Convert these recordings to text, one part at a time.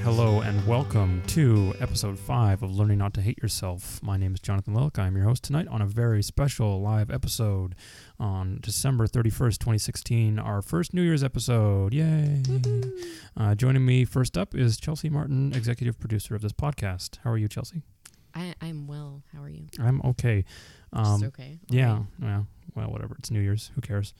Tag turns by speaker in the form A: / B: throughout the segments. A: and welcome to episode five of Learning Not to Hate Yourself. My name is Jonathan Lillick. I'm your host tonight on a very special live episode on December 31st, 2016, our first New Year's episode. Yay! Uh, joining me first up is Chelsea Martin, executive producer of this podcast. How are you, Chelsea?
B: I, I'm well. How are you?
A: I'm okay. Um,
B: Just okay. all
A: Yeah,
B: right.
A: yeah. Well, whatever. It's New Year's. Who cares?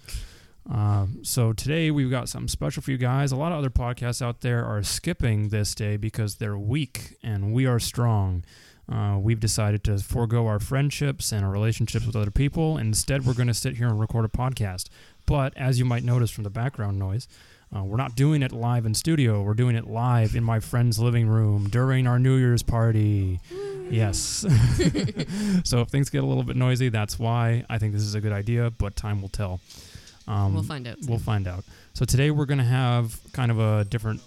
A: Um, so today we've got something special for you guys. A lot of other podcasts out there are skipping this day because they're weak and we are strong. Uh, we've decided to forego our friendships and our relationships with other people. Instead, we're going to sit here and record a podcast. But as you might notice from the background noise, uh, we're not doing it live in studio. We're doing it live in my friend's living room during our New Year's party. Yes. so if things get a little bit noisy, that's why I think this is a good idea, but time will tell. Um,
B: we'll find out.
A: We'll find out. So today we're going to have kind of a different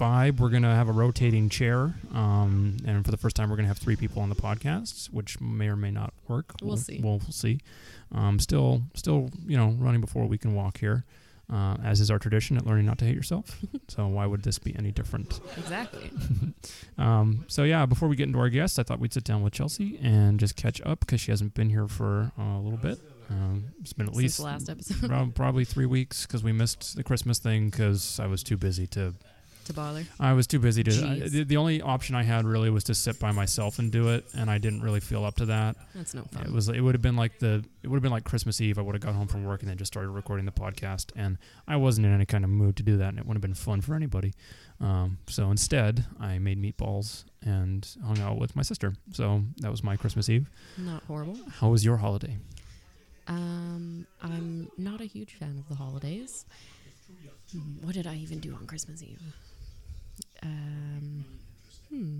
A: vibe. We're going to have a rotating chair. Um, and for the first time, we're going to have three people on the podcast, which may or may not work.
B: We'll see.
A: We'll, we'll see. Um, still, still, you know, running before we can walk here. Uh, as is our tradition at learning not to hate yourself. so, why would this be any different?
B: exactly.
A: Um, so yeah, before we get into our guests, I thought we'd sit down with Chelsea and just catch up because she hasn't been here for uh, a little bit. Um, it's been at
B: Since
A: least
B: the last episode
A: prob- probably three weeks because we missed the Christmas thing because I was too busy to.
B: to bother.
A: I was too busy to. I,
B: Jeez.
A: the, the only option I had really was to sit by myself and do it, and I didn't really feel up to that.
B: That's no fun.
A: It was. It would have been like the. It would have been like Christmas Eve. I would have got home from work and then just started recording the podcast, and I wasn't in any kind of mood to do that, and it wouldn't have been fun for anybody. Um, so instead, I made meatballs and hung out with my sister. So that was my Christmas Eve.
B: Not horrible.
A: How was your holiday?
B: Um, I'm not a huge fan of the holidays. Hmm, What did I even do on Christmas Eve? Um, hmm.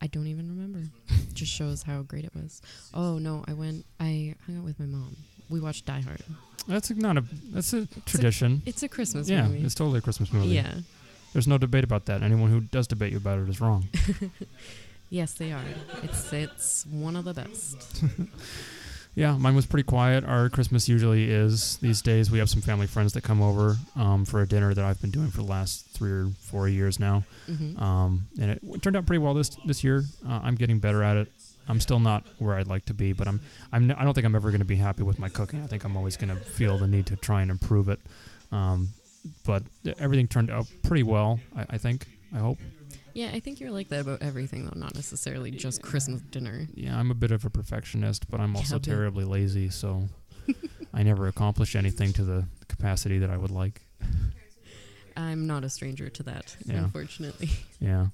B: I don't even remember. Just shows how great it was. Oh no, I went. I hung out with my mom. We watched Die Hard.
A: That's not a. That's a tradition.
B: It's a Christmas
A: yeah,
B: movie.
A: it's totally a Christmas movie.
B: Yeah.
A: There's no debate about that. Anyone who does debate you about it is wrong.
B: Yes, they are. It's it's one of the best.
A: Yeah, mine was pretty quiet. Our Christmas usually is these days. We have some family friends that come over um, for a dinner that I've been doing for the last three or four years now,
B: hmm
A: um, and it, w- turned out pretty well this this year. Uh, I'm getting better at it. I'm still not where I'd like to be, but I'm I'm n- I don't think I'm ever going to be happy with my cooking. I think I'm always going to feel the need to try and improve it. Um, but everything turned out pretty well. I, I think. I hope.
B: Yeah, I think you're like that about everything, though, not necessarily just Christmas dinner.
A: Yeah, I'm a bit of a perfectionist, but I'm
B: Yeah,
A: also
B: a bit.
A: terribly lazy, so I never accomplish anything to the capacity that I would like.
B: I'm not a stranger to that,
A: Yeah.
B: unfortunately.
A: Yeah.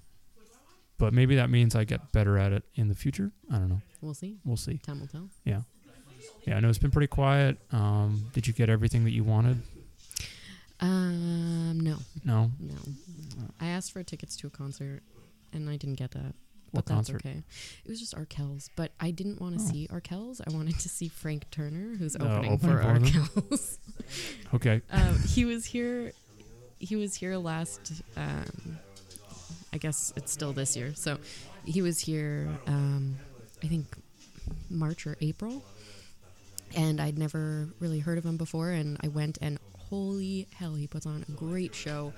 A: But maybe that means I get better at it in the future. I don't know.
B: We'll see.
A: We'll see.
B: Time will tell.
A: Yeah, I know it's been pretty quiet. Um, did you get everything that you wanted?
B: Um, no,
A: No.
B: no. I asked for tickets to a concert, and I didn't get that.
A: What
B: But that's
A: concert?
B: okay. It was just Arkells, but I didn't want to
A: Oh.
B: see Arkells. I wanted to see Frank Turner, who's
A: The
B: opening,
A: opening
B: for
A: for them?
B: Arkells.
A: Okay.
B: um, he was here. He was here last. Um, I guess it's still this year. So he was here. Um, I think March or April, and I'd never really heard of him before. And I went, and holy hell, he puts on a great show.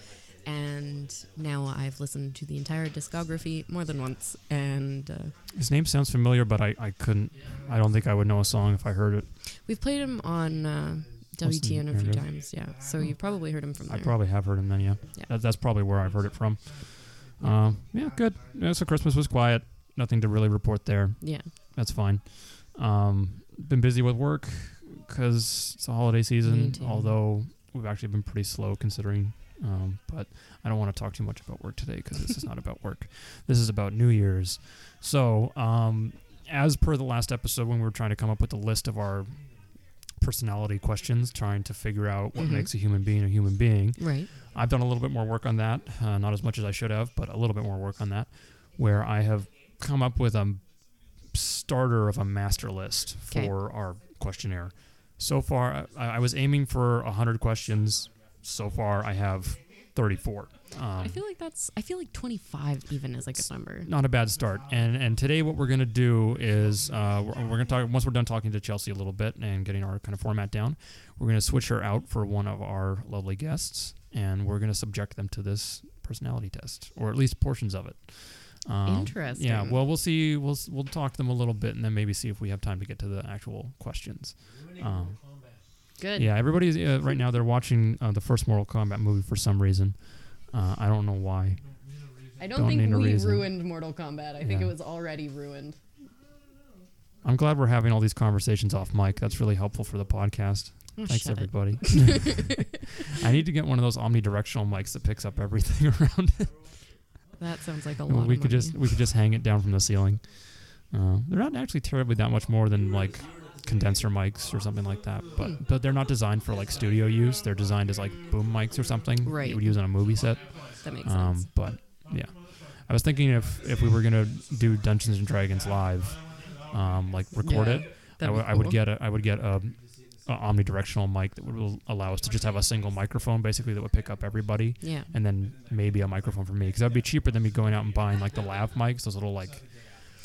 B: And now I've listened to the entire discography more than once, and uh,
A: His name sounds familiar, but I, I couldn't. I don't think I would know a song if I heard it.
B: we've played him on uh,
A: What's the
B: WTN a few
A: interview?
B: times. Yeah, so you've probably heard him from there.
A: I probably have heard him then, yeah.
B: Yeah.
A: That, that's probably where I've heard it from. Um, yeah, good. Yeah, so Christmas was quiet. Nothing to really report there.
B: yeah,
A: that's fine. Um, been busy with work because it's the holiday
B: Me
A: season.
B: too.
A: Although we've actually been pretty slow considering. Um, but I don't want to talk too much about work today because this is not about work. This is about New Year's. So, um, as per the last episode, when we were trying to come up with a list of our personality questions, trying to figure out what
B: Mhm.
A: makes a human being a human being,
B: right.
A: I've done a little bit more work on that, uh, not as much as I should have, but a little bit more work on that, where I have come up with a starter of a master list
B: 'Kay.
A: for our questionnaire. So far, I, I was aiming for 100 questions. So far, I have 34. Um,
B: I feel like that's. I feel like 25 even is like a number.
A: not a bad start. And and today what we're gonna do is uh, we're, we're gonna talk once we're done talking to Chelsea a little bit and getting our kind of format down. We're gonna switch her out for one of our lovely guests, and we're gonna subject them to this personality test, or at least portions of it. Um,
B: Interesting.
A: Yeah. Well, we'll see. We'll s- we'll talk to them a little bit, and then maybe see if we have time to get to the actual questions. Um,
B: Good.
A: yeah. Everybody's uh, right now. They're watching uh, the first Mortal Kombat movie for some reason. Uh, I don't know why.
B: I don't,
A: Don't need
B: think
A: a
B: we
A: reason.
B: ruined Mortal Kombat. I think
A: Yeah.
B: it was already ruined.
A: I'm glad we're having all these conversations off mic. That's really helpful for the podcast.
B: Oh,
A: Thanks,
B: shut it.
A: everybody. I need to get one of those omnidirectional mics that picks up everything around. It.
B: That sounds like a lot.
A: we
B: of
A: could
B: money.
A: just we could just hang it down from the ceiling. Uh, they're not actually terribly that much more than like condenser mics or something like that,
B: Hmm.
A: but but they're not designed for like studio use. They're designed as like boom mics or something
B: Right.
A: you would use on a movie set.
B: That makes
A: Um,
B: sense.
A: but yeah, I was thinking if if we were gonna do Dungeons and Dragons live, um, like record
B: Yeah,
A: it, I,
B: That'd
A: w-
B: be
A: I would
B: cool.
A: get a I would get a, a omnidirectional mic that would will allow us to just have a single microphone basically that would pick up everybody,
B: Yeah.
A: and then maybe a microphone for me because that would be cheaper than me going out and buying like the lav mics, those little like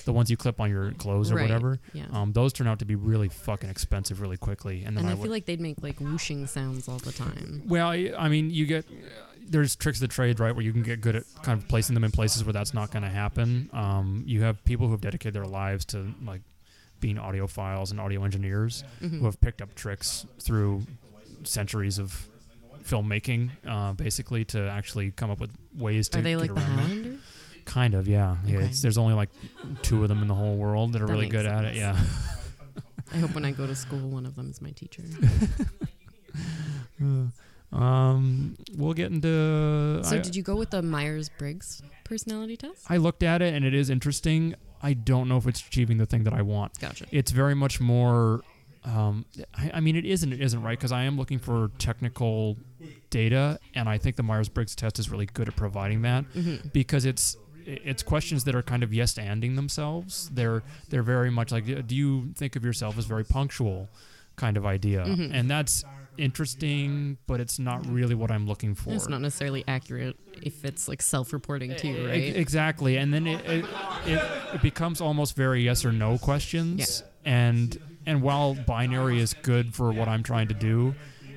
A: the ones you clip on your clothes or
B: Right,
A: whatever.
B: Yeah.
A: Um, those turn out to be really fucking expensive really quickly, and then
B: and
A: I
B: I
A: would,
B: feel like they'd make like whooshing sounds all the time.
A: well, I, I mean, you get there's tricks of the trade, right? Where you can get good at kind of placing them in places where that's not going to happen. Um, you have people who have dedicated their lives to like being audiophiles and audio engineers
B: Mhm.
A: who have picked up tricks through centuries of filmmaking, uh, basically, to actually come up with ways to
B: Are they
A: get
B: like the
A: around it.
B: Highlander?
A: Kind of, yeah. yeah
B: Okay.
A: it's, there's only like two of them in the whole world that are
B: That
A: really
B: makes
A: good at it.
B: sense.
A: Yeah.
B: I hope when I go to school, one of them is my teacher.
A: um, we'll get into.
B: So,
A: I-
B: did you go with the Myers Briggs personality test?
A: I looked at it and it is interesting. I don't know if it's achieving the thing that I want.
B: Gotcha.
A: It's very much more. Um, I, I mean, it isn't. It isn't right because I am looking for technical data, and I think the Myers Briggs test is really good at providing that
B: Mm-hmm.
A: because it's it's questions that are kind of yes anding themselves. They're they're very much like, do you think of yourself as very punctual, kind of idea,
B: Mhm.
A: and that's interesting, but it's not really what I'm looking for.
B: It's not necessarily accurate if it's like self-reporting to
A: E-
B: you,
A: e-
B: right?
A: Exactly, and then it, it, it, it becomes almost very yes or no questions, and and while binary is good for what I'm trying to do,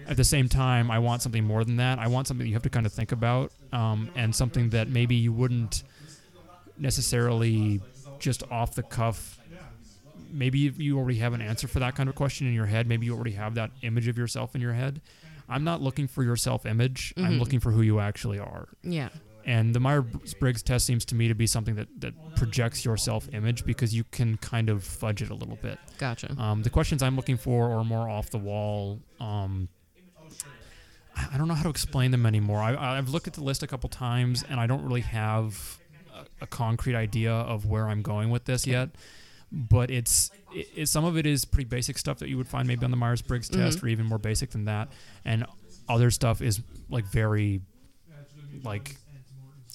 A: at the same time I want something more than that. I want something you have to kind of think about, um, and something that maybe you wouldn't necessarily just off the cuff. Maybe if you already have an answer for that kind of question in your head. Maybe you already have that image of yourself in your head. I'm not looking for your self image. I'm
B: Mhm.
A: looking for who you actually are.
B: yeah.
A: And the Myers Briggs test seems to me to be something that, that projects your self image because you can kind of fudge it a little bit.
B: Gotcha.
A: Um, the questions I'm looking for are more off the wall. Um, I I don't know how to explain them anymore. I, I've looked at the list a couple times and I don't really have a, a concrete idea of where I'm going with this yet. But it's it, it, some of it is pretty basic stuff that you would find maybe on the Myers Briggs test
B: Mhm.
A: or even more basic than that. And other stuff is like very like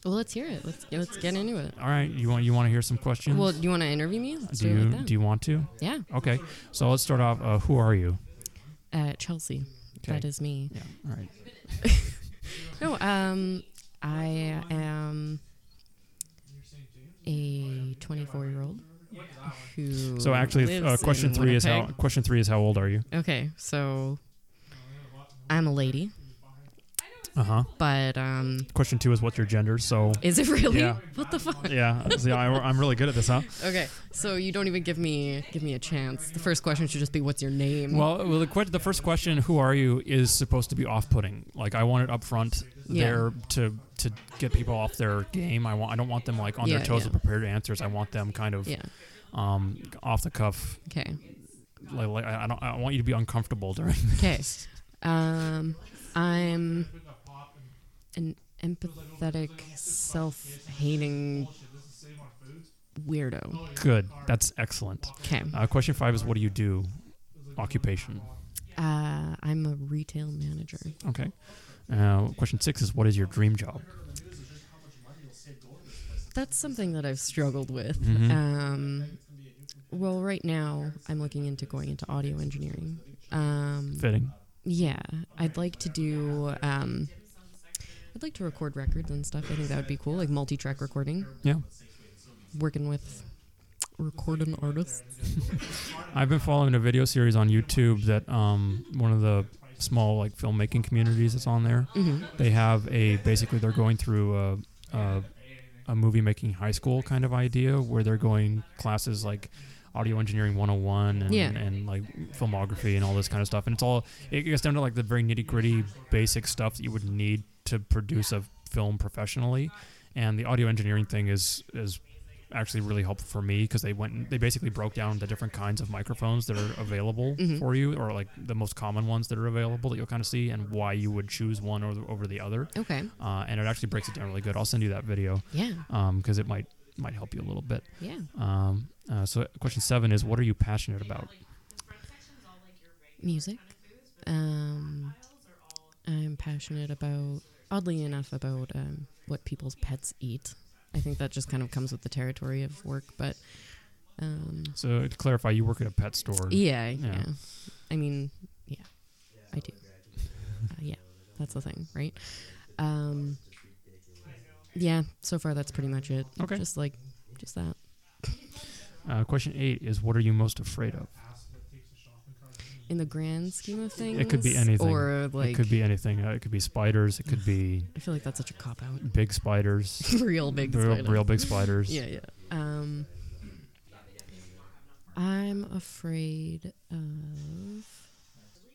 B: well, let's hear it. Let's let's get into it.
A: all right, you want you want to hear some questions?
B: Well, do you want to interview me? Let's
A: do
B: do, it
A: you
B: like that.
A: do you want to?
B: yeah.
A: Okay, so let's start off. Uh, who are you?
B: Uh, Chelsea.
A: Okay.
B: That is me.
A: Yeah. All right.
B: No, um, I am a 24 year old who.
A: So actually, uh,
B: lives
A: question
B: in
A: three is how
B: Winnipeg.
A: question three is how old are you?
B: Okay, so I'm a lady,
A: Uh huh.
B: but um,
A: Question two is what's your gender? So
B: is it really?
A: Yeah.
B: What the fuck?
A: yeah, see, I, I'm really good at this, huh?
B: Okay, so you don't even give me give me a chance. The first question should just be, "What's your name?"
A: Well, well the, que- the first question, who are you, is supposed to be off-putting. Like I want it up front
B: Yeah.
A: there to to get people off their game. I want I don't want them like on
B: Yeah,
A: their toes
B: yeah.
A: with prepared answers. I want them kind of
B: yeah.
A: um off the cuff.
B: Okay.
A: Like, like I I don't I want you to be uncomfortable during.
B: Okay. Um, I'm an empathetic, self-hating weirdo.
A: Good. That's excellent.
B: Okay.
A: Uh, question five is what do you do? Occupation.
B: Uh, I'm a retail manager.
A: Okay. Uh, question six is what is your dream job?
B: That's something that I've struggled with.
A: Mhm.
B: Um, well, right now I'm looking into going into audio engineering. Um,
A: Fitting.
B: yeah, I'd like to do. Um, I'd like to record records and stuff. I think that would be cool, like multi-track recording.
A: Yeah.
B: Working with recording artists.
A: I've been following a video series on YouTube that um, one of the small like filmmaking communities that's on there.
B: Mm-hmm.
A: They have a basically they're going through a, a, a movie making high school kind of idea where they're going classes like audio engineering 101 and,
B: Yeah.
A: and like filmography and all this kind of stuff. And it's all it gets down to like the very nitty gritty basic stuff that you would need to produce a film professionally. And the audio engineering thing is is actually really helpful for me because they went and they basically broke down the different kinds of microphones that are available
B: Mhm.
A: for you or like the most common ones that are available that you'll kind of see and why you would choose one over the, over the other
B: Okay.
A: uh, and it actually breaks it down really good i'll send you that video
B: Yeah.
A: because it might might help you a little bit
B: Yeah.
A: um, uh, so question seven is what are you passionate about
B: Music. Um, I'm passionate about, oddly enough, about um, what people's pets eat. I think that just kind of comes with the territory of work, but um,
A: so to clarify you work at a pet store
B: yeah, yeah,
A: Yeah.
B: I mean, yeah, I do. Uh, yeah, that's the thing, right? Um, yeah. So far, that's pretty much it.
A: Okay.
B: Just like, just that.
A: uh, question eight is what are you most afraid of
B: In the grand scheme of things,
A: It could be anything.
B: or like,
A: it could be anything uh, it could be spiders it could be
B: I feel like that's such a cop out.
A: big spiders
B: real big
A: real,
B: spider.
A: real big spiders
B: Yeah, yeah. Um, I'm afraid of.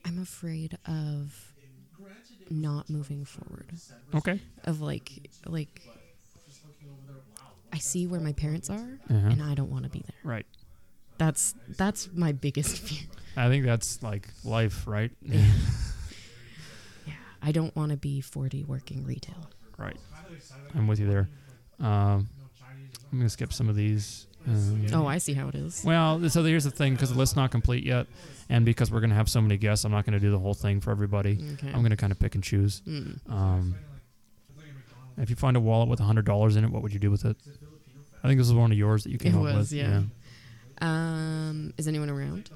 B: I'm afraid of not moving forward.
A: okay
B: Of like, like. I see where my parents are,
A: uh-huh.
B: and I don't want to be there.
A: right
B: That's that's my biggest fear.
A: I think that's like life, right?
B: Yeah, I don't want to be 40 working retail.
A: right. I'm with you there. Um, I'm gonna skip some of these. Um,
B: Oh, I see how it is.
A: Well, so here's the thing, because the list's not complete yet, and because we're gonna have so many guests, I'm not gonna do the whole thing for everybody.
B: Okay.
A: I'm gonna kind of pick and choose.
B: Mm.
A: Um, if you find a wallet with hundred dollars in it, what would you do with it? I think this was one of yours that you came
B: It
A: up with.
B: was, yeah. Um, is anyone around?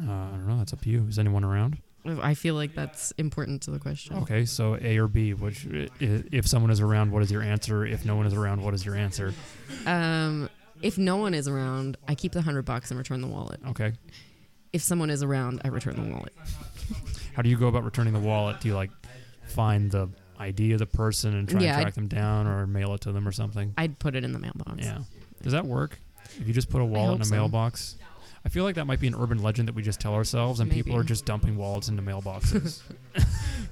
A: yeah. Uh, I don't know. That's up to you. Is anyone around?
B: I feel like that's important to the question.
A: Okay, so A or B. Which, i- i- if someone is around, what is your answer? If no one is around, what is your answer?
B: Um, if no one is around, I keep the hundred bucks and return the wallet.
A: Okay.
B: If someone is around, I return the wallet.
A: How do you go about returning the wallet? Do you like find the ID of the person and try
B: Yeah,
A: and
B: I-
A: track them down or mail it to them or something?
B: I'd put it in the mailbox.
A: Yeah. Does that work? If you just put a wallet
B: hope
A: in a
B: so.
A: mailbox? I feel like that might be an urban legend that we just tell ourselves and people
B: Maybe.
A: are just dumping wallets into mailboxes.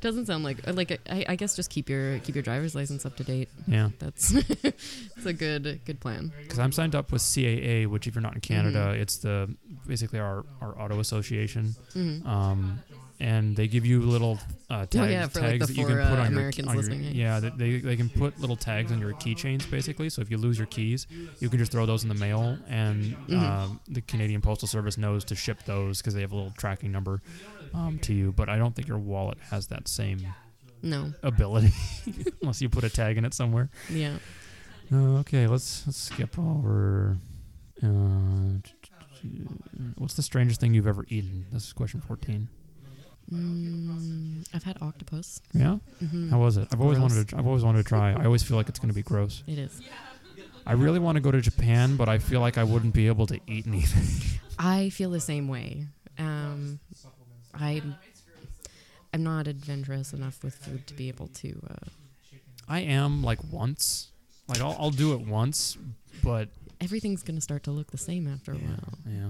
B: Doesn't sound like uh, like I, I guess just keep your keep your driver's license up to date.
A: yeah.
B: That's it's a good good plan.
A: Because I'm signed up with CAA, which if you're not in
B: Mm-hmm.
A: Canada, it's the basically our, our auto association.
B: hmm
A: Um, and they give you little uh, tags,
B: yeah, for, like,
A: tags
B: the
A: that you can
B: four,
A: put
B: uh,
A: on
B: Americans
A: your, on your
B: listening,
A: yeah. They, they, they can put little tags on your keychains basically. So if you lose your keys, you can just throw those in the mail, and
B: Mhm.
A: um, the Canadian Postal Service knows to ship those because they have a little tracking number um, to you. But I don't think your wallet has that same
B: No,
A: ability unless you put a tag in it somewhere.
B: yeah,
A: Uh, okay, let's let's skip over. Uh, what's the strangest thing you've ever eaten? This is question fourteen.
B: mm, I've had octopus.
A: Yeah.
B: hmm
A: How was it? I've always
B: Gross.
A: wanted to. I've always wanted to try. I always feel like it's going to be gross.
B: It is.
A: I really want to go to Japan, but I feel like I wouldn't be able to eat anything.
B: I feel the same way. Um, I I'm not adventurous enough with food to be able to. Uh,
A: I am like once. Like I'll, I'll do it once, but
B: everything's gonna start to look the same after a
A: yeah,
B: while.
A: yeah.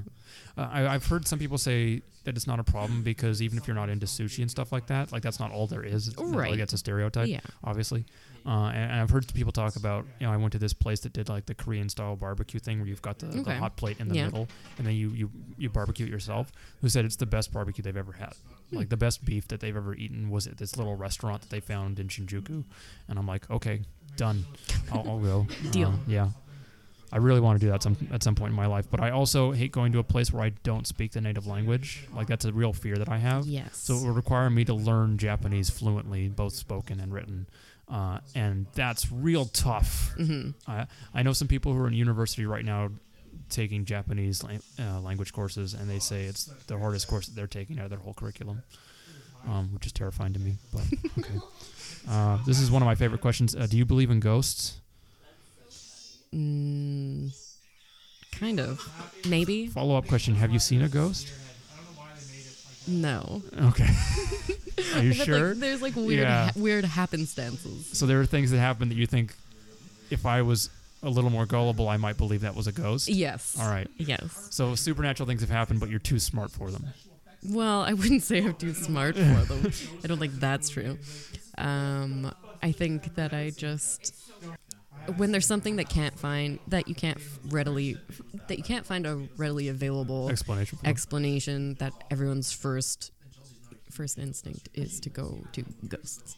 A: Uh, I, I've heard some people say that it's not a problem because even if you're not into sushi and stuff like that, like that's not all there is. It's- Like
B: Right.
A: that's a stereotype.
B: Yeah.
A: obviously. Uh, and, and I've heard people talk about, you know, I went to this place that did like the Korean style barbecue thing where you've got the, the
B: Okay.
A: hot plate in the
B: Yeah.
A: middle and then you, you, you barbecue it yourself, who said it's the best barbecue they've ever had.
B: Hmm.
A: Like the best beef that they've ever eaten was at this little restaurant that they found in Shinjuku. And I'm like, okay, done. I'll, I'll go.
B: Deal.
A: Um, yeah. I really want to do that some, at some point in my life, but I also hate going to a place where I don't speak the native language. Like that's a real fear that I have.
B: Yes.
A: So it would require me to learn Japanese fluently, both spoken and written. Uh, and that's real tough.
B: hmm
A: I, I know some people who are in university right now taking Japanese lang- uh, language courses, and they say it's the hardest course that they're taking out of their whole curriculum. um, which is terrifying to me. But okay. Uh, this is one of my favorite questions. Uh, do you believe in ghosts?
B: Mm, kind of. Maybe.
A: Follow up question: Have you seen a ghost?
B: No.
A: Okay. Are you
B: But, like,
A: sure?
B: there's like weird,
A: Yeah.
B: ha- weird happenstances.
A: So there are things that happen that you think, if I was a little more gullible, I might believe that was a ghost.
B: Yes.
A: All right.
B: Yes.
A: So supernatural things have happened, but you're too smart for them.
B: Well, I wouldn't say I'm too smart for them. I don't think that's true. Um, I think that I just when there's something that can't find that you can't readily that you can't find a readily available
A: Explanation. For them.
B: explanation that everyone's first first instinct is to go to ghosts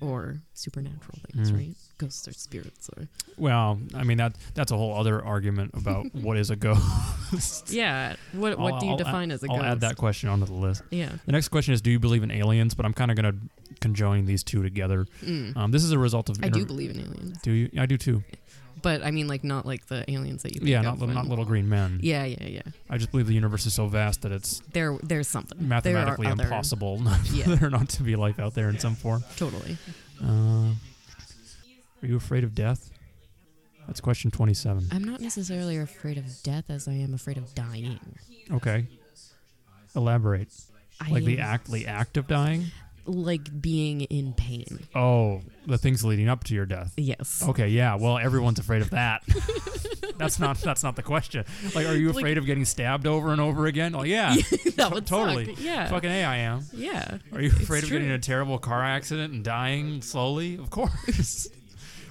B: or supernatural things,
A: Mm.
B: right? Ghosts or spirits or
A: Well, I mean that that's a whole other argument about what is a ghost.
B: yeah. What what
A: I'll-
B: do you
A: I'll add-
B: define as a
A: I'll
B: ghost?
A: add that question onto the list.
B: Yeah.
A: The next question is, do you believe in aliens? But I'm kind of going to conjoin these two together.
B: Mm.
A: Um, this is a result of
B: I do
A: interv-
B: believe in aliens,
A: Do you? I do too.
B: but I mean, like not like the aliens that you. Think
A: yeah,
B: of
A: not li-
B: when-
A: not little green men.
B: Yeah, yeah, yeah.
A: I just believe the universe is so vast that it's
B: There, there's something
A: mathematically
B: there are other-
A: impossible
B: Yeah,
A: there not to be life out there in some form.
B: totally.
A: Uh, are you afraid of death? That's question 27.
B: I'm not necessarily afraid of death as I am afraid of dying.
A: Okay. Elaborate.
B: I
A: Like the
B: am-
A: act, the act of dying.
B: like being in pain.
A: Oh, the things leading up to your death.
B: Yes.
A: Okay, yeah. Well, everyone's afraid of that. that's not that's not the question. Like, are you
B: Like-
A: afraid of getting stabbed over and over again? Well, yeah,
B: that would
A: totally.
B: Suck. Yeah.
A: fucking a, I am.
B: Yeah.
A: Are you
B: It's
A: afraid of getting in
B: true.
A: a terrible car accident and dying slowly? Of course.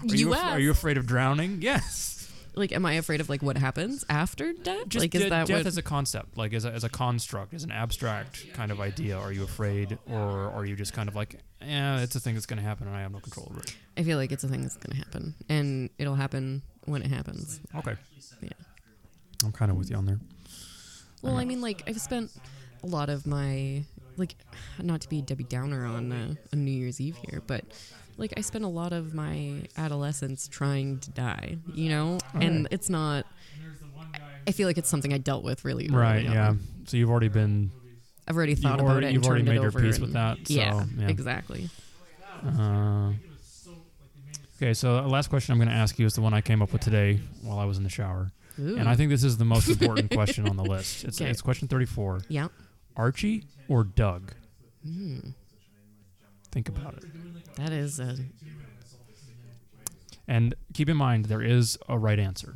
A: Are
B: you,
A: af-
B: asked,
A: are you afraid of drowning? Yes.
B: like, am I afraid of like what happens after death?
A: Just
B: like, is
A: de-
B: that
A: death
B: what?
A: as a concept, like as a, as a construct, as an abstract kind of idea. Are you afraid, or are you just kind of like, yeah, it's a thing that's going to happen, and I have no control over it?
B: I feel like it's a thing that's gonna happen, and it'll happen when it happens.
A: Okay.
B: Yeah.
A: I'm kind of with you on there.
B: Well, I mean, like I've spent a lot of my like, not to be Debbie Downer on uh, a New Year's Eve here, but like I spent a lot of my adolescence trying to die, you know, and it's not. I feel like it's something I dealt with really early
A: Right.
B: on.
A: Yeah. So you've already been.
B: I've already thought
A: You've
B: about
A: already-
B: it. And
A: you've already
B: turned
A: made
B: it
A: your
B: over
A: peace
B: and-
A: with that, so,
B: yeah,
A: yeah.
B: exactly.
A: Uh, okay. So the last question I'm going to ask you is the one I came up with today while I was in the shower,
B: Ooh.
A: and I think this is the most important question on the list. It's
B: Okay.
A: it's question 34.
B: yeah.
A: Archie or Doug?
B: Mm,
A: Think about it.
B: that is a
A: And keep in mind, there is a right answer.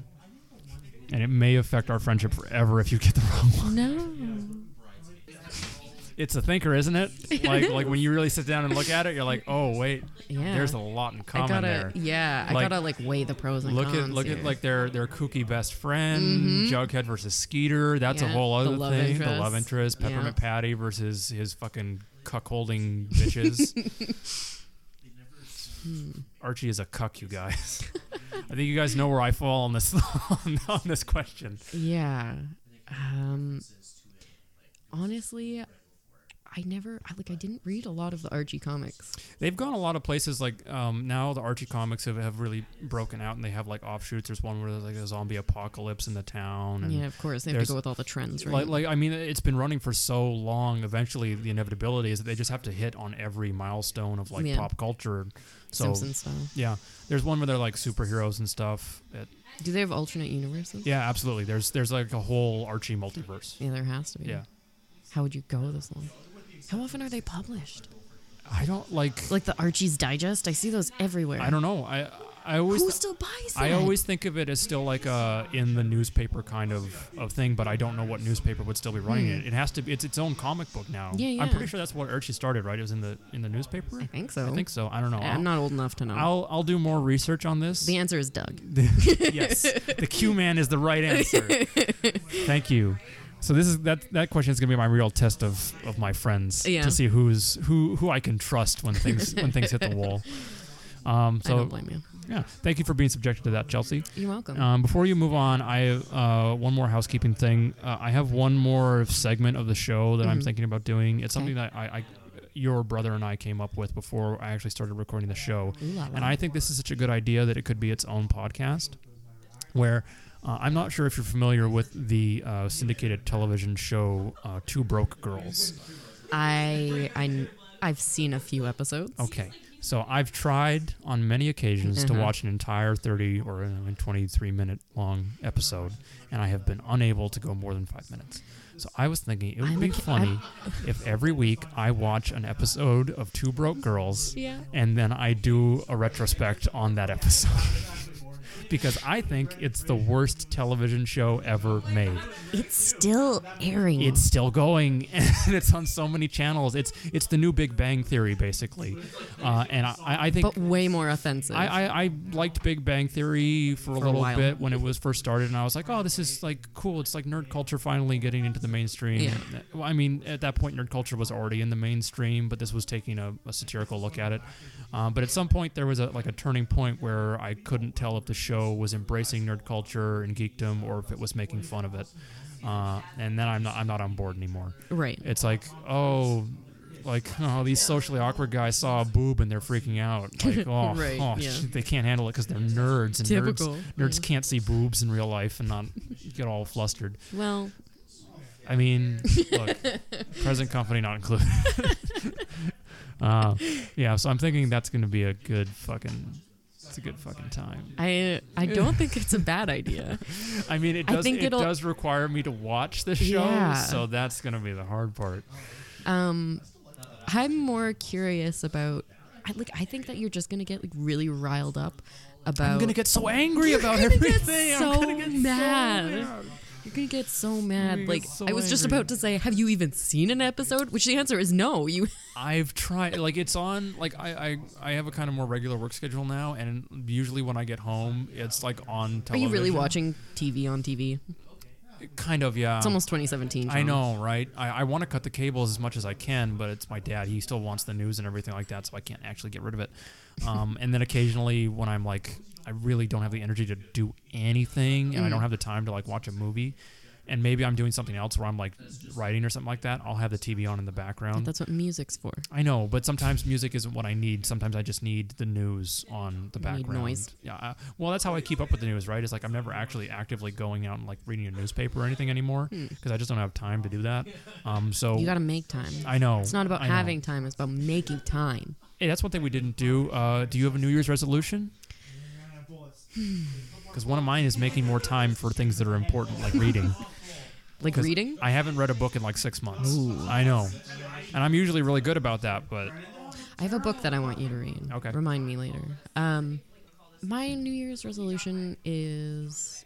A: And it may affect our friendship forever if you get the wrong one.
B: no.
A: It's a thinker, isn't it? Like like when you really sit down and look at it, you're like, oh wait,
B: Yeah.
A: there's a lot in
B: I
A: common
B: gotta
A: there.
B: yeah. I
A: Like-
B: gotta like oh, weigh the pros and
A: Look at
B: cons.
A: look at
B: here.
A: like their their kooky best friend, Jughead versus Skeeter. That's a
B: Mm-hmm. Yeah,
A: whole
B: the
A: other
B: love
A: thing. The
B: interest.
A: love interest,
B: Yeah.
A: Peppermint Patty versus his fucking cuckolding bitches. Hmm. Archie is a cuck, you guys. I think you guys know where I fall on this on, on this question.
B: yeah. Um. Honestly, I never I, like I didn't read a lot of the Archie comics.
A: They've gone a lot of places. Like um, now, the Archie comics have, have really broken out, and they have like offshoots. There's one where there's like a zombie apocalypse in the town, and
B: Yeah, of course they
A: Mm.
B: have
A: there's-
B: to go with all the trends, right?
A: Like, like I mean, it's been running for so long. Eventually, the inevitability is that they just have to hit on every milestone of like
B: Yeah.
A: pop culture. So
B: Simpson style.
A: yeah, there's one where they're like superheroes and stuff. It-
B: Do they have alternate universes?
A: yeah, absolutely. There's there's like a whole Archie multiverse.
B: Yeah, there has to be.
A: Yeah,
B: How would you go this long? How often are they published?
A: I don't like.
B: Like the Archie's Digest, I see those everywhere.
A: I don't know. I I always.
B: Who still buys that?
A: I always think of it as still like a in the newspaper kind of, of thing, but I don't know what newspaper would still be running it. It has to be it's its own comic book now.
B: Hmm. Yeah, yeah.
A: I'm pretty sure that's what Archie started, right? It was in the in the newspaper.
B: I think so.
A: I think so. I don't know.
B: I- I'm not old enough to know.
A: I'll I'll do more research on this.
B: the answer is Doug.
A: yes, the Q man is the right answer. Thank you. So this is that that question is going to be my real test of, of my friends
B: Yeah.
A: to see who's who who I can trust when things when things hit the wall. Um,
B: I don't
A: so
B: blame you.
A: yeah, thank you for being subjected to that, Chelsea.
B: You're welcome.
A: Um, before you move on, I have uh, one more housekeeping thing. Uh, I have one more segment of the show that I'm
B: Mhm.
A: thinking about doing. It's
B: Okay.
A: something that I, I, your brother and I came up with before I actually started recording the show.
B: Ooh la la.
A: And I think this is such a good idea that it could be its own podcast where uh, I'm not sure if you're familiar with the uh, syndicated television show uh, Two Broke Girls.
B: I I I've seen a few episodes.
A: Okay. Mm-hmm. So I've tried on many occasions to
B: Uh-huh.
A: watch an entire 30 or uh, 23 minute long episode, and I have been unable to go more than five minutes. So I was thinking it would
B: I'm
A: be
B: a ki-
A: funny if every week I watch an episode of Two Broke Girls
B: Yeah.
A: and then I do a retrospect on that episode. because I think it's the worst television show ever made.
B: It's still airing.
A: It's still going, and it's on so many channels. It's it's the new Big Bang Theory, basically. Uh, and I, I think
B: but way more offensive.
A: I, I, I liked Big Bang Theory for a
B: For a
A: little
B: while.
A: bit when it was first started, and I was like, oh, this is like cool. It's like nerd culture finally getting into the mainstream.
B: Yeah.
A: Well, I mean, at that point, nerd culture was already in the mainstream, but this was taking a, a satirical look at it. Um, but at some point, there was a, like a turning point where I couldn't tell if the show was embracing nerd culture and geekdom or if it was making fun of it. Uh, and then I'm not I'm not on board anymore.
B: right.
A: It's like, oh, like oh, these socially awkward guys saw a boob and they're freaking out. Like, oh,
B: Right,
A: oh
B: yeah.
A: they can't handle it because they're nerds and
B: Typical.
A: nerds, nerds can't see boobs in real life and not get all flustered.
B: Well,
A: I mean, look, present company not included. uh, yeah, so I'm thinking that's gonna be a good fucking. It's a good fucking time.
B: I I don't think it's a bad idea.
A: I mean, it
B: I
A: does.
B: think
A: it
B: it'll-
A: does require me to watch the show,
B: Yeah.
A: so that's gonna be the hard part.
B: Um, I'm more curious about. I like. I think that you're just gonna get like really riled up about.
A: I'm gonna get so angry about
B: gonna get
A: everything. I'm
B: so
A: gonna get
B: mad.
A: so mad.
B: You're gonna get so
A: gonna
B: mad.
A: get
B: Like
A: so
B: I was just
A: angry.
B: about to say, have you even seen an episode? Which the answer is no. You
A: I've tried like it's on like I, I I have a kind of more regular work schedule now, and usually when I get home, it's like on
B: are you
A: television.
B: really watching TV on TV?
A: Kind of, yeah.
B: It's almost 2017.
A: Oh. I
B: John.
A: know, right? I, I want to cut the cables as much as I can, but it's my dad. He still wants the news and everything like that, so I can't actually get rid of it. Um, and then occasionally, when I'm like, I really don't have the energy to do anything, and I don't have the time to like watch a movie, and maybe I'm doing something else where I'm like writing or something like that. I'll have the TV on in the background.
B: That's what music's for.
A: I know, but sometimes music isn't what I need. Sometimes I just need the news on the
B: You need
A: background.
B: noise.
A: Yeah. I, well, that's how I keep up with the news, right? It's like I'm never actually actively going out and like reading a newspaper or anything anymore because I just don't have time to do that. Um, so
B: Hmm. You gotta make time.
A: I know
B: It's not about
A: I know.
B: having time. It's about making time.
A: Hey, that's one thing we didn't do. Uh, do you have a New Year's resolution?
B: Hmm.
A: Because one of mine is making more time for things that are important, like reading.
B: Like
A: 'Cause
B: reading.
A: I haven't read a book in like six months. I know, and I'm usually really good about that, but
B: I have a book that I want you to read.
A: Okay.
B: Remind me later. Um, my New Year's resolution is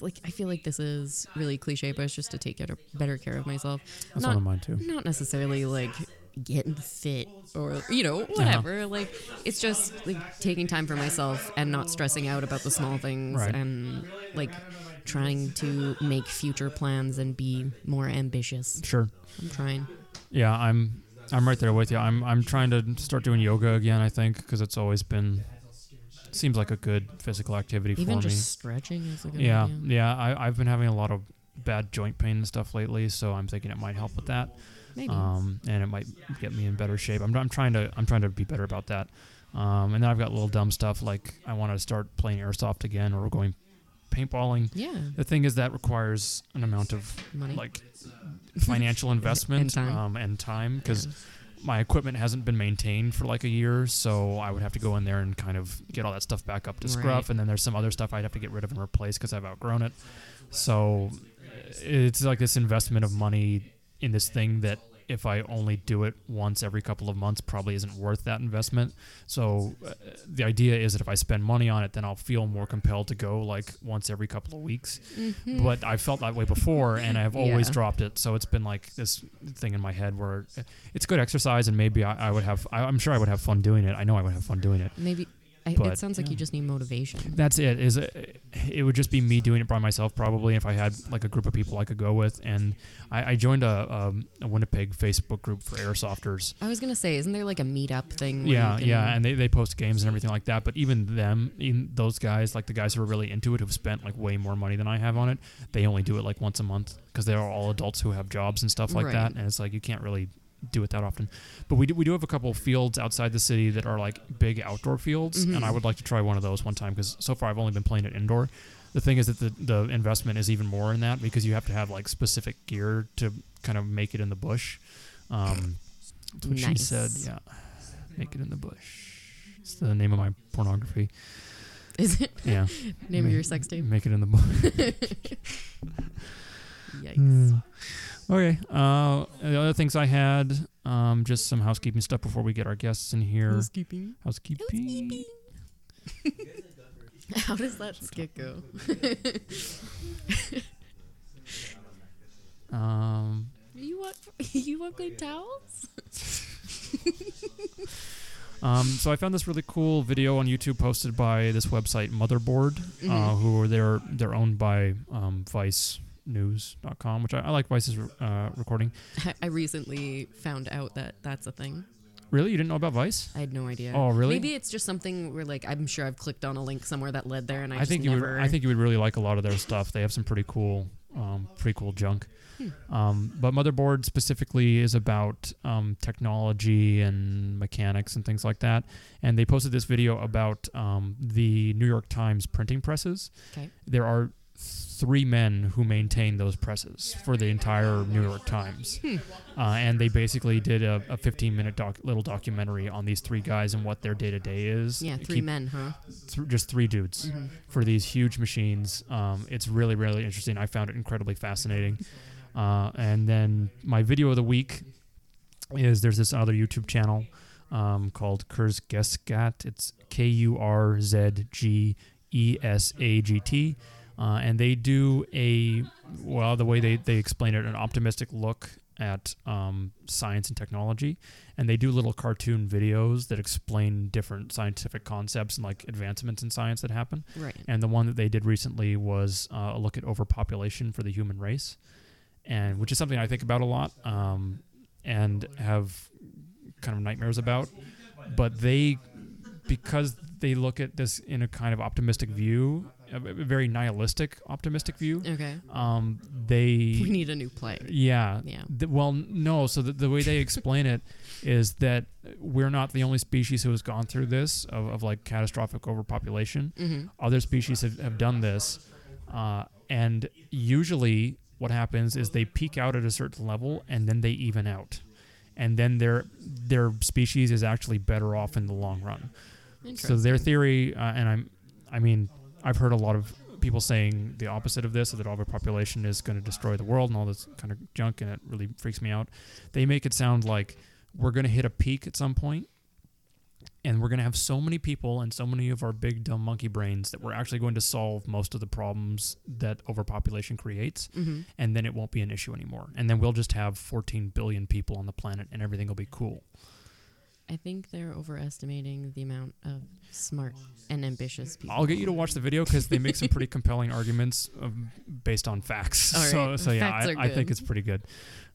B: like I feel like this is really cliche, but it's just to take better, better care of myself.
A: that's
B: not Hmm.
A: one of mine too.
B: not necessarily like getting fit or you know
A: Uh-huh.
B: whatever. Like it's just like taking time for myself and not stressing out about the small things
A: Right.
B: and like trying to make future plans and be more ambitious.
A: Sure.
B: I'm trying.
A: Yeah, I'm I'm right there with you. I'm I'm trying to start doing yoga again. I think because it's always been seems like a good physical activity
B: Even
A: for
B: just stretching is a good
A: me. Yeah,
B: idea.
A: yeah. I I've been having a lot of bad joint pain and stuff lately, so I'm thinking it might help with that.
B: Maybe.
A: Um, and it might get me in better shape. I'm I'm trying to I'm trying to be better about that. Um, and then I've got little dumb stuff like I want to start playing airsoft again or going paintballing.
B: yeah.
A: The thing is that requires an amount of
B: Money.
A: like financial investment
B: time.
A: um, and time because my equipment hasn't been maintained for like a year, so I would have to go in there and kind of get all that stuff back up to scruff,
B: Right.
A: and then there's some other stuff I'd have to get rid of and replace because I've outgrown it. So it's like this investment of money in this thing that if I only do it once every couple of months, probably isn't worth that investment. So uh, the idea is that if I spend money on it, then I'll feel more compelled to go like once every couple of weeks. But I felt that way before, and I've always
B: Yeah.
A: dropped it. So it's been like this thing in my head where it's good exercise, and maybe I, I would have. I, I'm sure I would have fun doing it. I know I would have fun doing it.
B: Maybe I,
A: But-
B: it sounds like you just need motivation.
A: That's it. Is it, it would just be me doing it by myself probably if I had like a group of people I could go with. And I, I joined a, um, a Winnipeg Facebook group for airsofters.
B: I was gonna say, isn't there like a meetup thing? where
A: Yeah,
B: you can-
A: yeah, and they, they post games and everything like that. But even them, even those guys, like the guys who are really into it, who've spent like way more money than I have on it, they only do it like once a month because they are all adults who have jobs and stuff like
B: Right.
A: that. And it's like you can't really do it that often. But we do, we do have a couple fields outside the city that are like big outdoor fields, and I would like to try one of those one time because so far I've only been playing it indoor. The thing is that the, the investment is even more in that because you have to have like specific gear to kind of make it in the bush. Um, that's what she
B: Nice.
A: said. Yeah, naked in the bush. It's the name of my pornography.
B: Is it
A: Yeah, Mm.
B: name
A: Ma-
B: of your sex tape?
A: Make it in the bush. Mm.
B: Yikes.
A: Okay. Uh, the other things I had, um, just some housekeeping stuff before we get our guests in here.
B: Housekeeping.
A: Housekeeping.
B: How does that skit go?
A: Um,
B: You want you want good towels?
A: um, so I found this really cool video on YouTube posted by this website Motherboard, uh,
B: Mhm.
A: who are they're they're owned by um, Vice news.com which I, I like vice's uh, recording
B: I, I recently found out that that's a thing.
A: really you didn't know about vice
B: I had no idea.
A: Oh, really?
B: Maybe it's just something where like I'm sure I've clicked on a link somewhere that led there, and I,
A: I,
B: just
A: think you
B: never.
A: would. I think you would really like a lot of their stuff. They have some pretty cool, um, pretty cool junk.
B: Hmm.
A: Um, but motherboard specifically is about um, technology and mechanics and things like that. And they posted this video about um, the New York Times printing presses.
B: 'Kay.
A: There are three men who maintain those presses for the entire New York Times,
B: Hmm.
A: uh, and they basically did a, a 15-minute doc, little documentary on these three guys and what their day-to-day is.
B: yeah,
A: It
B: three
A: keep-
B: men, huh?
A: th- just three dudes for these huge machines. Um, it's really, really interesting. I found it incredibly fascinating. Uh, and then my video of the week is there's this other YouTube channel um, called Kurzgesagt. It's K U R Z G E S A G T. Uh, and they do a, well, the way they, they explain it, an optimistic look at um, science and technology. And they do little cartoon videos that explain different scientific concepts and like advancements in science that happen.
B: Right.
A: And the one that they did recently was uh, a look at overpopulation for the human race, and which is something I think about a lot um, and have kind of nightmares about. But they, because they look at this in a kind of optimistic view, a a very nihilistic optimistic view,
B: Okay.
A: um,
B: We
A: they.
B: need a new plague.
A: Yeah.
B: Yeah.
A: The- well, no. So the, the way they explain it is that we're not the only species who has gone through this of, of like catastrophic overpopulation
B: Mm-hmm.
A: other species have, have done this uh, and usually what happens is they peak out at a certain level and then they even out and then their their species is actually better off in the long run so their theory uh, and i'm i mean i've heard a lot of people saying the opposite of this that overpopulation is going to destroy the world and all this kind of junk and it really freaks me out they make it sound like we're going to hit a peak at some point and we're going to have so many people and so many of our big dumb monkey brains that we're actually going to solve most of the problems that overpopulation creates
B: Mm-hmm.
A: and then it won't be an issue anymore and then we'll just have 14 billion people on the planet and everything will be cool
B: I think they're overestimating the amount of smart and ambitious people.
A: I'll get you to watch the video because they make some pretty compelling arguments um, based on facts.
B: All
A: so,
B: right.
A: so yeah,
B: Facts
A: I,
B: are
A: I think
B: good.
A: it's pretty good.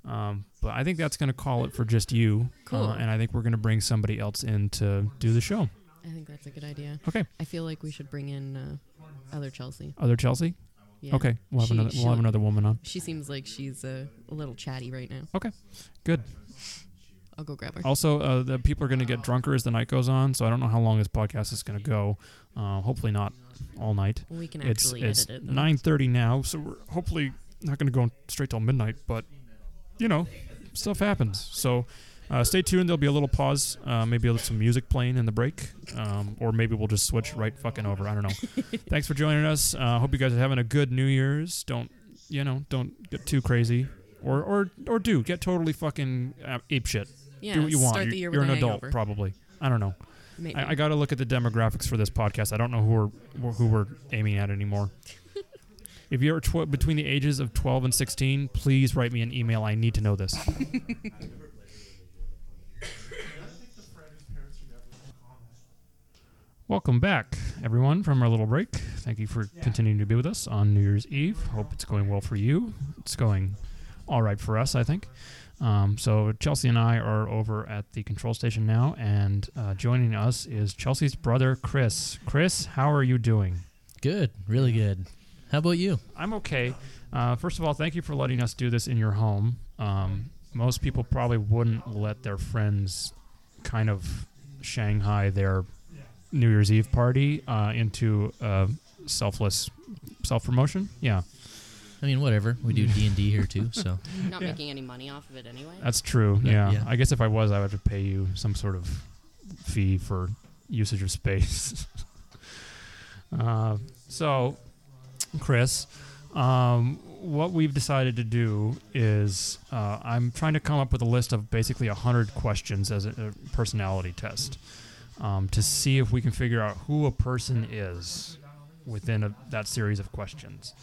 A: Um, but I think that's going to call it for just you. uh,
B: Cool.
A: and I think we're going to bring somebody else in to do the show.
B: I think that's a good idea.
A: Okay.
B: I feel like we should bring in uh, other Chelsea.
A: Other Chelsea.
B: Yeah.
A: Okay, we'll have
B: She-
A: another.
B: she
A: We'll have
B: would-
A: another woman on.
B: She seems like she's uh, a little chatty right now.
A: Okay, good.
B: I'll go grab her.
A: Also, uh, the people are going to get drunker as the night goes on. So I don't know how long this podcast is going to go. Uh, hopefully not all night.
B: we can
A: It's
B: actually
A: it's
B: edit it. though.
A: nine thirty now, so we're hopefully not going to go straight till midnight. But you know, stuff happens. So uh, stay tuned. There'll be a little pause. Uh, maybe a little- some music playing in the break, um, or maybe we'll just switch right fucking over. I don't know. Thanks for joining us. Uh, hope you guys are having a good New Year's. Don't you know? Don't get too crazy, or or or do get totally fucking uh, ape shit.
B: Yeah,
A: do what you want.
B: Start
A: You-
B: the year
A: You're,
B: with
A: an
B: a
A: adult,
B: hangover.
A: probably. I don't know.
B: Maybe.
A: I, I got to look at the demographics for this podcast. I don't know who we're who we're aiming at anymore. if you're tw- between the ages of 12 and 16, please write me an email. I need to know this. Welcome back, everyone, from our little break. Thank you for continuing to be with us on New Year's Eve. Hope it's going well for you. It's going all right for us, I think. Um, so Chelsea and I are over at the control station now, and uh, joining us is Chelsea's brother, Chris. Chris, how are you doing?
C: Good, really good. How about you?
A: I'm okay. Uh, first of all, thank you for letting us do this in your home. Um, most people probably wouldn't let their friends kind of Shanghai their New Year's Eve party uh, into uh, selfless self promotion. Yeah.
C: I mean, whatever. We do D and D here too, so
B: Not
A: Yeah.
B: making any money off of it anyway.
A: That's true. Yeah.
C: Yeah, yeah.
A: I guess if I was, I would have to pay you some sort of fee for usage of space. uh, so, Chris, um, what we've decided to do is uh, I'm trying to come up with a list of basically 100 questions as a, a personality test um, to see if we can figure out who a person is within a, that series of questions.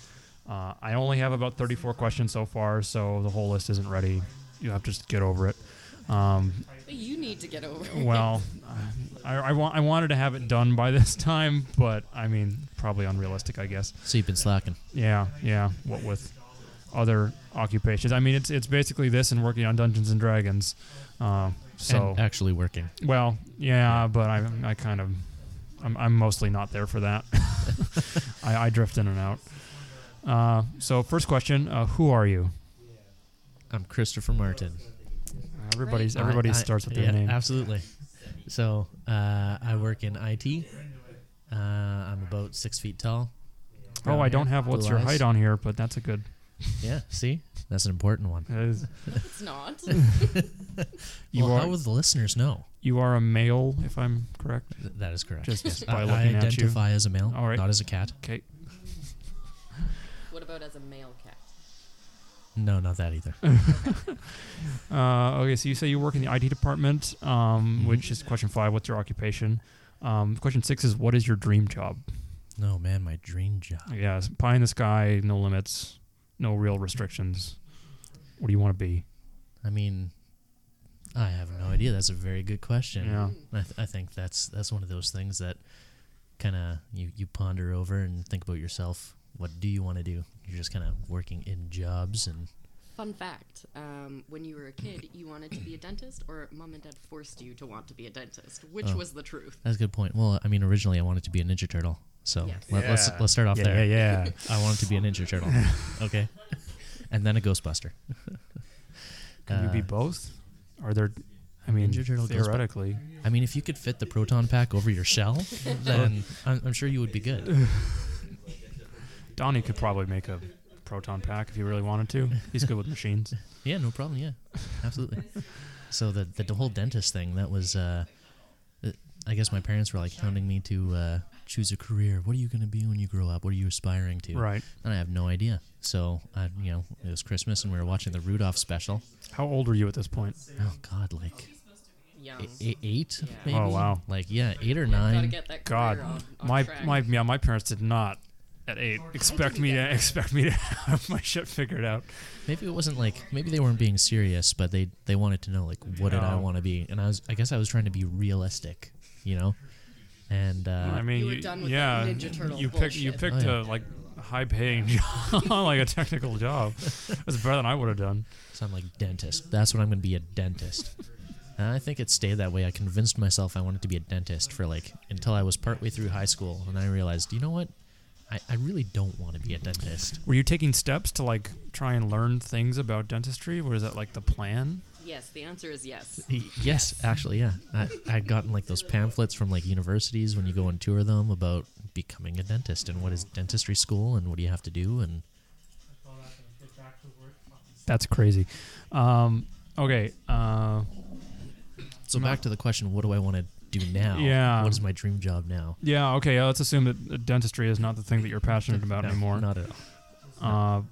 A: Uh, I only have about 34 questions so far, so the whole list isn't ready. You have to just get over it. Um,
B: But you need to get over it.
A: well, I, I, wa- I wanted to have it done by this time, but I mean, probably unrealistic, I guess.
C: so you've been slacking.
A: Yeah, yeah. What with other occupations? I mean, it's it's basically this and working on Dungeons and Dragons. Uh, so
C: and uh, actually working.
A: well, yeah, but I I kind of I'm, I'm mostly not there for that. I, I drift in and out. Uh, so first question: uh, Who are you?
C: I'm Christopher Martin.
A: Everybody's
B: Right.
A: everybody
C: I- I-
A: starts with their
C: yeah,
A: name.
C: Absolutely. So uh, I work in IT. Uh, I'm about six feet tall.
A: oh,
C: Brown
A: I don't
C: hair,
A: have what's
C: blue
A: your
C: eyes.
A: height on here, but that's a good.
C: Yeah. See, that's an important one.
A: that is-
B: It's not.
A: you
C: well,
A: are
C: how will the listeners know?
A: you are a male, if I'm correct.
C: Th- that is correct.
A: Just
C: I,
A: by
C: I
A: looking at you.
C: identify as a male,
A: All right.
C: not as a cat.
A: Okay.
B: What about as a male cat?
C: No, not that either.
A: Uh, okay, so you say you work in the IT department, um,
C: Mhm.
A: which is question five. What's your occupation? Um, question six is what is your dream job?
C: no, man, my dream job.
A: Yeah, it's pie in the sky, no limits, no real restrictions. What do you want to be?
C: I mean, I have no idea. That's a very good question.
A: Yeah.
C: I, th- I think that's that's one of those things that kind of you, you ponder over and think about yourself. What do you want to do? You're just kind of working in jobs, and
B: Fun fact: um, When you were a kid, you wanted to be a dentist, or mom and dad forced you to want to be a dentist. Which
C: Oh.
B: was the truth?
C: that's a good point. Well, I mean, originally I wanted to be a Ninja Turtle, so
B: Yes.
C: let, us let's start off
A: yeah,
C: there.
A: Yeah, yeah.
C: I wanted to be a Ninja Turtle, okay, and then a Ghostbuster.
A: Can you be
C: Uh,
A: both? Are there? I mean,
C: Ninja Turtle goes by-
A: theoretically,
C: I mean, if you could fit the proton pack over your shell, then I'm, I'm sure you would be good.
A: Donnie could probably make a proton pack if he really wanted to. He's good with machines.
C: Yeah, no problem. Yeah, absolutely. so the the whole dentist thing that was, uh, uh, I guess my parents were like hounding me to uh, choose a career. What are you going to be when you grow up? What are you aspiring to?
A: Right.
C: And I have no idea. So I, you know, it was Christmas and we were watching the Rudolph special.
A: How old were you at this point?
C: Oh God, like
B: Young.
C: e- e- eight,
B: Yeah.
C: maybe.
A: Oh, wow.
C: Like yeah, eight or
B: Gotta
C: nine.
B: get that
A: God,
B: career on, on
A: my
B: track.
A: my yeah, my parents did not at eight expect me to expect me to have my shit figured out.
C: Maybe it wasn't like maybe they weren't being serious, but they they wanted to know like what did I
A: No.
C: want to be? And I was I guess I was trying to be realistic, you know. And uh,
A: I mean,
B: You were done with
A: yeah,
B: that Ninja Turtle
A: you picked you
B: bullshit.
A: picked
C: Oh,
A: a
C: yeah.
A: like high paying job, like a technical job. That's better than I would have done.
C: So I'm like, dentist. That's what I'm going to be a dentist. and I think it stayed that way. I convinced myself I wanted to be a dentist for like until I was partway through high school. And I realized, you know what? I, I really don't want to be a dentist.
A: Were you taking steps to like try and learn things about dentistry? Was that like the plan?
B: Yes, the answer is yes.
C: yes, actually, yeah. I, I'd gotten like those pamphlets from like universities when you go and tour them about becoming a dentist and what is dentistry school and what do you have to do. And
A: That's crazy. Um, okay, uh,
C: so back to the question, what do I want to do now?
A: Yeah.
C: What is my dream job now?
A: yeah, okay. Uh, let's assume that uh, dentistry is not the thing that you're passionate about
C: No,
A: anymore.
C: Not at all.
A: Uh,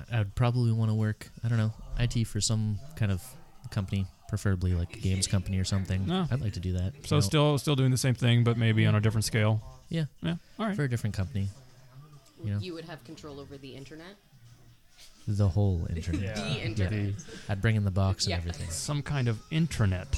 C: I- I'd probably want to work. I don't know IT for some kind of company, preferably like a games company or something.
A: No.
C: I'd like to do that.
A: so
C: you know,
A: still still doing the same thing, but maybe on a different scale.
C: yeah,
A: Yeah. All right.
C: for a different company, Yeah.
B: You would have control over the internet.
C: the whole internet.
A: Yeah.
B: The internet.
C: I'd bring in the box and
B: Yeah.
C: everything.
A: some kind of internet.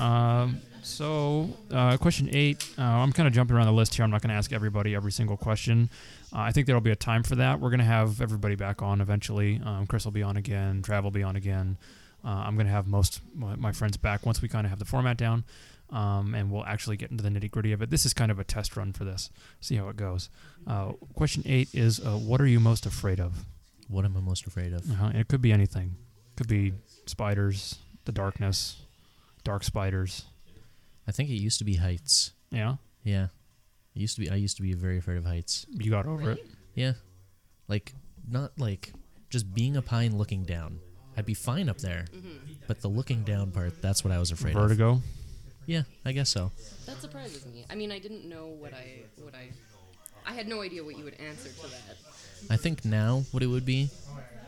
A: Um, so, uh, question eight. Uh, I'm kind of jumping around the list here. I'm not going to ask everybody every single question. Uh, I think there'll be a time for that. We're going to have everybody back on eventually. Um, Chris will be on again. Trav will be on again. Uh, I'm going to have most my, my friends back once we kind of have the format down, um, and we'll actually get into the nitty gritty of it. This is kind of a test run for this. See how it goes. Uh, question eight is uh, what are you most afraid of?
C: What am I most afraid of?
A: Uh-huh. It could be anything. Could be spiders, the darkness, dark spiders.
C: I think it used to be heights.
A: Yeah,
C: Yeah, it used to be. I used to be very afraid of heights.
A: you got over it.
C: Yeah, like not like just being a pine looking down. I'd be fine up there, but the looking down part, that's what I was afraid of.
A: Vertigo.
C: Yeah, I guess so.
B: That surprises me. I mean, I didn't know what I what I I had no idea what you would answer to that.
C: I think now what it would be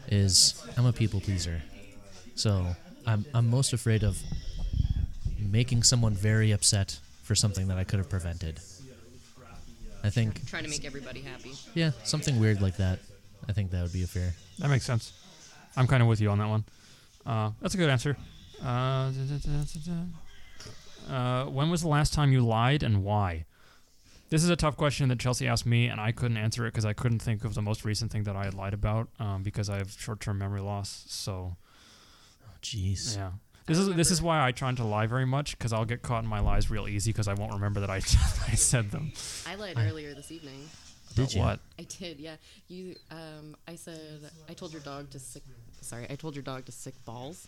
C: is I'm a people pleaser. So I'm, I'm most afraid of making someone very upset for something that I could have prevented. I think,
B: Trying to make everybody happy.
C: yeah, something weird like that. I think that would be a fear.
A: That makes sense. I'm kind of with you on that one. Uh, that's a good answer. Uh, da- da- da- da- da. Uh, when was the last time you lied and why? This is a tough question that Chelsea asked me, and I couldn't answer it because I couldn't think of the most recent thing that I had lied about um, because I have short-term memory loss. So
C: Jeez.
A: yeah, this is this is why I try not to lie very much because I'll get caught in my lies real easy because I won't remember that I, I said them.
B: I lied
C: I-
B: earlier this evening.
C: Did
A: But
C: you?
A: What?
B: I did, yeah. You, um, I said I told your dog to sick. Sorry, I told your dog to sick balls,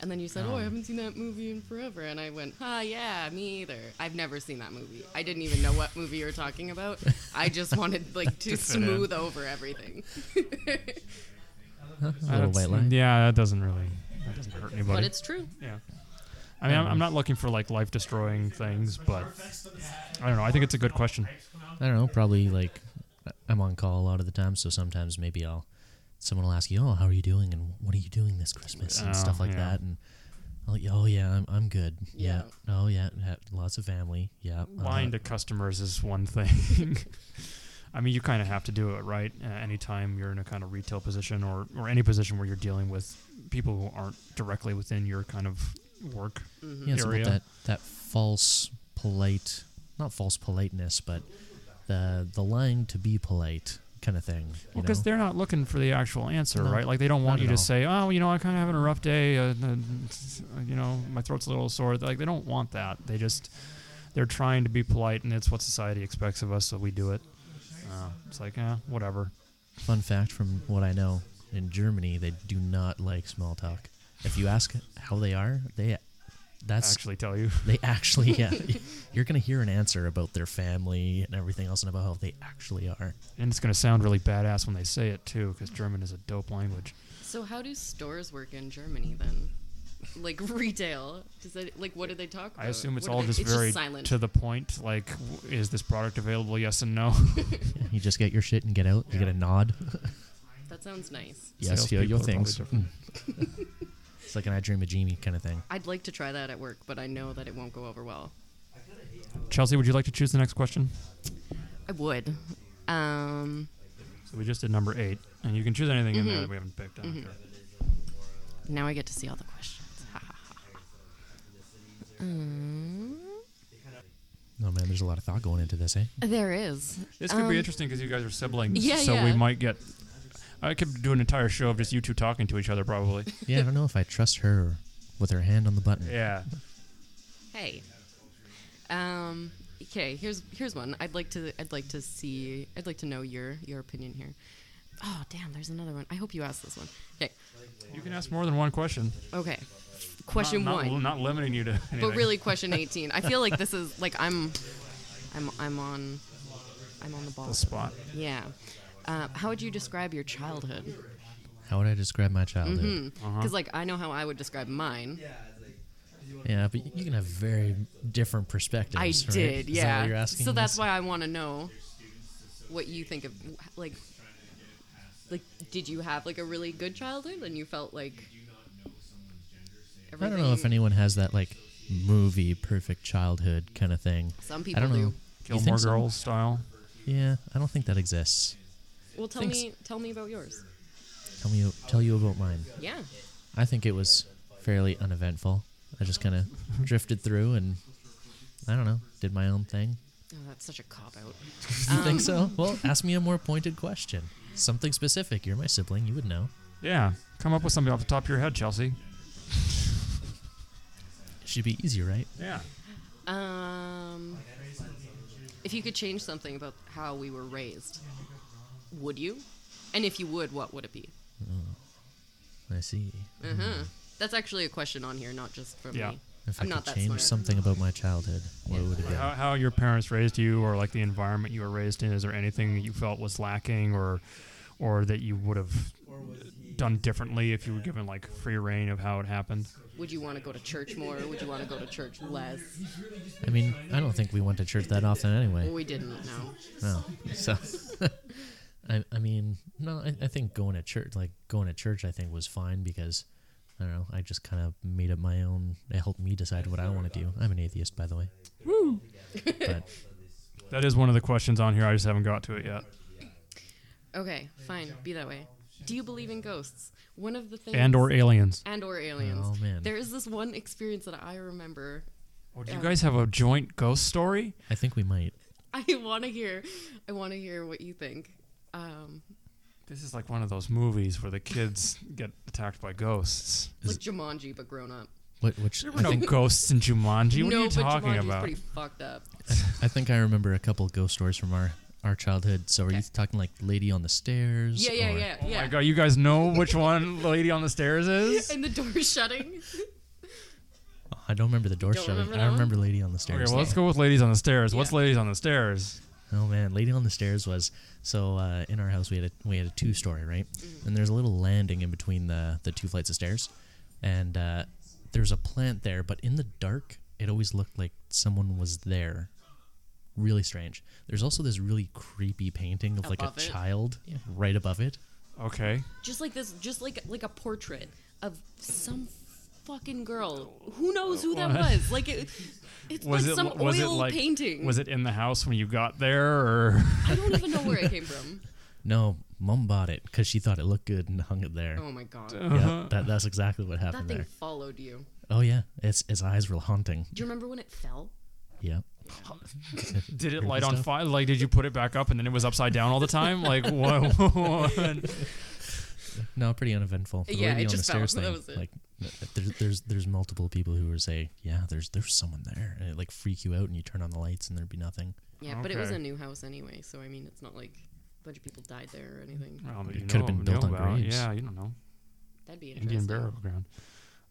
B: and then you said, "Oh, I haven't seen that movie in forever," and I went, "Ah, yeah, me either. I've never seen that movie. I didn't even know what movie you were talking about. I just wanted like to,
A: To fit in.
B: smooth over everything."
C: Huh? A little
A: That's-
C: white line.
A: Yeah, that doesn't really that doesn't hurt anybody.
B: but it's true.
A: Yeah. I mean, I'm,
C: Mm.
A: I'm not looking for like life destroying things, but I don't know. I think it's a good question.
C: I don't know, probably like I'm on call a lot of the time, so sometimes maybe I'll someone will ask you, "Oh, how are you doing?" and "What are you doing this Christmas?" and
A: Oh,
C: stuff like
A: yeah.
C: that, and I'll, "Oh yeah, I'm I'm good." Yeah.
B: Yeah.
C: Oh yeah, ha- lots of family. Yeah. uh,
A: Lying to customers is one thing. I mean, you kind of have to do it, right? Uh, anytime you're in a kind of retail position or, or any position where you're dealing with people who aren't directly within your kind of work.
B: hmm
C: yeah, it's about
A: area.
C: that that false polite, not false politeness, but the the lying to be polite kind of thing. you
A: Well, because
C: know?
A: they're not looking for the actual answer,
C: No,
A: right? Like they don't want
C: not
A: you
C: at
A: to
C: all.
A: say, "Oh, you know, I kind of having a rough day. Uh, uh, you know, my throat's a little sore." Like they don't want that. They just they're trying to be polite, and it's what society expects of us, so we do it. Uh, it's like, eh, whatever.
C: Fun fact from what I know, in Germany they do not like small talk. If you ask how they are, they that's
A: actually, tell you.
C: they actually yeah. You're gonna hear an answer about their family and everything else and about how they actually are.
A: And it's gonna sound really badass when they say it too, because German is a dope language.
B: So how do stores work in Germany then? Like retail? Does that like what do they talk about?
A: I assume it's
B: Uh, What do
A: all
B: they-
A: just very
B: silent.
A: to the point. Like, w- is this product available? Yes and no.
C: You just get your shit and get out. You
A: Yeah.
C: get a nod.
B: that sounds nice.
C: yes, here
A: Salespeople
C: are your
A: are probably
C: things.
A: different.
C: It's like an I dream of Jamie kind of thing.
B: I'd like to try that at work, but I know that it won't go over well.
C: Hmm.
A: Chelsea, would you like to choose the next question?
B: I would. Um,
A: So we just did number eight, and you can choose anything in there
B: Mm-hmm.
A: that we haven't picked. I don't care.
B: now I get to see all the questions. Ha, ha, ha. Mm,
C: Oh man, there's a lot of thought going into this, eh?
B: there is.
A: This could be
B: Um,
A: interesting because you guys are siblings.
B: yeah,
A: so
B: yeah.
A: we might get. I could do an entire show of just you two talking to each other, probably.
C: Yeah, I don't know if I trust her with her hand on the button.
A: yeah.
B: Hey. Um, okay, here's here's one. I'd like to I'd like to see I'd like to know your your opinion here. Oh damn, there's another one. I hope you asked this one. Okay.
A: You can ask more than one question.
B: Okay. Question
A: not,
B: one.
A: Not, not limiting you to anything.
B: but really question 18 i feel like this is like i'm i'm i'm on i'm on the ball
A: The spot.
B: yeah uh, how would you describe your childhood
C: How would I describe my childhood?
B: because Mm. like i know how i would describe mine
C: Yeah, but you can have very different perspectives.
B: Mm-hmm. i
C: right? Is
B: did
C: that
B: yeah
C: what you're asking
B: so that's
C: us?
B: why i want to know what you think of like like did you have like a really good childhood and you felt like
C: I don't know if
B: everything-
C: anyone has that like movie perfect childhood kind of thing.
B: Some
C: I
B: people
C: don't know.
B: do.
C: You think
A: Gilmore
C: so?
A: Girls style.
C: Yeah, I don't think that exists.
B: well tell
C: thinks-
B: me tell me about yours
C: Tell me, tell you about mine.
B: yeah
C: I think it was fairly uneventful. I just kind of drifted through and I don't know, did my own thing.
B: oh that's such a cop out
C: You think so? Well, ask me a more pointed question. Something specific. You're my sibling. You would know.
A: Yeah. Come up with something off the top of your head, Chelsea.
C: It should be easy, right?
A: Yeah.
B: Um, if you could change something about how we were raised, would you? And if you would, what would it be?
C: I see.
B: Uh-huh. That's actually a question on here, not just from
A: Yeah.
B: me.
C: If
B: I'm
C: I
B: not
C: could
B: that
C: change
B: smart.
C: something about my childhood, what would it be?
A: How, how your parents raised you, or like the environment you were raised in, is there anything that you felt was lacking, or or that you would have done differently if you were given like free reign of how it happened?
B: Would you want to go to church more? Would you want to go to church less?
C: I mean, I don't think we went to church that often
B: Well,
C: anyway.
B: we didn't know.
A: Oh.
C: No. So, I, I mean, no, I, I think going to church, like going to church, I think was fine because, I don't know, I just kind of made up my own. It helped me decide what I want to do. I'm an atheist, by the way. Woo! But
A: That is one of the questions on here. I just haven't got to it yet.
B: Okay, fine. Be that way. Do you believe in ghosts? One of the things.
A: And or aliens.
B: and or aliens.
C: Oh, man.
B: There is this one experience that I remember.
A: Oh, do
B: Yeah.
A: you guys have a joint ghost story?
C: I think we might.
B: I want to hear. I want to hear what you think. Um,
A: This is like one of those movies where the kids get attacked by ghosts.
B: like Jumanji, but grown up.
C: What, which
A: There
C: I
A: were no
C: think,
A: ghosts in Jumanji. What
B: no,
A: are you talking
B: but Jumanji's
A: about?
B: pretty fucked up.
C: I think I remember a couple ghost stories from our, our childhood. So, are you
B: Okay.
C: talking like Lady on the Stairs?
B: Yeah, yeah,
C: or-
B: yeah,
A: Oh
B: yeah.
A: my god, you guys know which one the lady on the stairs is?
B: And the door shutting.
C: I don't remember the door
B: Don't
C: shutting.
B: remember that
C: I remember Lady on the Stairs.
A: Okay, well,
C: though.
A: let's go with ladies on the stairs. What's
B: Yeah.
A: ladies on the stairs?
C: Oh man, Lady on the Stairs was so uh, in our house we had a we had a two story right,
B: Mm-hmm.
C: and there's a little landing in between the the two flights of stairs, and uh, there's a plant there, but in the dark it always looked like someone was there. Really strange. There's also this really creepy painting of like a
B: Above it.
C: child right above it.
A: Okay.
B: just like this, just like like a portrait of some fucking girl. Who knows who that
A: What?
B: was? Like it, it's
A: Was
B: like
A: it
B: some
A: was
B: oil
A: it like
B: painting.
A: was it in the house when you got there or
B: I don't even know where it came from.
C: No, mom bought it because she thought it looked good and hung it there.
B: Oh my god,
A: Uh-huh.
C: Yeah, that, that's exactly what
B: that
C: happened
B: thing
C: there.
B: followed you.
C: Oh yeah, its its eyes were haunting.
B: Do you remember when it fell?
C: Yeah.
A: did it
C: Creepy
A: light on
C: stuff.
A: fire? Like did you put it back up and then it was upside down all the time? Like what? what?
C: No, pretty uneventful. The
B: Yeah,
C: lady
B: it
C: on
B: just
C: the
B: fell.
C: stairs
B: That
C: thing.
B: was it.
C: Like, there's, there's there's multiple people who were say, yeah, there's there's someone there, and it like freak you out, and you turn on the lights, and there'd be nothing.
B: Yeah, but it was
A: Okay.
B: a new house anyway, so I mean, it's not like a bunch of people died there or anything.
A: Well,
C: It
A: you
C: could've
A: know-
C: been
A: know
C: built on
A: about.
C: graves.
A: Yeah, you don't know.
B: That'd be interesting.
A: Indian burial ground.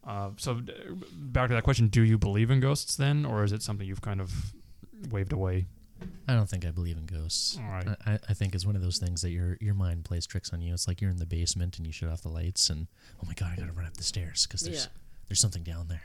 A: Uh, so d- back to that question, do you believe in ghosts then or is it something you've kind of waved away?
C: I don't think I believe in ghosts.
A: All right.
C: I, I- I think it's one of those things that your your mind plays tricks on you. It's like you're in the basement and you shut off the lights, and oh my god, I gotta run up the stairs because there's
B: Yeah.
C: there's something down there.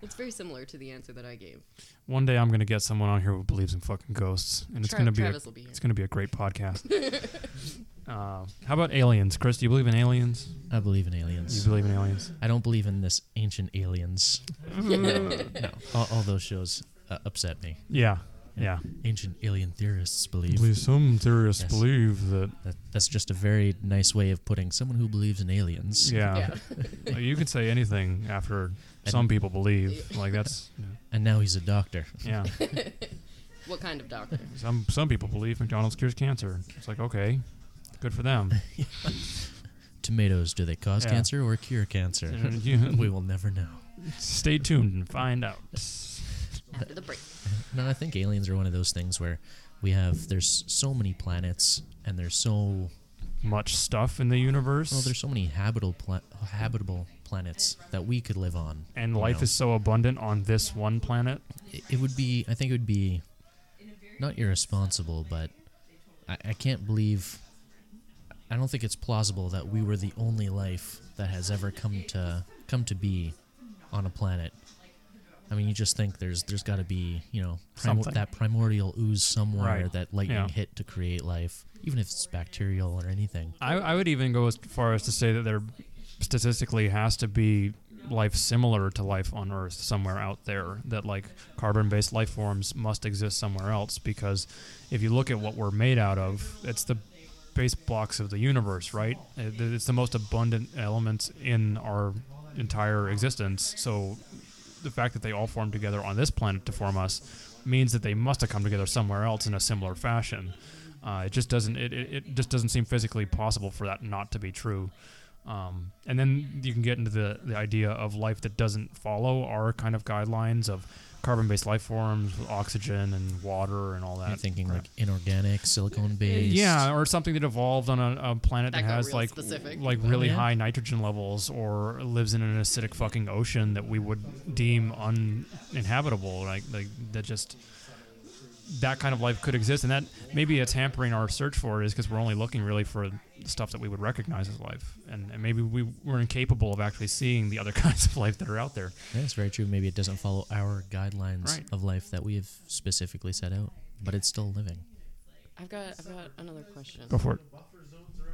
B: It's very similar to the answer that I gave.
A: One day I'm going to get someone on here who believes in fucking ghosts and it's
B: Tra-
A: going to be a
B: Travis will be here.
A: It's going to be a great podcast. uh, how about aliens, Chris? Do you believe in aliens?
C: I believe in
A: You
C: aliens.
A: believe in aliens?
C: I don't believe in this ancient aliens. no, all, all those shows uh, upset me.
A: Yeah, yeah.
C: Ancient alien theorists believe.
A: some theorists
C: Yes.
A: believe that.
C: That, that's just a very nice way of putting someone who believes in aliens.
A: Yeah, you could say anything after some people believe. Like that's
C: And now he's a doctor.
A: yeah.
B: What kind of doctor?
A: Some some people believe McDonald's cures cancer. It's like okay, good for them.
C: Tomatoes, do they cause
A: Yeah.
C: cancer or cure cancer? we will never know.
A: Stay tuned and find out.
B: After the break.
C: No, I think aliens are one of those things where we have, there's so many planets and there's so,
A: Much stuff in the universe.
C: well, there's so many habitable, pla- habitable planets that we could live on.
A: and
C: you
A: life
C: know.
A: is so abundant on this one planet.
C: It- It would be, I think it would be not irresponsible, but I, I can't believe, I don't think it's plausible that we were the only life that has ever come to come to be on a planet. I mean, you just think there's there's got to be you know primor-
A: Something.
C: that primordial ooze somewhere
A: Right.
C: that lightning
A: Yeah.
C: hit to create life, even if it's bacterial or anything.
A: I, I would even go as far as to say that there statistically has to be life similar to life on Earth somewhere out there. That like carbon based life forms must exist somewhere else because if you look at what we're made out of, it's the base blocks of the universe, right? It- It's the most abundant elements in our entire existence. So the fact that they all formed together on this planet to form us means that they must have come together somewhere else in a similar fashion. Uh, it just doesn't it, it, it just doesn't seem physically possible for that not to be true. Um, and then you can get into the, the idea of life that doesn't follow our kind of guidelines of carbon-based life forms with oxygen and water and all that.
C: You're thinking
A: crap.
C: like inorganic, silicone based.
A: Yeah, or something that evolved on a, a planet that,
B: That got
A: has
B: real
A: like
B: specific.
A: like really
C: yeah.
A: high nitrogen levels, or lives in an acidic fucking ocean that we would deem uninhabitable. Like like that just that kind of life could exist, and that maybe it's hampering our search for it is because we're only looking really for stuff that we would recognize as life, and, and maybe we were incapable of actually seeing the other kinds of life that are out there.
C: Yeah, That's very true. Maybe it doesn't follow our guidelines
A: Right.
C: of life that we have specifically set out, but it's still living.
B: I've got I've got another question.
A: Go for it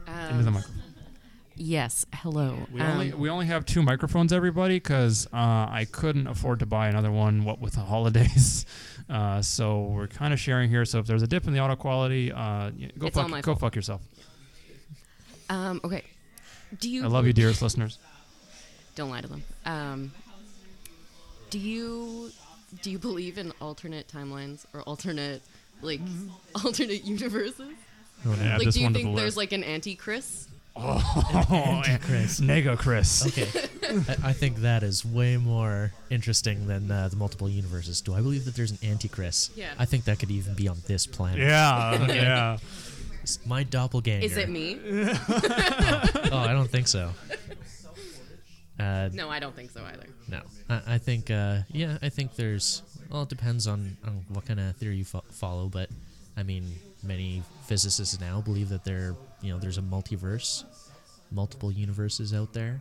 B: Um,
A: into the microphone.
B: yes. Hello.
A: We only
B: Um,
A: we only have two microphones, everybody, because uh, I couldn't afford to buy another one. What with the holidays, uh, so we're kind of sharing here. So if there's a dip in the audio quality, uh, y- go
B: It's all
A: fuck
B: my
A: go fuck yourself.
B: um, okay. Do you
A: I love you, dearest listeners.
B: Don't lie to them. Um, do you do you believe in alternate timelines or alternate like
A: Mm-hmm.
B: alternate universes?
A: Add
B: like,
A: this
B: do you
A: one to
B: think
A: the list.
B: there's like an anti-Chris?
A: oh,
C: Chris.
A: Nego Chris.
C: Okay, I, I think that is way more interesting than uh, the multiple universes. Do I believe that there's an antichrist?
B: Yeah.
C: I think that could even be on this planet.
A: Yeah, yeah.
C: It's My doppelganger.
B: Is it me?
C: Oh, I don't think so. Uh,
B: No, I don't think so either.
C: No, I, I think uh, yeah, I think there's well, it depends on, on what kind of theory you fo- follow, but I mean, many physicists now believe that there you know there's a multiverse, multiple universes out there.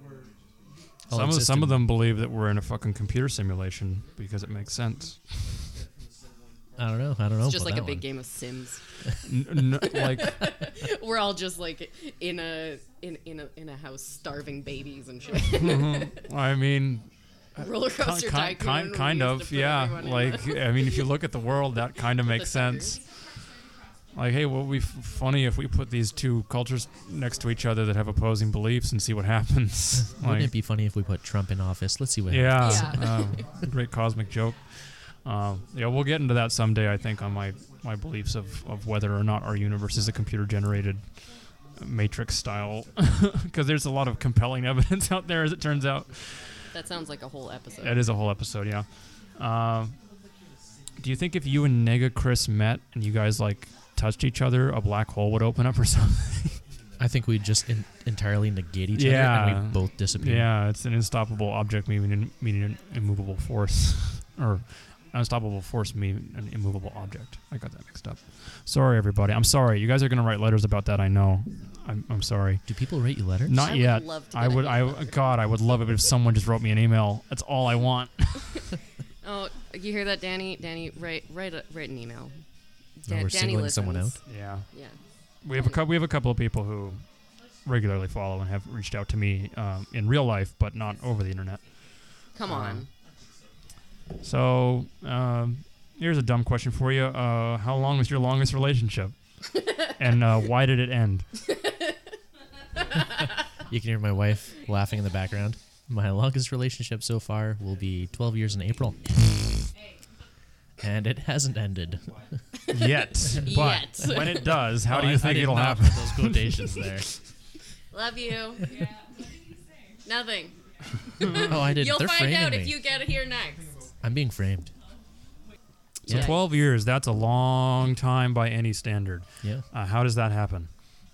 C: All
A: Some of,
C: exist
A: some of
C: in-
A: them believe that we're in a fucking computer simulation because it makes sense.
C: I don't know. I don't know.
B: It's just
C: about
B: like a
C: that
B: big
C: one.
B: game of Sims.
A: N- n- like
B: We're all just like in a in in a in a house starving babies and shit.
A: I mean,
B: Roller coaster
A: kind,
B: tycoon.
A: kind,
B: we
A: kind
B: used to
A: of
B: put
A: yeah.
B: everyone in
A: Like I mean, if you look at the world, that kind of makes
B: suckers.
A: sense. Like, hey, what would be f- funny if we put these two cultures next to each other that have opposing beliefs and see what happens?
C: Wouldn't
A: like,
C: it be funny if we put Trump in office? Let's see what. happens.
A: yeah,
B: Yeah.
A: uh, great cosmic joke. Uh, yeah, we'll get into that someday. I think on my my beliefs of, of whether or not our universe is a computer generated matrix style, because there's a lot of compelling evidence out there, as it turns out.
B: That sounds like a whole episode.
A: That is a whole episode, yeah. Um, do you think if you and Nega Chris met and you guys like touched each other, a black hole would open up or something?
C: I think we just in, entirely negate each other
A: Yeah.
C: and we both disappear.
A: yeah, it's an unstoppable object meaning meaning an immovable force, or unstoppable force meaning an immovable object. I got that mixed up. Sorry, everybody. I'm sorry. You guys are gonna write letters about that. I know. I'm, I'm sorry.
C: Do people write you letters?
A: Not
B: I would
A: yet.
B: love to
A: I
B: get a
A: would.
B: hate
A: I
B: letter.
A: God, I would love it if someone just wrote me an email. That's all I want.
B: Oh, you hear that, Danny? Danny, write write a, write an email.
C: No, we're singling someone
B: listens.
A: Yeah.
B: Yeah.
A: We have a couple. We have a couple of people who regularly follow and have reached out to me um, in real life, but not over the internet.
B: Come
A: Uh,
B: on.
A: So um, here's a dumb question for you: uh, How long was your longest relationship, and uh, why did it end?
C: You can hear my wife laughing in the background. My longest relationship so far will be 12 years in April. and it hasn't ended.
A: Yet, but
B: Yet.
A: when it does, how do
C: I-
A: you
C: I
A: think
C: did
A: it'll
C: not
A: happen?
C: put Those quotations there.
B: Love you. Nothing.
C: oh, I did.
B: You'll
C: They're
B: find
C: framing
B: out
C: me.
B: if you get here next.
C: I'm being framed.
A: So
C: Yeah.
A: 12 years—that's a long time by any standard.
C: Yeah.
A: Uh, how does that happen?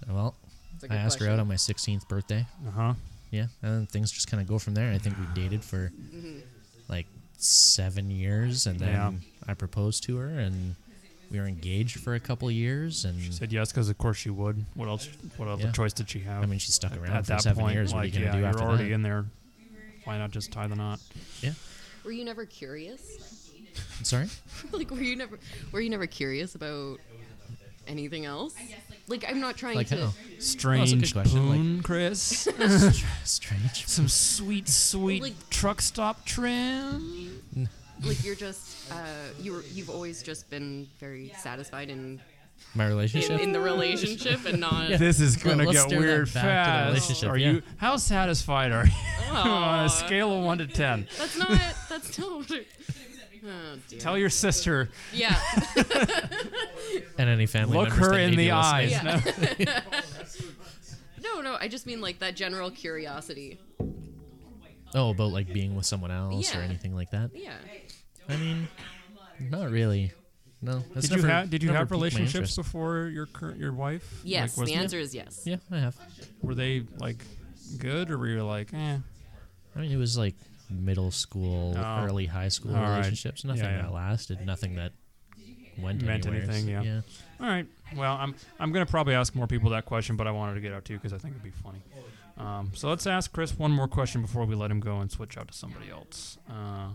C: Well,
B: It's a
C: I
B: good
C: asked her
B: question.
C: out on my 16th birthday.
A: Uh huh.
C: Yeah, and then things just kind of go from there. I think we dated for like seven years, and then
A: Yeah.
C: I proposed to her, and we were engaged for a couple years. And
A: Said yes because of course she would. What else? What other
C: Yeah.
A: choice did she have?
C: I mean, she stuck around
A: at
C: for
A: that
C: seven
A: point,
C: years.
A: like
C: what are you
A: yeah,
C: gonna do
A: you're
C: after
A: already
C: that?
A: in there. Why not just tie the knot?
B: Were you never curious?
C: Sorry.
B: like, were you never were you never curious about anything else? Like, I'm not trying
C: Like
B: to.
C: how?
A: Strange
C: question, like-
A: poon, Chris.
C: Strange.
A: Some sweet, sweet
B: Like-
A: truck stop trim.
B: Like, you're just uh, you were you've always just been very satisfied in
C: My
B: in,
C: relationship.
B: in the relationship and not.
A: This is
C: Well,
A: gonna
C: let's
A: get
C: steer that
A: weird
C: back to the
A: fast.
C: relationship,
A: are
C: yeah.
A: you? How satisfied are you on
B: Aw.
A: a scale of one to ten?
B: That's not. That's not. Oh, dear.
A: Tell your sister.
B: yeah.
C: and any family
A: Look
C: members
A: her
C: that
A: in
C: may be
A: the eyes.
C: listening.
B: Yeah. No, no. I just mean like that general curiosity.
C: Oh, about like being with someone else or
B: Yeah.
C: anything like that.
B: Yeah.
C: I mean, not really. No. that's
A: Did you
C: never-
A: have? Did you
C: never
A: have
C: piqued my
A: relationships
C: interest.
A: before your current your wife?
B: Yes.
A: Like, was-
B: the answer is yes.
C: Yeah, I have.
A: Were they like good, or were you like, eh?
C: I mean, it was like middle school,
A: Oh.
C: early high school
A: All right.
C: relationships. Nothing
A: Yeah, yeah.
C: that lasted. Nothing that went
A: meant
C: anywhere,
A: anything,
C: so-
A: yeah. All right. Well, I'm I'm gonna probably ask more people that question, but I wanted to get out to you because I think it'd be funny. Um, so let's ask Chris one more question before we let him go and switch out to somebody else. Uh,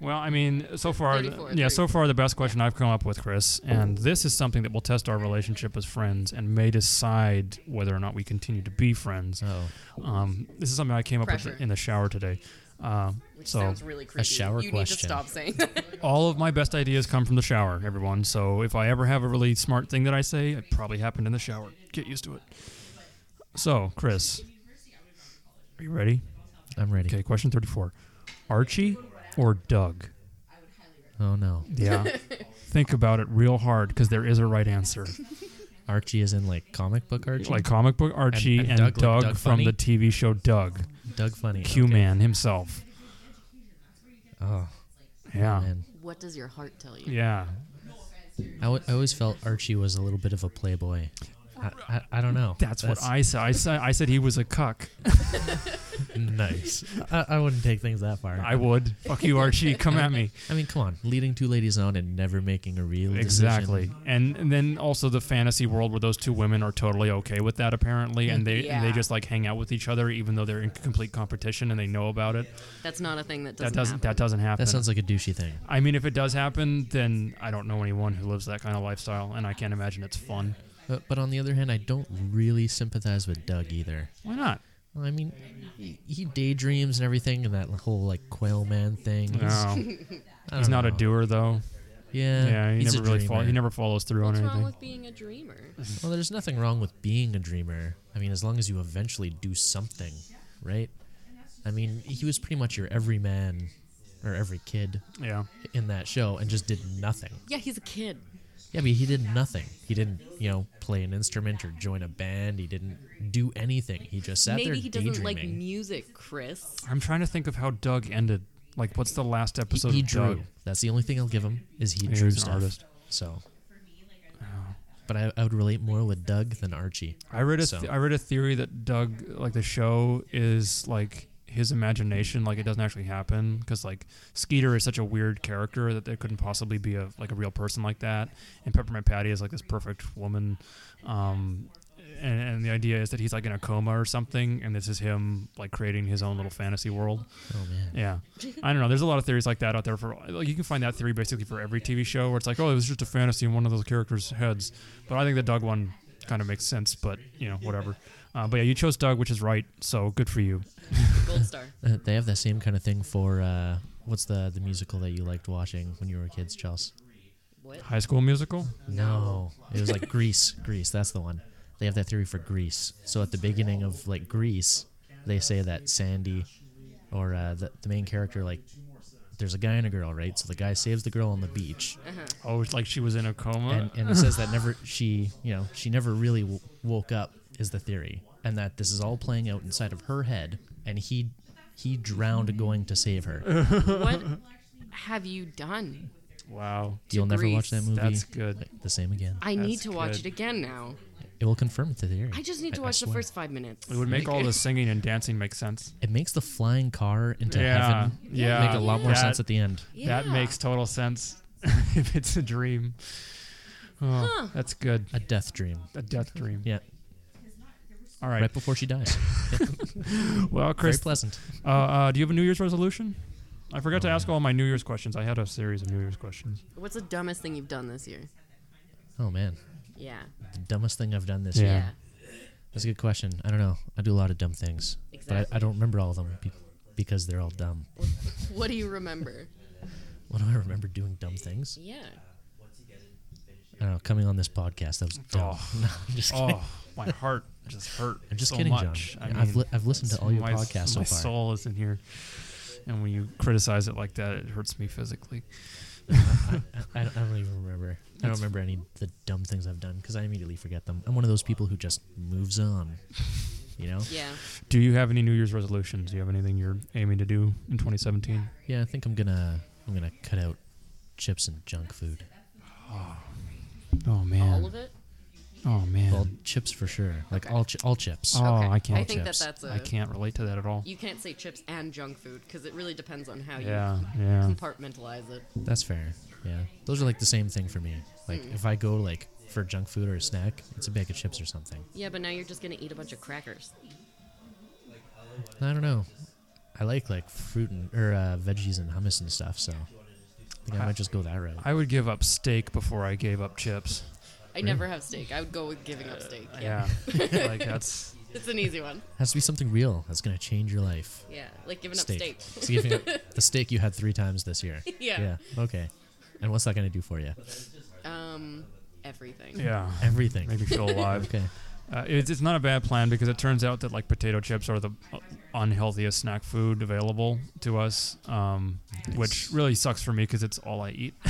A: well, I mean, so far, the-
B: 34,
A: yeah,
B: three.
A: so far the best question I've come up with, Chris, and this is something that will test our relationship as friends and may decide whether or not we continue to be friends.
C: Oh,
A: Um, this is something I came up
B: Pressure.
A: with in the shower today. Uh,
B: Which
A: so
B: sounds really creepy.
C: shower
B: you need to
C: question.
B: stop saying that.
A: all of my best ideas come from the shower, everyone. So if I ever have a really smart thing that I say, it probably happened in the shower. Get used to it. So, Chris, are you ready?
C: I'm ready.
A: Okay, question 34. Archie or Doug?
C: Oh no,
A: Yeah. Think about it real hard because there is a right answer.
C: Archie is in like comic book Archie,
A: Like comic book Archie and,
C: And- and
A: Doug,
C: Doug, like Doug
A: from
C: Funny?
A: the TV show Doug,
C: Doug Funny,
A: Q
C: okay.
A: Man himself.
C: Oh
A: Yeah.
C: man,
B: What does your heart tell you?
A: Yeah.
C: I, w- I always felt Archie was a little bit of a playboy. I, I, I don't know.
A: That's, what I said. I said I said he was a cuck.
C: nice. I, I wouldn't take things that far.
A: I would. Fuck you, Archie. Come at me.
C: I mean, come on, leading two ladies on and never making a real decision.
A: Exactly, and, and then also the fantasy world where those two women are totally okay with that apparently, and they and they
B: Yeah.
A: just like hang out with each other even though they're in complete competition and they know about it.
B: That's not a thing that
A: that
B: doesn't.
A: doesn't that doesn't happen.
C: That sounds like a douchey thing.
A: I mean, if it does happen, then I don't know anyone who lives that kind of lifestyle, and I can't imagine it's fun.
C: But, but on the other hand, I don't really sympathize with Doug either.
A: Why not?
C: Well, I mean, he, he daydreams and everything, and that whole like quail man thing. He's-
A: No,
C: I
A: he's
C: don't
A: not a
C: know.
A: doer though.
C: Uh, Yeah,
A: Yeah, he
C: he's
A: never
C: a
A: really fo-
C: dreamer.
A: he never follows through
B: What's
A: on
B: wrong
A: anything.
B: with being a dreamer?
C: Well, there's nothing wrong with being a dreamer. I mean, as long as you eventually do something, right? I mean, he was pretty much your every man or every kid
A: yeah,
C: in that show and just did nothing.
B: Yeah, he's a kid.
C: Yeah, but he did nothing. He didn't, you know, play an instrument or join a band. He didn't do anything. He just sat there
B: Maybe he doesn't like
C: daydreaming.
B: music, Chris.
A: I'm trying to think of how Doug ended. Like, what's the last
C: he,
A: episode?
C: he
A: of
C: drew.
A: Doug?
C: That's the only thing I'll give him is he
A: Yeah,
C: drew
A: he's an
C: stuff.
A: artist.
C: So, but I, I would relate more with Doug than Archie.
A: I read a
C: So-
A: th- I read a theory that Doug like the show is like his imagination like it doesn't actually happen because like Skeeter is such a weird character that there couldn't possibly be a like a real person like that and Peppermint Patty is like this perfect woman um and, and the idea is that he's like in a coma or something and this is him like creating his own little fantasy world
C: Oh man.
A: yeah I don't know there's a lot of theories like that out there for like you can find that theory basically for every TV show where it's like oh it was just a fantasy in one of those characters heads but I think the Doug one kind of makes sense, but you know, whatever. Uh, but yeah, you chose Doug, which is right, so good for you.
B: Gold star.
C: Uh, they have that same kind of thing for uh, what's the the musical that you liked watching when you were kids, Chels?
B: What?
A: High School Musical.
C: No, it was like Grease. Grease, that's the one. They have that theory for Grease. So at the beginning of like Grease, they say that Sandy, or uh, the the main character, like there's a guy and a girl, right? So the guy saves the girl on the beach,
B: Uh-huh.
A: Oh, it's like she was in a coma.
C: and and it says that never she you know she never really w- woke up is the theory, and that this is all playing out inside of her head, and he he drowned going to save her.
B: what have you done?
A: wow,
C: You'll never watch that
B: Grease.
C: movie.
A: that's good.
C: the same again.
B: I need
A: That's
B: to watch
A: good.
B: it again now.
C: It will confirm the theory.
B: I just need to
C: I
B: watch the
C: swear.
B: first five minutes.
A: It would make all the singing and dancing make sense.
C: It makes the flying car into
A: Yeah,
C: heaven
A: yeah.
C: make a lot more
A: That-
C: sense at the end.
A: That
B: Yeah.
A: makes total sense if it's a dream. Oh, That's good.
C: A death dream.
A: A death dream.
C: Yeah,
A: All
C: right,
A: right.
C: before she dies.
A: Well,
C: Very
A: Chris,
C: pleasant.
A: uh, uh, do you have a New Year's resolution? I forgot to ask all my New Year's questions. I had a series of New Year's questions.
B: What's the dumbest thing you've done this year?
C: Oh man,
B: Yeah.
C: the dumbest thing I've done this
A: Yeah.
C: year. That's a good question. I don't know. I do a lot of dumb things, but
B: Exactly.
C: I, I don't remember all of them be- because they're all dumb.
B: What do you remember?
C: What do I remember doing dumb things?
B: yeah.
C: I don't know. Coming on this podcast, that was dumb.
A: Oh.
C: No, I'm just kidding.
A: Oh, my heart just hurt.
C: I'm just
A: so
C: kidding,
A: much.
C: John.
A: I
C: have
A: mean-
C: li- I've listened to all your
A: my,
C: podcasts so
A: my
C: far.
A: soul is in here, and when you criticize it like that, it hurts me physically.
C: I, I don't even remember. I don't remember any of the dumb things I've done because I immediately forget them. I'm one of those people who just moves on. You know?
B: Yeah.
A: Do you have any New Year's resolutions? Do you have anything you're aiming to do in 2017?
C: Yeah, I think I'm gonna I'm gonna cut out chips and junk food.
A: Oh man,
B: All of it?
A: Oh man.
C: Well, chips for sure. Like all chi- all chips.
A: Oh,
B: okay.
A: I can't.
B: I think
C: chips.
B: that that's a.
A: I can't relate to that at all.
B: You can't say chips and junk food because it really depends on how
A: Yeah,
B: you
A: yeah.
B: compartmentalize it.
C: That's fair. Yeah. Those are like the same thing for me. Like if I go like for junk food or a snack, it's a bag of chips or something.
B: Yeah, but now you're just gonna eat a bunch of crackers.
C: I don't know. I like like fruit and or uh, veggies and hummus and stuff, so I think I might just go that route.
A: I would give up steak before I gave up chips.
B: I never have steak. I would go with giving up steak. Oh, Yeah,
A: Yeah. like that's
B: it's an easy one.
C: has to be something real that's gonna change your life.
B: Yeah, like giving
C: Steak.
B: up
C: So give me the steak you had three times this year.
B: steak. yeah.
C: Yeah. Okay. And what's that gonna do for you?
B: Um, everything.
A: yeah.
C: Everything.
A: Make me feel alive.
C: Okay.
A: Uh, it's, it's not a bad plan because it turns out that like potato chips are the uh, unhealthiest snack food available to us, um, which really sucks for me because it's all I eat.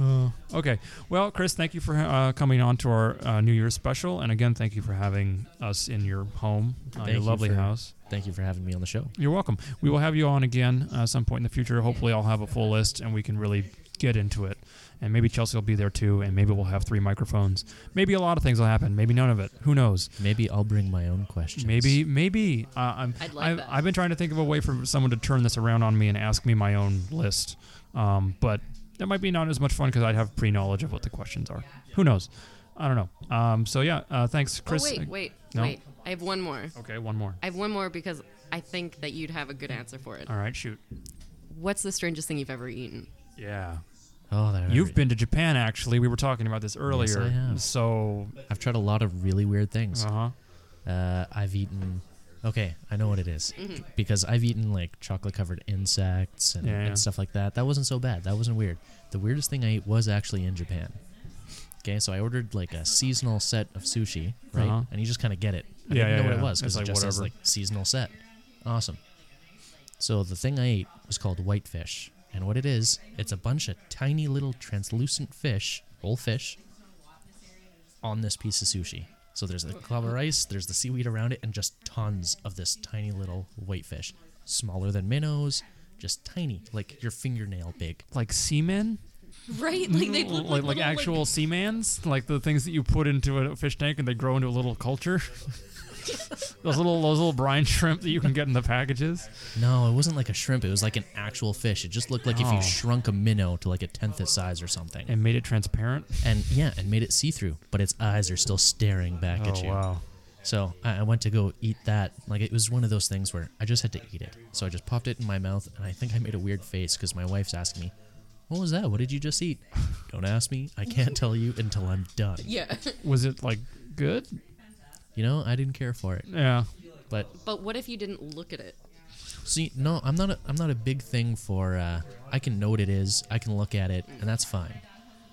A: Uh, okay. Well, Chris, thank you for uh, coming on to our uh, New Year's special. And again, thank you for having us in your home, uh,
C: Thank
A: your
C: you
A: lovely
C: for-
A: house.
C: Thank you for having me on the show.
A: You're welcome. We will have you on again uh, some point in the future. Hopefully, I'll have a full list and we can really get into it. And maybe Chelsea will be there too. And maybe we'll have three microphones. Maybe a lot of things will happen. Maybe none of it. Who knows?
C: Maybe I'll bring my own questions.
A: Maybe, maybe. Uh, I'm,
B: I'd like
A: I've,
B: that.
A: I've been trying to think of a way for someone to turn this around on me and ask me my own list. Um, but that might be not as much fun because I'd have pre knowledge of what the questions are. Who knows? I don't know. Um, so, yeah, uh, thanks, Chris.
B: oh wait, wait,
A: no?
B: wait. I have one more.
A: Okay, one more.
B: I have one more because I think that you'd have a good answer for it.
A: All right, shoot.
B: What's the strangest thing you've ever eaten?
A: Yeah.
C: Oh, that
A: You've been to Japan, actually. We were talking about this earlier.
C: I have.
A: So,
C: I've tried a lot of really weird things.
A: uh huh.
C: Uh, I've eaten. Okay, I know what it is.
B: Mm-hmm.
C: because I've eaten like chocolate covered insects and,
A: Yeah, yeah.
C: and stuff like that. That wasn't so bad. That wasn't weird. The weirdest thing I ate was actually in Japan. Okay, so I ordered like a seasonal set of sushi, right?
A: Uh-huh.
C: And you just kind of get it.
A: Yeah,
C: I didn't
A: yeah,
C: know what
A: yeah.
C: it was
A: It's
C: because it
A: like,
C: just says
A: whatever.
C: like seasonal set. Awesome. So the thing I ate was called whitefish, and what it is, it's a bunch of tiny little translucent fish, whole fish, on this piece of sushi. So there's the club of rice, there's the seaweed around it, and just tons of this tiny little whitefish, smaller than minnows, just tiny, like your fingernail big.
A: Like seamen?
B: Right? Like they look
A: like, like actual seamans? Like the things that you put into a fish tank and they grow into a little culture? those little those little brine shrimp that you can get in the packages?
C: No, it wasn't like a shrimp. It was like an actual fish. It just looked like if
A: Oh.
C: you shrunk a minnow to like a tenth its size or something.
A: And made it transparent?
C: and yeah, and made it see through, but its eyes are still staring back
A: Oh,
C: at you.
A: wow.
C: So I, I went to go eat that. Like it was one of those things where I just had to eat it. So I just popped it in my mouth, and I think I made a weird face because my wife's asking me, "What was that? What did you just eat?" Don't ask me. I can't tell you until I'm done.
B: Yeah.
A: Was it like good?
C: You know, I didn't care for it.
A: Yeah.
C: But
B: but what if you didn't look at it?
C: see, no, I'm not. A, I'm not a big thing for. Uh, I can know what it is. I can look at it, and that's fine.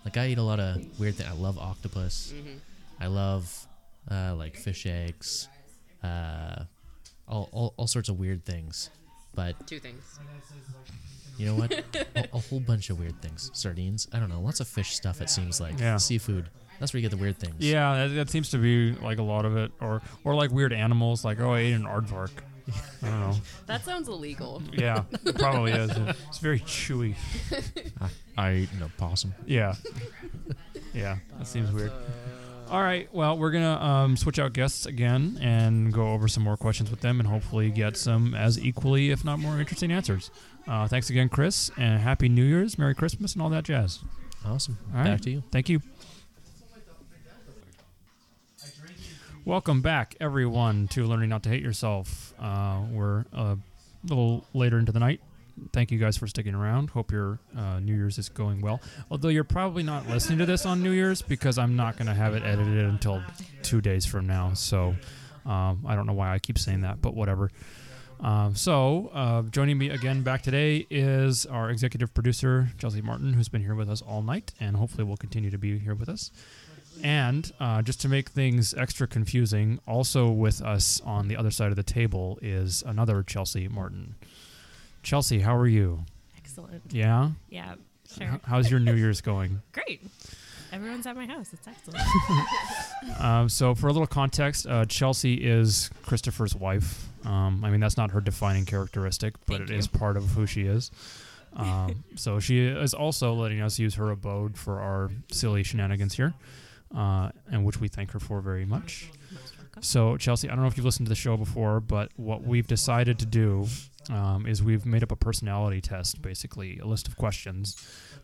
C: Like I eat a lot of weird things. I love octopus. I love uh, like fish eggs. Uh, all, all all sorts of weird things. But
B: Two things.
C: You know what? a, a whole bunch of weird things. Sardines. I don't know. Lots of fish stuff. It seems like
A: Yeah.
C: seafood. That's where you get the weird things.
A: Yeah, that, that seems to be like a lot of it. Or or like weird animals, like, oh, I ate an aardvark. I don't know.
B: That sounds illegal.
A: Yeah, it probably is. It's very chewy.
C: I, I ate an opossum.
A: Yeah. yeah, that seems weird. All right, well, we're going to um, switch out guests again and go over some more questions with them and hopefully get some as equally, if not more, interesting answers. Uh, thanks again, Chris, and Happy New Year's, Merry Christmas, and all that jazz.
C: Awesome.
A: All right.
C: Back to you.
A: Thank you. Welcome back, everyone, to Learning Not to Hate Yourself. Uh, we're a little later into the night. Thank you guys for sticking around. Hope your uh, New Year's is going well. Although you're probably not listening to this on New Year's because I'm not going to have it edited until two days from now. So um, I don't know why I keep saying that, but whatever. Um, so, uh, joining me again back today is our executive producer, Chelsea Martin, who's been here with us all night and hopefully will continue to be here with us. And uh, just to make things extra confusing, also with us on the other side of the table is another Chelsea Martin. Chelsea, how are you?
D: Excellent.
A: Yeah?
D: Yeah,
A: H-
D: sure.
A: How's your New Year's going?
D: Great. Everyone's at my house. It's excellent.
A: Um, so, for a little context, uh, Chelsea is Christopher's wife. Um, I mean, that's not her defining characteristic, but
D: Thank
A: it
D: you.
A: is part of who she is. Um, so, she is also letting us use her abode for our silly shenanigans here. uh, and which we thank her for very much.
D: Most welcome.
A: So, Chelsea, I don't know if you've listened to the show before, but what we've decided to do um, is we've made up a personality test, basically, a list of questions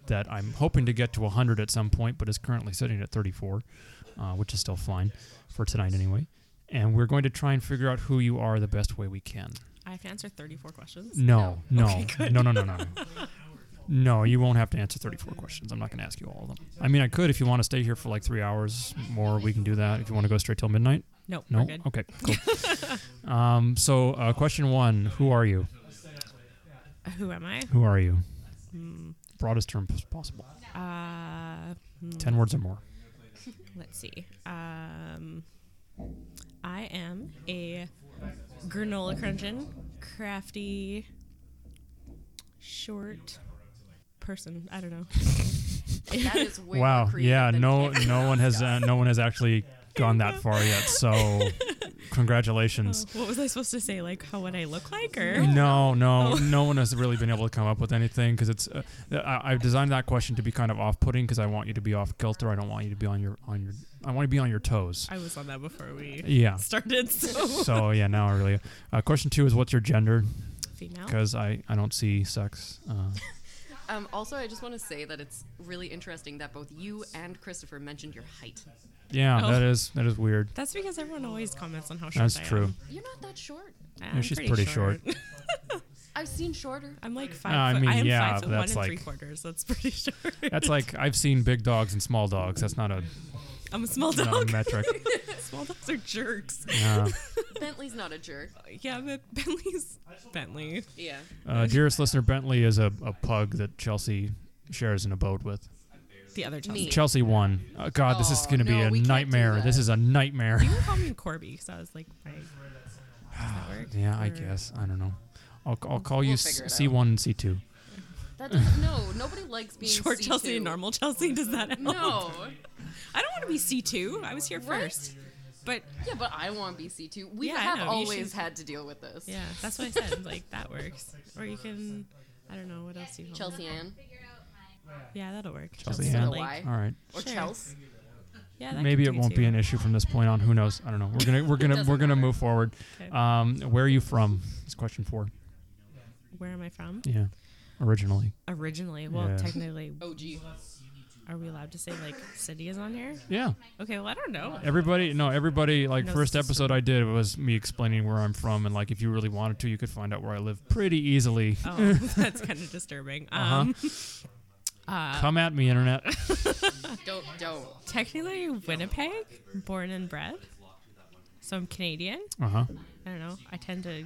A: that I'm hoping to get to 100 at some point, but is currently sitting at 34, uh, which is still fine for tonight anyway. And we're going to try and figure out who you are the best way we can.
D: I have to answer 34 questions.
A: No, no,
D: Okay, good.
A: no, no, no, no. No, you won't have to answer 34 questions. I'm not going to ask you all of them. I mean, I could if you want to stay here for like three hours more. We can do that. If you want to go straight till midnight,
D: No,
A: no.
D: we're good.
A: Okay, cool. um, so, uh, question one: Who are you?
D: Uh, Who am I?
A: Who are you?
D: Hmm.
A: Broadest term pos- possible.
D: Uh, hmm,
A: Ten words or more.
D: Let's see. Um, I am a granola crunching, crafty, short person. I don't know.
B: That is way more
A: wow.
B: creative
A: Yeah.
B: than
A: No.
B: anything
A: No
B: else
A: one has.
B: does.
A: Uh, no one has actually gone that far yet. So,
D: Oh,
A: congratulations.
D: what was I supposed to say? Like, how would I look like? Or
A: No,
D: Oh.
A: no, no one has really been able to come up with anything because it's. Uh, I, I've designed that question to be kind of off-putting because I want you to be off kilter. I don't want you to be on your on your. I want you to be on your toes.
D: I was on that before we
A: Yeah.
D: started. So
A: So yeah, now I really. Uh, question two is what's your gender?
D: female.
B: Oh.
A: Because I I don't see sex. Uh,
B: Um, also, I just want to say that it's really interesting that both you and Christopher mentioned your height.
A: yeah,
D: Oh.
A: that is that is weird.
D: That's because everyone always comments on how short
A: That's
D: I
A: true.
D: am.
B: You're not that short.
D: I'm
A: she's pretty Uh,
B: I've seen shorter.
D: I'm like five.
A: I
D: foot,
A: mean,
D: I am
A: yeah,
D: five foot
A: but
D: one
A: that's
D: and three
A: like-
D: quarters. That's pretty short.
A: That's like I've seen big dogs and small dogs. That's not a
D: I'm a small
A: not a
D: dog.
A: metric.
D: small dogs are jerks.
A: Uh,
B: Bentley's not a jerk.
D: Yeah, but Bentley's Bentley.
B: Yeah.
A: uh, dearest listener, Bentley is a, a pug that Chelsea shares an abode with.
D: The other Chelsea.
B: Me.
A: Chelsea won. Uh, God, this is
B: Oh,
A: going to be
B: no,
A: a
B: we can't do
A: nightmare.
B: that.
A: This is a nightmare.
D: You would call me Corby because I was like, my. Does that work?
A: yeah, I
D: Or-
A: guess. I don't know. I'll, I'll call you
B: We'll
A: s-
B: figure it
A: C1 and C2.
B: That does, no, nobody likes being
D: Short
B: C2.
D: Chelsea and normal Chelsea. Does that help?
B: No.
D: I don't want to be C two. I was here
B: Right?
D: first. But
B: Yeah, but I want BC too. We
D: Yeah, I
B: have
D: know, you
B: always
D: should-
B: had to deal with this.
D: yeah, that's what I said. like that works. Or you can. I don't know what else you call
B: Chelsea Ann
D: it. Yeah, that'll work.
A: Chelsea
B: Ann.
D: like-
B: Why?
A: All right.
B: or
D: Sure.
B: Chels.
D: Yeah, that
A: Maybe
D: could
A: it
D: do
A: won't be
D: too.
A: an issue from this point on. Who knows? I don't know. We're gonna we're gonna we're
B: doesn't
A: gonna
B: matter.
A: move forward.
D: Okay.
A: Um, where are you from? It's question four.
D: Where am I from?
A: Yeah, originally.
D: Originally, well,
A: Yeah.
D: technically,
B: OG.
D: are we allowed to say like city is on here?
A: Yeah.
D: Okay, well, I don't know.
A: Everybody, no, everybody. Like
D: No
A: first
D: system.
A: episode I did was me explaining where I'm from, and like if you really wanted to, you could find out where I live pretty easily.
D: Oh, that's kind of disturbing.
A: Uh-huh.
D: Um, Uh.
A: Come at me, internet.
B: Don't don't.
D: technically Winnipeg, born and bred. So I'm Canadian.
A: Uh huh.
D: I don't know. I tend to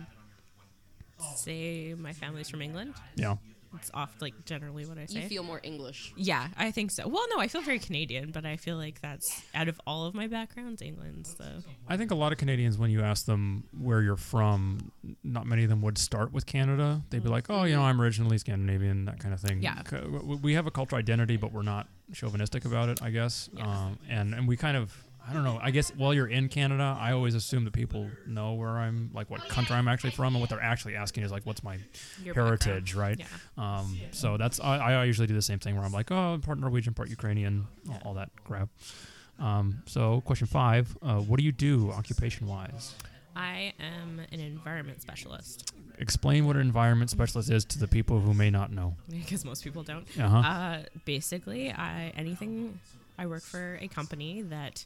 D: say my family's from England.
A: Yeah.
D: It's off like generally what I
B: You
D: say.
B: feel more English.
D: yeah, I think so. Well, no, I feel very Canadian, but I feel like that's out of all of my backgrounds, England's the
A: I think a lot of Canadians, when you ask them where you're from, not many of them would start with Canada. They'd be like, "Oh, you know, I'm originally Scandinavian," that kind of thing.
D: Mm-hmm. Yeah.
A: C- w- w- we have a cultural identity, but we're not chauvinistic about it, I guess.
D: Yeah.
A: Um, and and we kind of, I don't know. I guess while you're in Canada, I always assume that people know where I'm, like, what country I'm actually from, and what they're actually asking is like, "What's my
D: Oh, your
A: heritage?" Right.
D: background.
A: Um, so that's I, I usually do the same thing where I'm like, oh, I'm part Norwegian, part Ukrainian, all, all that crap. Um, so question five, uh, what do you do occupation wise?
D: Yeah. I am an environment specialist
A: Explain what an environment specialist is to the people who may not know.
D: because most people don't.
A: Uh-huh.
D: Uh, basically, I anything. I work for a company that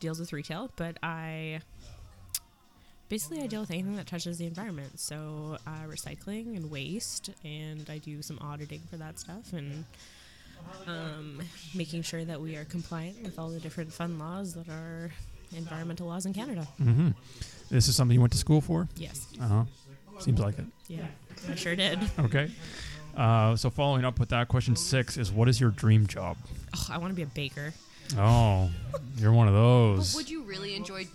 D: deals with retail, but I basically I deal with anything that touches the environment. So uh, recycling and waste, and I do some auditing for that stuff and um, making sure that we are compliant with all the different fund laws that are environmental laws in Canada.
A: hmm This is something you went to school for.
D: Yes,
A: Uh huh. Seems like it.
D: yeah, I sure did.
A: Okay. Uh, so following up with that, question six is what is your dream job?
D: Oh, I want to be a baker.
A: Oh, you're one of
B: But
A: those.
B: would you really enjoy?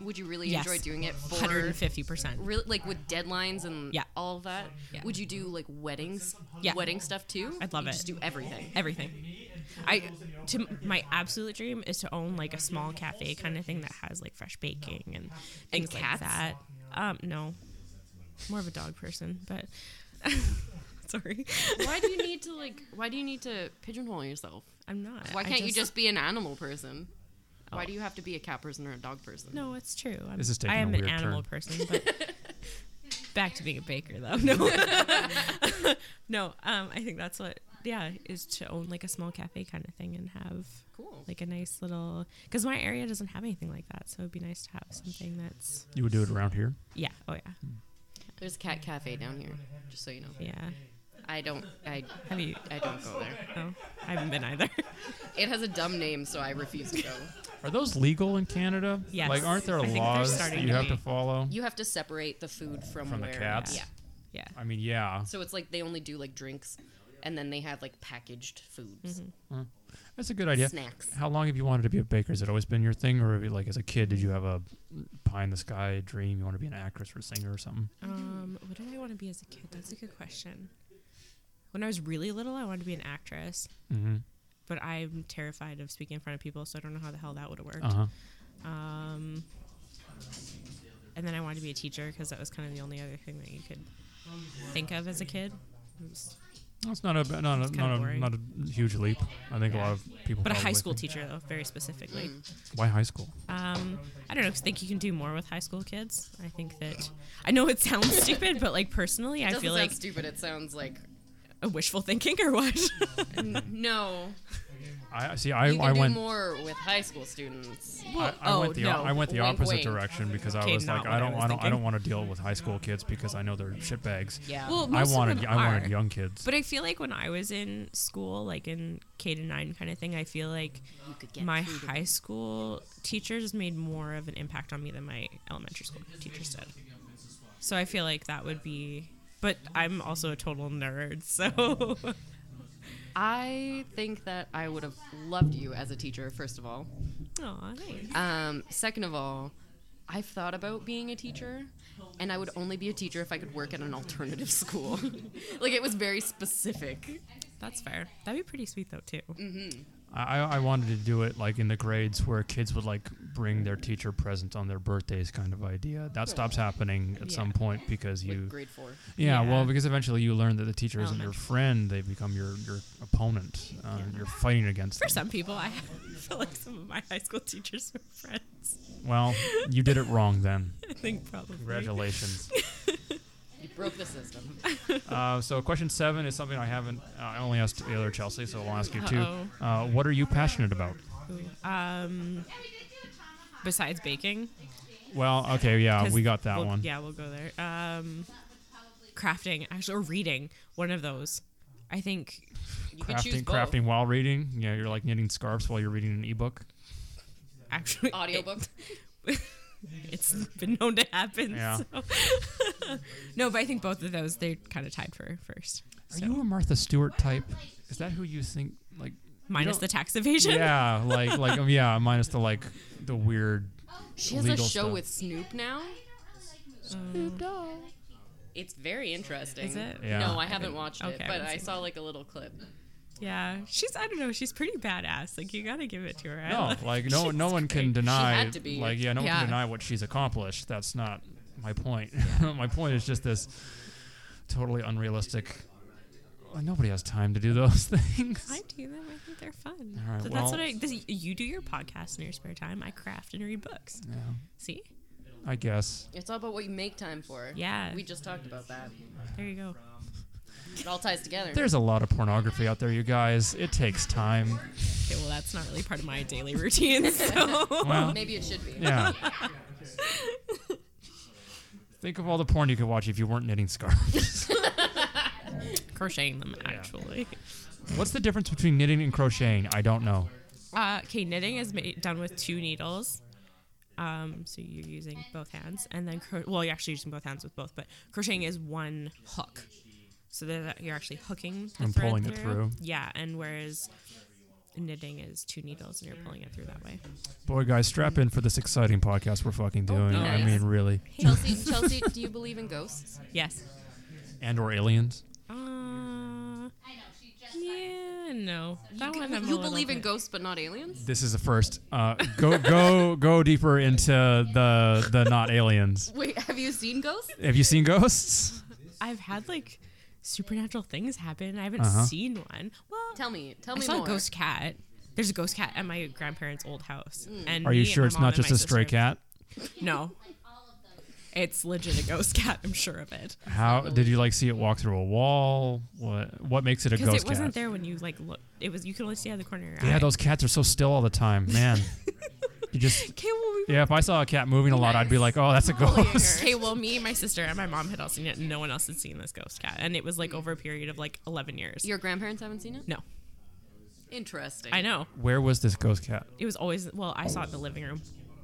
B: Would you really
D: Yes.
B: enjoy doing it for?
D: Hundred and fifty percent.
B: Really, like with deadlines and
D: Yeah.
B: all of that.
D: Yeah.
B: Would you do like weddings,
D: Yeah.
B: wedding stuff too?
D: I'd love
B: You
D: it.
B: Just do everything.
D: everything. I to my absolute dream is to own like a small cafe kind of thing that has like fresh baking and things
B: cats?
D: like that. Um, no, more of a dog person, but sorry,
B: why do you need to like? Why do you need to pigeonhole yourself?
D: I'm not.
B: Why
D: I Oh.
B: can't you just be an animal person? Why do you have to be a cat person or a dog person?
D: No, it's true. I'm,
A: This is taking
D: I am
A: a
D: an
A: weird
D: animal
A: turn.
D: person, but back to being a baker though. No, no. Um, I think that's what. Yeah, is to own like a small cafe kind of thing and have
B: Cool.
D: like a nice little. Because my area doesn't have anything like that, so it'd be nice to have something that's.
A: You would do it around here.
D: Yeah. Oh yeah.
B: There's a cat cafe down here, just so you know.
D: Yeah.
B: I don't I
D: Have you?
B: I don't go there.
D: Oh, I haven't been either.
B: It has a dumb name, so I refuse to go.
A: Are those legal in Canada?
D: Yes.
A: Like, aren't there
D: I think they're
A: laws that
D: starting
A: you
D: to
A: have to
D: be.
A: follow?
B: You have to separate the food from,
A: From the
B: where,
A: cats?
B: Yeah.
D: yeah.
A: I mean, yeah.
B: So it's like they only do like drinks, and then they have like packaged foods,
A: That's a good idea.
B: snacks.
A: How long have you wanted to be a baker? Has it always been your thing, or have you, like as a kid, did you have a pie in the sky dream? You want to be an actress or a singer or something?
D: Um, what did I want to be as a kid? That's a good question. When I was really little, I wanted to be an actress,
A: Mm-hmm.
D: but I'm terrified of speaking in front of people, so I don't know how the hell that would have worked.
A: Uh huh.
D: Um, and then I wanted to be a teacher because that was kind of the only other thing that you could think of as a kid. It was-
A: That's not a not a
D: kinda
A: not a,
D: boring.
A: not a huge leap. I think a lot of people.
D: But a high
A: probably
D: school
A: think.
D: teacher, though, very specifically.
A: Why high school?
D: Um, I don't know. 'cause I think you can do more with high school kids. I think that I know it sounds stupid, but like personally, I
B: Doesn't
D: feel
B: sound
D: like
B: stupid. It sounds like
D: a wishful thinking or what.
B: n- no.
A: I see. I
B: You can
A: I
B: do
A: went.
B: more with high school students.
A: I, I
B: oh,
A: went the
B: no.
A: I went the
B: Wink,
A: opposite
B: wink.
A: direction because I
D: Okay,
A: was like
D: not what
A: I
D: I
A: don't
D: was
A: I don't I
D: thinking.
A: don't want to deal with high school kids because I know they're shitbags.
B: Yeah.
D: well,
A: I
D: most of
A: wanted
D: them
A: I wanted
D: are.
A: young kids.
D: But I feel like when I was in school, like in K to nine kind of thing, I feel like
B: you could get
D: my
B: food.
D: high school teachers made more of an impact on me than my elementary school teachers did. So I feel like that would be. But I'm also a total nerd, so
B: I think that I would have loved you as a teacher. First of all,
D: Aw, nice.
B: Um, second of all, I've thought about being a teacher, and I would only be a teacher if I could work at an alternative school. like it was very specific.
D: that's fair. That'd be pretty sweet though too.
A: I, I wanted to do it like in the grades where kids would like bring their teacher present on their birthdays kind of idea. That stops happening at some
D: Yeah.
A: point because
B: Like
A: you
B: grade four.
A: yeah, well
D: Yeah.
A: because eventually you learn that the teacher isn't your
D: Elementary.
A: friend, they become your your opponent. Uh,
D: Oh, Yeah.
A: You're fighting against
D: For
A: them.
D: some people, I feel like some of my high school teachers were friends.
A: Well, you did it wrong then.
D: I think probably.
A: Congratulations.
B: You broke the system.
A: uh, so question 7 is something I haven't uh, I only asked the other Chelsea, so I'll ask you too.
D: Uh-oh.
A: Uh, what are you passionate about?
D: Ooh, Um, besides baking,
A: Well, okay, yeah,
D: 'Cause
A: Oh, we got that
D: we'll-
A: one.
D: Yeah, we'll go there. Um, crafting, actually, or reading, one of those. I think
B: You could choose
A: Crafting,
B: both.
A: crafting while reading. Yeah, you're like knitting scarves while you're reading an ebook.
D: actually
B: Audiobook.
D: It, has been known to happen.
A: Yeah.
D: so. no, but I think both of those they're kind of tied for first.
A: Are
D: So.
A: you a Martha Stewart type? Is that who you think? Like,
D: Minus
A: don't-
D: the tax evasion.
A: yeah, like, like, um, yeah, minus the like, the weird.
B: She has a
A: Legal
B: show
A: stuff.
B: with Snoop now.
D: Um,
B: Snoop Dogg. It's very interesting.
D: Is it?
A: Yeah.
B: No, I haven't watched it,
D: Okay, I
B: but
D: haven't
B: I
D: seen
B: saw like a little clip.
D: Yeah, she's I don't know, she's pretty badass. Like you gotta give it to her. I
A: No,
D: love-
A: like, no, no one can deny.
B: had to be.
A: Like, yeah, no one
B: Yeah.
A: can deny what she's accomplished. That's not my point. my point is just this totally unrealistic. uh, Nobody has time to do those things.
D: I do them. I think they're fun.
A: All right,
D: so
A: well-
D: that's what I. This, you do your podcast in your spare time. I craft and read books.
A: yeah,
D: See,
A: I guess.
B: It's all about what you make time for.
D: Yeah.
B: We just talked about that.
D: there you go.
B: It all ties together.
A: There's a lot of pornography out there, you guys. It takes time.
D: Okay, well that's not really part of my daily routine. So
A: Well,
B: Maybe it should be.
A: yeah. Think of all the porn you could watch if you weren't knitting scarves.
D: crocheting them actually.
A: What's the difference between knitting and crocheting? I don't know.
D: Uh, okay, knitting is made, done with two needles. Um, so you're using both hands, and then cro- well, you're actually using both hands with both, but crocheting is one hook. So that you're actually hooking the
A: And
D: thread
A: pulling it through.
D: Yeah, and whereas knitting is two needles, and you're pulling it through that way.
A: Boy, guys, strap in for this exciting podcast we're fucking
D: Oh,
A: doing. I
B: nice.
A: mean, really.
B: Chelsea, Chelsea, do you believe in ghosts?
D: Yes.
A: And or aliens.
D: Uh, yeah, no. That one I'm a
B: You
D: little
B: believe in
D: bit-
B: ghosts but not aliens?
A: This is a first. Uh, go go go deeper into the the not aliens.
B: Wait, have you seen ghosts?
A: Have you seen ghosts?
D: I've had like supernatural things happen. I haven't
A: Uh-huh.
D: seen one. Well,
B: Tell me. Tell
D: I
B: me
D: saw
B: more.
D: a ghost cat. There's a ghost cat at my grandparents' old house. And
A: Are you
D: me and
A: sure
D: my
A: it's
D: mom
A: not
D: and
A: just
D: my
A: a stray
D: sister-
A: cat?
D: No. It's legit a ghost cat, I'm sure of it.
A: How did you like see it walk through a wall? What what makes it a
D: Because
A: ghost
D: it wasn't
A: cat?
D: there when you like look. It was you could only see out of the corner of your
A: Yeah,
D: eye.
A: those cats are so still all the time, man. you just
D: Okay, well, we
A: yeah. If I saw a cat moving a lot, I'd be like, oh, that's a ghost.
D: Okay, well, me, my sister, and my mom had all seen it, and no one else had seen this ghost cat. And it was like over a period of like 11 years.
B: Your grandparents haven't seen it?
D: no,
B: Interesting.
D: I know.
A: Where was this ghost cat?
D: It was always, well, I saw it in the living room.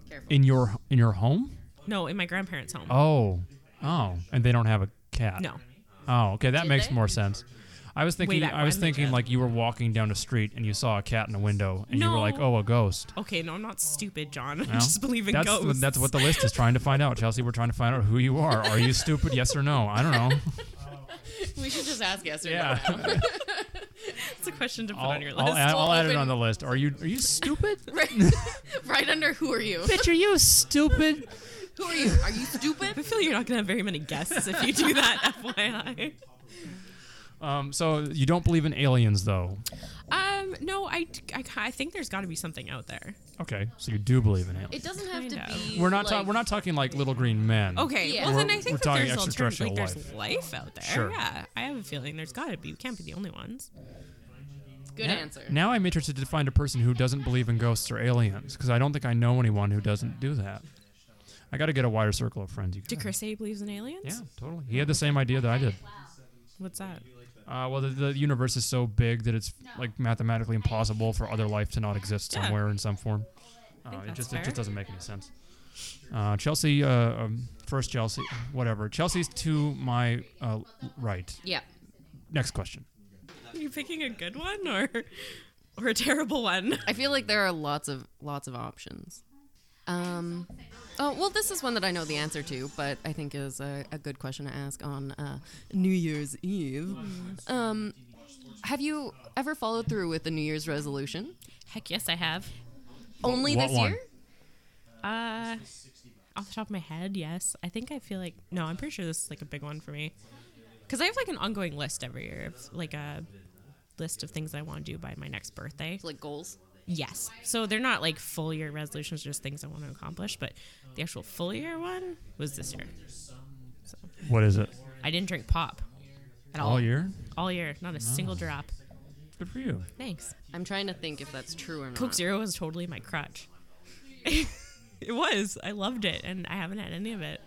B: Careful.
A: In your in your home?
D: No, in my grandparents' home.
A: Oh, oh, and they don't have a cat.
D: No.
A: Oh, okay, that
B: Did
A: makes
B: they?
A: more sense. I was thinking,
D: back
A: I was
D: when they
A: thinking
D: did.
A: like you were walking down the street and you saw a cat in a window, and you were like,
D: No.
A: oh, a ghost.
D: Okay, no, I'm not stupid, John. I
A: No?
D: just believe in
A: that's,
D: ghosts.
A: That's what the list is trying to find out, Chelsea. We're trying to find out who you are. Are you stupid? Yes or no? I don't know.
B: we should just ask yes or
A: Yeah.
D: That's a question to put
A: I'll,
D: on your
A: I'll
D: list.
A: add, I'll add it
B: open.
A: on the list. Are you are you stupid?
B: no. Right, right under who are you?
A: Bitch, are you stupid?
B: Who are you? Are you
D: I
B: stupid?
D: feel you're not going to have very many guests if you do that, FYI.
A: Um, so you don't believe in aliens, though?
D: Um, no, I, I, I think there's got to be something out there.
A: Okay, so you do believe in aliens.
B: It doesn't have to
D: Kind of.
B: be.
A: We're not
B: like,
A: ta- we're not talking like little green men.
D: Okay,
B: Yeah.
D: well
A: We're-
D: then I
A: we're
D: think that
A: talking
D: there's alternative.
A: extraterrestrial
D: Like there's life out there.
A: Sure.
D: Yeah, I have a feeling there's got to be. We can't be the only ones.
B: Good
A: Now-
B: answer.
A: Now I'm interested to find a person who doesn't believe in ghosts or aliens because I don't think I know anyone who doesn't do that. I got to get a wider circle of friends. You
D: Do
A: guys.
D: Chris say he believes in aliens?
A: Yeah, totally. He had the same idea that I did.
D: What's that?
A: Uh, well, the, the universe is so big that it's like mathematically impossible for other life to not exist
D: Yeah.
A: somewhere in some form. Uh,
D: think
A: it
D: that's
A: just it
D: fair.
A: just doesn't make any sense. Uh, Chelsea, uh, um, first Chelsea, whatever. Chelsea's to my uh, right.
B: Yeah.
A: Next question.
D: Are you picking a good one or or a terrible one?
B: I feel like there are lots of lots of options. Um, oh well, this is one that I know the answer to, but I think is a, a good question to ask on uh, New Year's Eve. Um, have you ever followed through with the New Year's resolution?
D: Heck yes, I have.
B: Only
A: What
B: this
A: one?
B: year?
D: Uh, off the top of my head, yes. I think I feel like no. I'm pretty sure this is like a big one for me because I have like an ongoing list every year of like a list of things I want to do by my next birthday.
B: Like goals?
D: Yes. So they're not like full year resolutions, just things I want to accomplish. But the actual full year one was this year.
A: What is it?
D: I didn't drink pop at all.
A: All year.
D: All year. Not a single drop.
A: Good for you.
D: Thanks.
B: I'm trying to think if that's true or not.
D: Coke Zero was totally my crutch. it was. I loved it, and I haven't had any of it.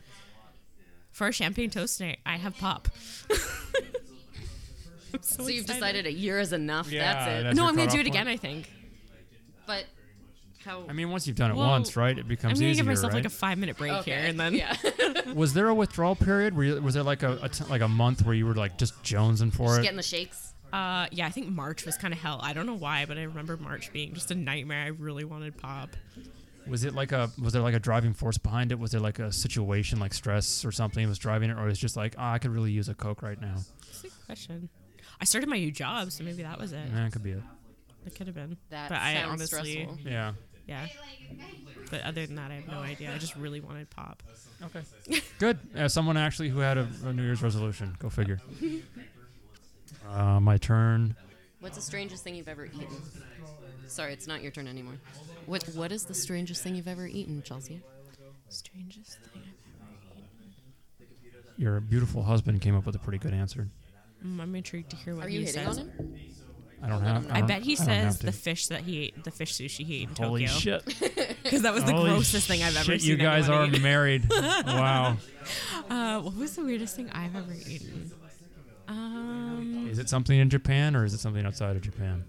D: For our champagne toast tonight, I have pop. I'm
B: So you've
D: excited.
B: decided a year is enough.
A: Yeah,
B: that's it.
A: that's
D: no,
A: your
D: I'm gonna
A: cutoff
D: do it
A: point?
D: again. I think.
B: But how?
A: I mean, once you've done it
D: Well,
A: once, right, it
D: I'm
A: becomes
D: gonna
A: easier,
D: give myself
A: right?
D: like a five minute break
B: okay.
D: here, and then
B: yeah.
A: was there a withdrawal period? Were you, was there like a, a t- like a month where you were like just jonesing for
B: Just
A: it?
B: getting the shakes.
D: Uh, yeah, I think March was kind of hell. I don't know why, but I remember March being just a nightmare. I really wanted pop.
A: Was it like a was there like a driving force behind it? Was there like a situation like stress or something was driving it, or was it just like ah, I could really use a coke right now?
D: That's a good question. I started my new job, so maybe that was it.
A: Yeah, it could be it.
D: That could have been.
B: That
D: but
B: sounds
D: I honestly,
B: stressful.
A: Yeah.
D: yeah. But other than that, I have no idea. I just really wanted pop.
A: Okay. Good. As someone actually who had a, a New Year's resolution, go figure. Uh, my turn.
B: What's the strangest thing you've ever eaten? Sorry, it's not your turn anymore. What What is the strangest thing you've ever eaten, Chelsea?
D: Strangest thing I've ever
A: Your beautiful husband came up with a pretty good answer.
D: eaten. Mm, I'm intrigued to hear what
B: Are you
D: he
B: hitting
D: says.
B: on him?
A: I don't have. I,
D: I
A: don't-
D: bet he
A: I don't have
D: says
A: to.
D: the fish that he ate, the fish sushi he ate in
A: Holy
D: Tokyo,
A: shit!
D: because that was the
A: Holy
D: grossest thing I've ever
A: shit,
D: seen.
A: You guys are
D: anyone eat.
A: married. wow.
D: Uh, what was the weirdest thing I've ever eaten? Um,
A: Is it something in Japan or is it something outside of Japan?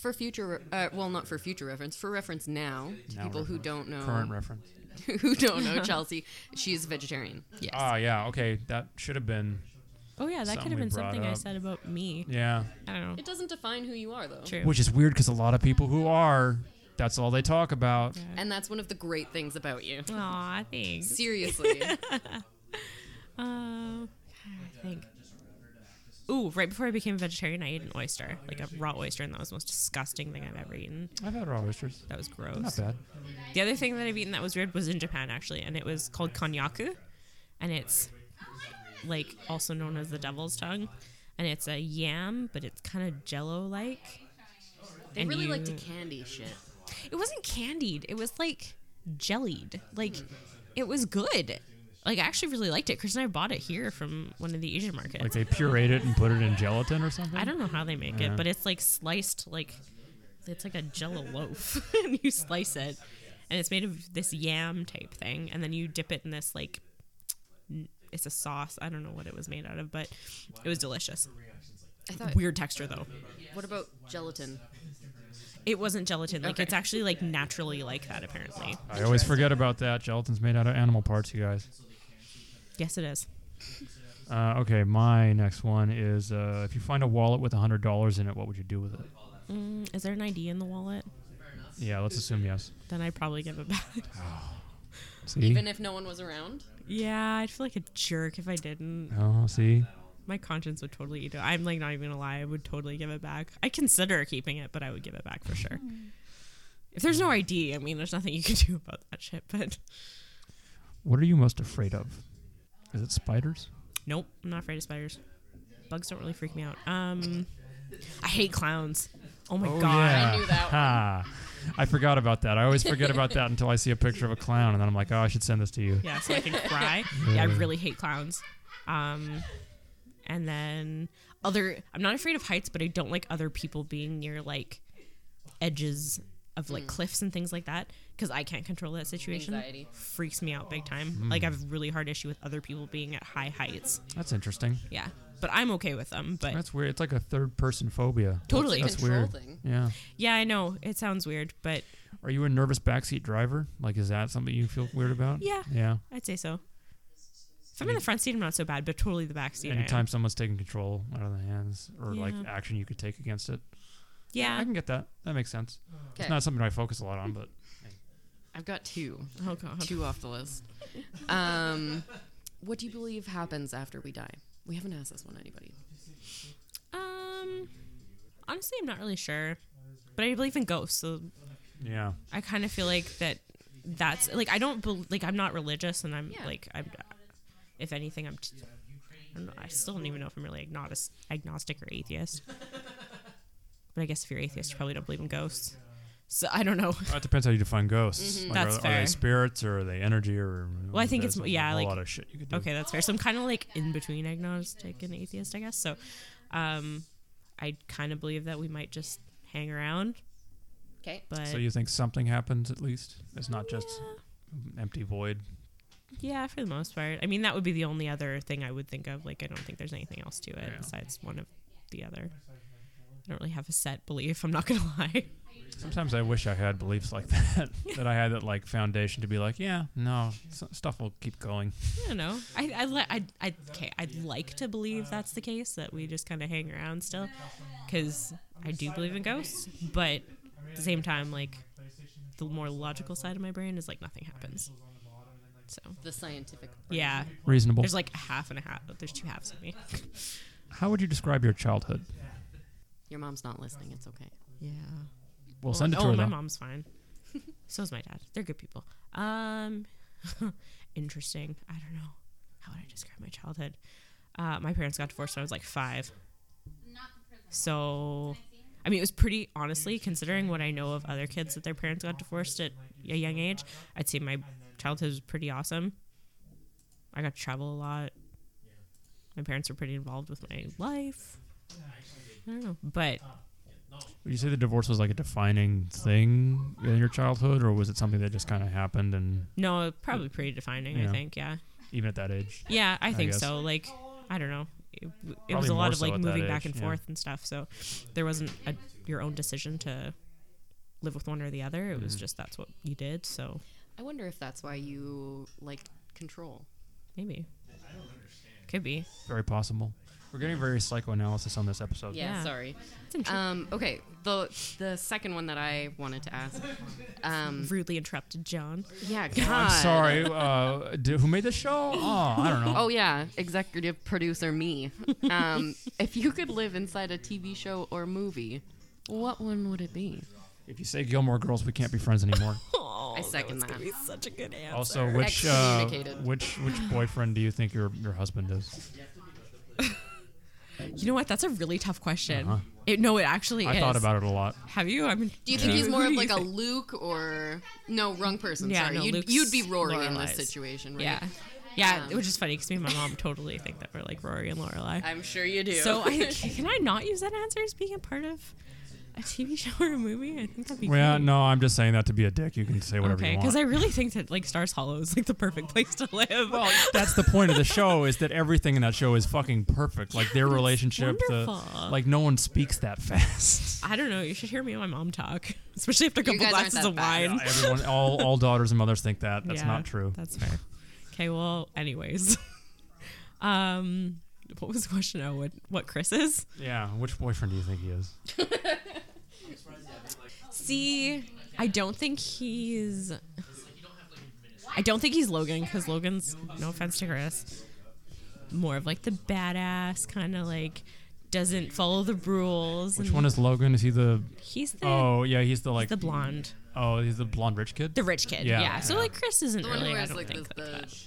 B: For future, uh, well, not for future reference. For reference now, to
A: Now
B: people who
A: reference.
B: don't
D: Um,
B: know
A: Current reference.
B: who don't know Chelsea, she's vegetarian. Yes.
A: Ah, yeah. Okay, that should have been.
D: oh yeah, that
A: Something
D: could have
A: we
D: been
A: brought
D: something I
A: up.
D: said about me.
A: Yeah.
D: I don't know.
B: it doesn't define who you are though.
D: True.
A: Which is weird because a lot of people who are, that's all they talk about.
B: And that's one of the great things about you.
D: Aw, thanks.
B: Seriously.
D: Um, I think. Ooh, right before I became a vegetarian, I ate an oyster, like a raw oyster, and that was the most disgusting thing I've ever eaten.
A: I've had raw oysters.
D: That was
A: Not
D: gross.
A: bad.
D: The other thing that I've eaten that was weird was in Japan actually, and it was called konyaku, and it's like also known as the devil's tongue, and it's a yam, but it's kind of jello like.
B: They
D: and
B: really
D: you-
B: like to candy shit.
D: It wasn't candied. It was like jellied. Like it was good. Like I actually really liked it. Chris and I bought it here from one of the Asian markets.
A: Like they purate it and put it in gelatin or something.
D: I don't know how they make
A: Yeah.
D: it, but it's like sliced like it's like a jello loaf and you slice it and it's made of this yam type thing and then you dip it in this like n- it's a sauce. I don't know what it was made out of, but it was delicious.
B: I thought.
D: Weird texture though.
B: What about gelatin?
D: It wasn't gelatin. Like
B: Okay.
D: it's actually like naturally like that apparently.
A: I always forget about that. Gelatin's made out of animal parts, you guys.
D: Yes, it is.
A: Uh, okay, my next one is uh, if you find a wallet with hundred dollars in it, what would you do with it?
D: Mm, is there an ID in the wallet?
A: Yeah, let's assume yes.
D: Then I'd probably give it back.
A: See?
B: Even if no one was around.
D: yeah, I'd feel like a jerk if I didn't.
A: oh, see.
D: My conscience would totally eat it. I'm like not even gonna lie. I would totally give it back. I consider keeping it, but I would give it back for sure. If there's no ID, I mean, there's nothing you can do about that shit. But
A: What are you most afraid of? Is it spiders?
D: nope, I'm not afraid of spiders. Bugs don't really freak me out. Um, I hate clowns. Oh my god.
B: I knew that one.
A: Ha. I forgot about that. I always forget about that until I see a picture of a clown, and then I'm like, oh, I should send this to you.
D: yeah, so I can cry. yeah, I really hate clowns. Um, and then other, I'm not afraid of heights, but I don't like other people being near like edges of like cliffs and things like that because I can't control that situation.
B: Anxiety.
D: Freaks me out big time.
A: Hmm.
D: Like I have a really hard issue with other people being at high heights.
A: That's interesting.
D: Yeah, but I'm okay with them. But
A: That's weird. It's like a third person phobia.
D: totally,
A: That's
B: Control
A: weird.
B: thing.
A: Yeah.
D: yeah, I know it sounds weird, but
A: Are you a nervous backseat driver? Like, is that something you feel weird about?
D: Yeah.
A: Yeah.
D: I'd say so. If I'm in the front seat, I'm not so bad, but totally the back seat. I am.
A: Anytime someone's taking control out of the hands or like
D: Yeah.
A: action you could take against it, I
D: Yeah.
A: can get that. That makes sense.
B: Okay.
A: It's not something I focus a lot on, but
B: I've got two.
D: Oh god.
B: Two off the list. Um, what do you believe happens after we die? We haven't asked this one to anybody.
D: Um, honestly, I'm not really sure, but I believe in ghosts, so
A: yeah.
D: I kind of feel like that. That's like I don't bel like I'm not religious, and I'm
B: Yeah.
D: like I'm. If anything, I'm. T- I, am I still don't even know if I'm really agnostic, agnostic or atheist. but I guess if you're atheist, you probably don't believe in ghosts. So I don't know.
A: Well, it depends how you define ghosts. Like,
D: Mm-hmm. That's
A: are, are
D: fair.
A: they spirits or are they energy or?
D: Well, I think
A: there's
D: it's-
A: a
D: yeah,
A: whole
D: like-
A: lot of shit you could do.
D: Okay, that's fair. So I'm kind of like in between agnostic and atheist, I guess. So, um, I kind of believe that we might just hang around,
B: Okay.
D: but
A: So you think something happens at least? It's not just empty void.
D: Yeah, for the most part. I mean, that would be the only other thing I would think of. Like, I don't think there's anything else to it
A: Yeah.
D: besides one of the other. I don't really have a set belief. I'm not gonna lie.
A: Sometimes I wish I had beliefs like that. that I had that like foundation to be like, yeah, no, s- stuff will keep going.
D: I don't know. I I li- I I okay. I'd like to believe that's the case that we just kind of hang around still, because I do believe in ghosts. But at the same time, like the more logical side of my brain is like nothing happens. So
B: The scientific. part.
D: yeah,
A: Reasonable.
D: there's like a half and a half. There's two halves of me.
A: How would you describe your childhood?
B: Your mom's not listening. It's okay.
D: Yeah.
A: We'll send it to
D: oh,
A: her
D: my
A: though.
D: mom's fine. So's my dad. They're good people. Um, interesting. I don't know. How would I describe my childhood? Uh, my parents got divorced when I was like five. So, I mean, it was pretty honestly considering what I know of other kids that their parents got divorced at a young age. I'd say my childhood was pretty awesome. I got to travel a lot. My parents were pretty involved with my life. I don't know, but
A: Would you say the divorce was like a defining thing in your childhood, or was it something that just kind of happened? And
D: no, probably pretty defining.
A: Yeah.
D: I think, yeah.
A: even at that age,
D: Yeah, I think
A: guess.
D: so. Like, I don't know. It, w- it
A: Probably
D: was a
A: more
D: lot of
A: so
D: like
A: at that
D: moving back
A: age,
D: and
A: yeah.
D: forth and stuff. So there wasn't a, your own decision to live with one or the other. It was
A: Mm-hmm.
D: just that's what you did. So
B: I wonder if that's why you liked control.
D: maybe. Could be.
A: very possible. We're getting very psychoanalysis on this episode.
B: Yeah,
D: Yeah.
B: sorry.
D: It's inter-
B: Um, okay, the the second one that I wanted to ask. Um,
D: rudely interrupted John.
B: yeah, God.
A: I'm sorry. Uh, d who made the show? Oh, I don't know.
B: Oh yeah, executive producer me. Um, if you could live inside a TV show or movie, what one would it be?
A: If you say Gilmore Girls, we can't be friends anymore.
D: Oh,
B: I second that.
D: Be such a good answer.
A: also, which uh,
B: Excommunicated.
A: which which boyfriend do you think your your husband is?
D: You know what? That's a really tough question.
A: Uh-huh.
D: It, no, it actually
A: I
D: is.
A: thought about it a lot.
D: Have you? I mean,
B: Do you think
D: who-
B: he's more
D: who
B: of
D: do you
B: like a
D: think?
B: Luke or no wrong person?
D: Yeah,
B: sorry,
D: no,
B: you'd,
D: Luke's
B: you'd be roaring in this
D: Lorelai's.
B: situation, right?
D: Yeah. Yeah,
B: Um,
D: which is funny because me and my mom totally think that we're like Rory and Lorelai.
B: I'm sure you do.
D: So I, can I not use that answer as being a part of a TV show or a movie? I think that'd be
A: Well,
D: great.
A: no, I'm just saying that to be a dick. You can say whatever
D: okay,
A: you
D: because
A: want.
D: I really think that like Stars Hollow is like the perfect place to live.
A: well, that's the point of the show is that everything in that show is fucking perfect. Like their
D: it's
A: relationship, the,
D: wonderful.
A: like no one speaks that fast.
D: I don't know. You should hear me and my mom talk, especially after a couple
B: guys aren't
D: glasses of
B: that bad.
D: wine.
A: Everyone, all all daughters and mothers think that. That's
D: Yeah,
A: not true.
D: That's fair. Okay, well, anyways, um, what was the question? Oh, what what Chris is?
A: Yeah, which boyfriend do you think he is?
D: See, I don't think he's. I don't think he's Logan because Logan's no offense to Chris, more of like the badass kind of like doesn't follow the rules.
A: Which
D: and
A: one is Logan? Is he the?
D: He's the
A: Oh yeah, he's the like
D: the blonde,
A: Oh, he's the blonde rich kid.
D: the rich kid.
A: Yeah,
D: Yeah. So
A: yeah.
D: like Chris isn't
B: the one who
D: really. I
B: wears
D: don't
B: like the,
D: think like
B: the
D: that.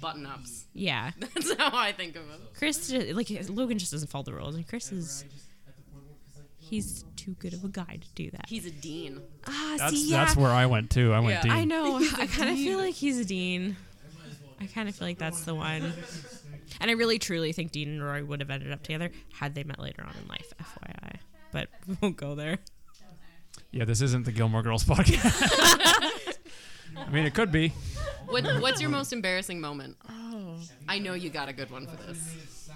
B: button ups.
D: Yeah.
B: That's how I think of him.
D: Chris, ju- like Logan, just doesn't follow the rules, and Chris is. He's too good of a guy to do that.
B: He's a dean.
D: Ah,
A: that's
D: see, yeah,
A: that's where I went too. I went
B: Yeah.
A: Dean.
D: I know. I kind of feel like he's a dean. I kind of feel like that's the one. And I really truly think Dean and Rory would have ended up together had they met later on in life, FYI. But we won't go there.
A: Yeah, this isn't the Gilmore Girls podcast. I mean, it could be.
B: What, what's your most embarrassing moment?
D: Oh.
B: I know you got a good one for this.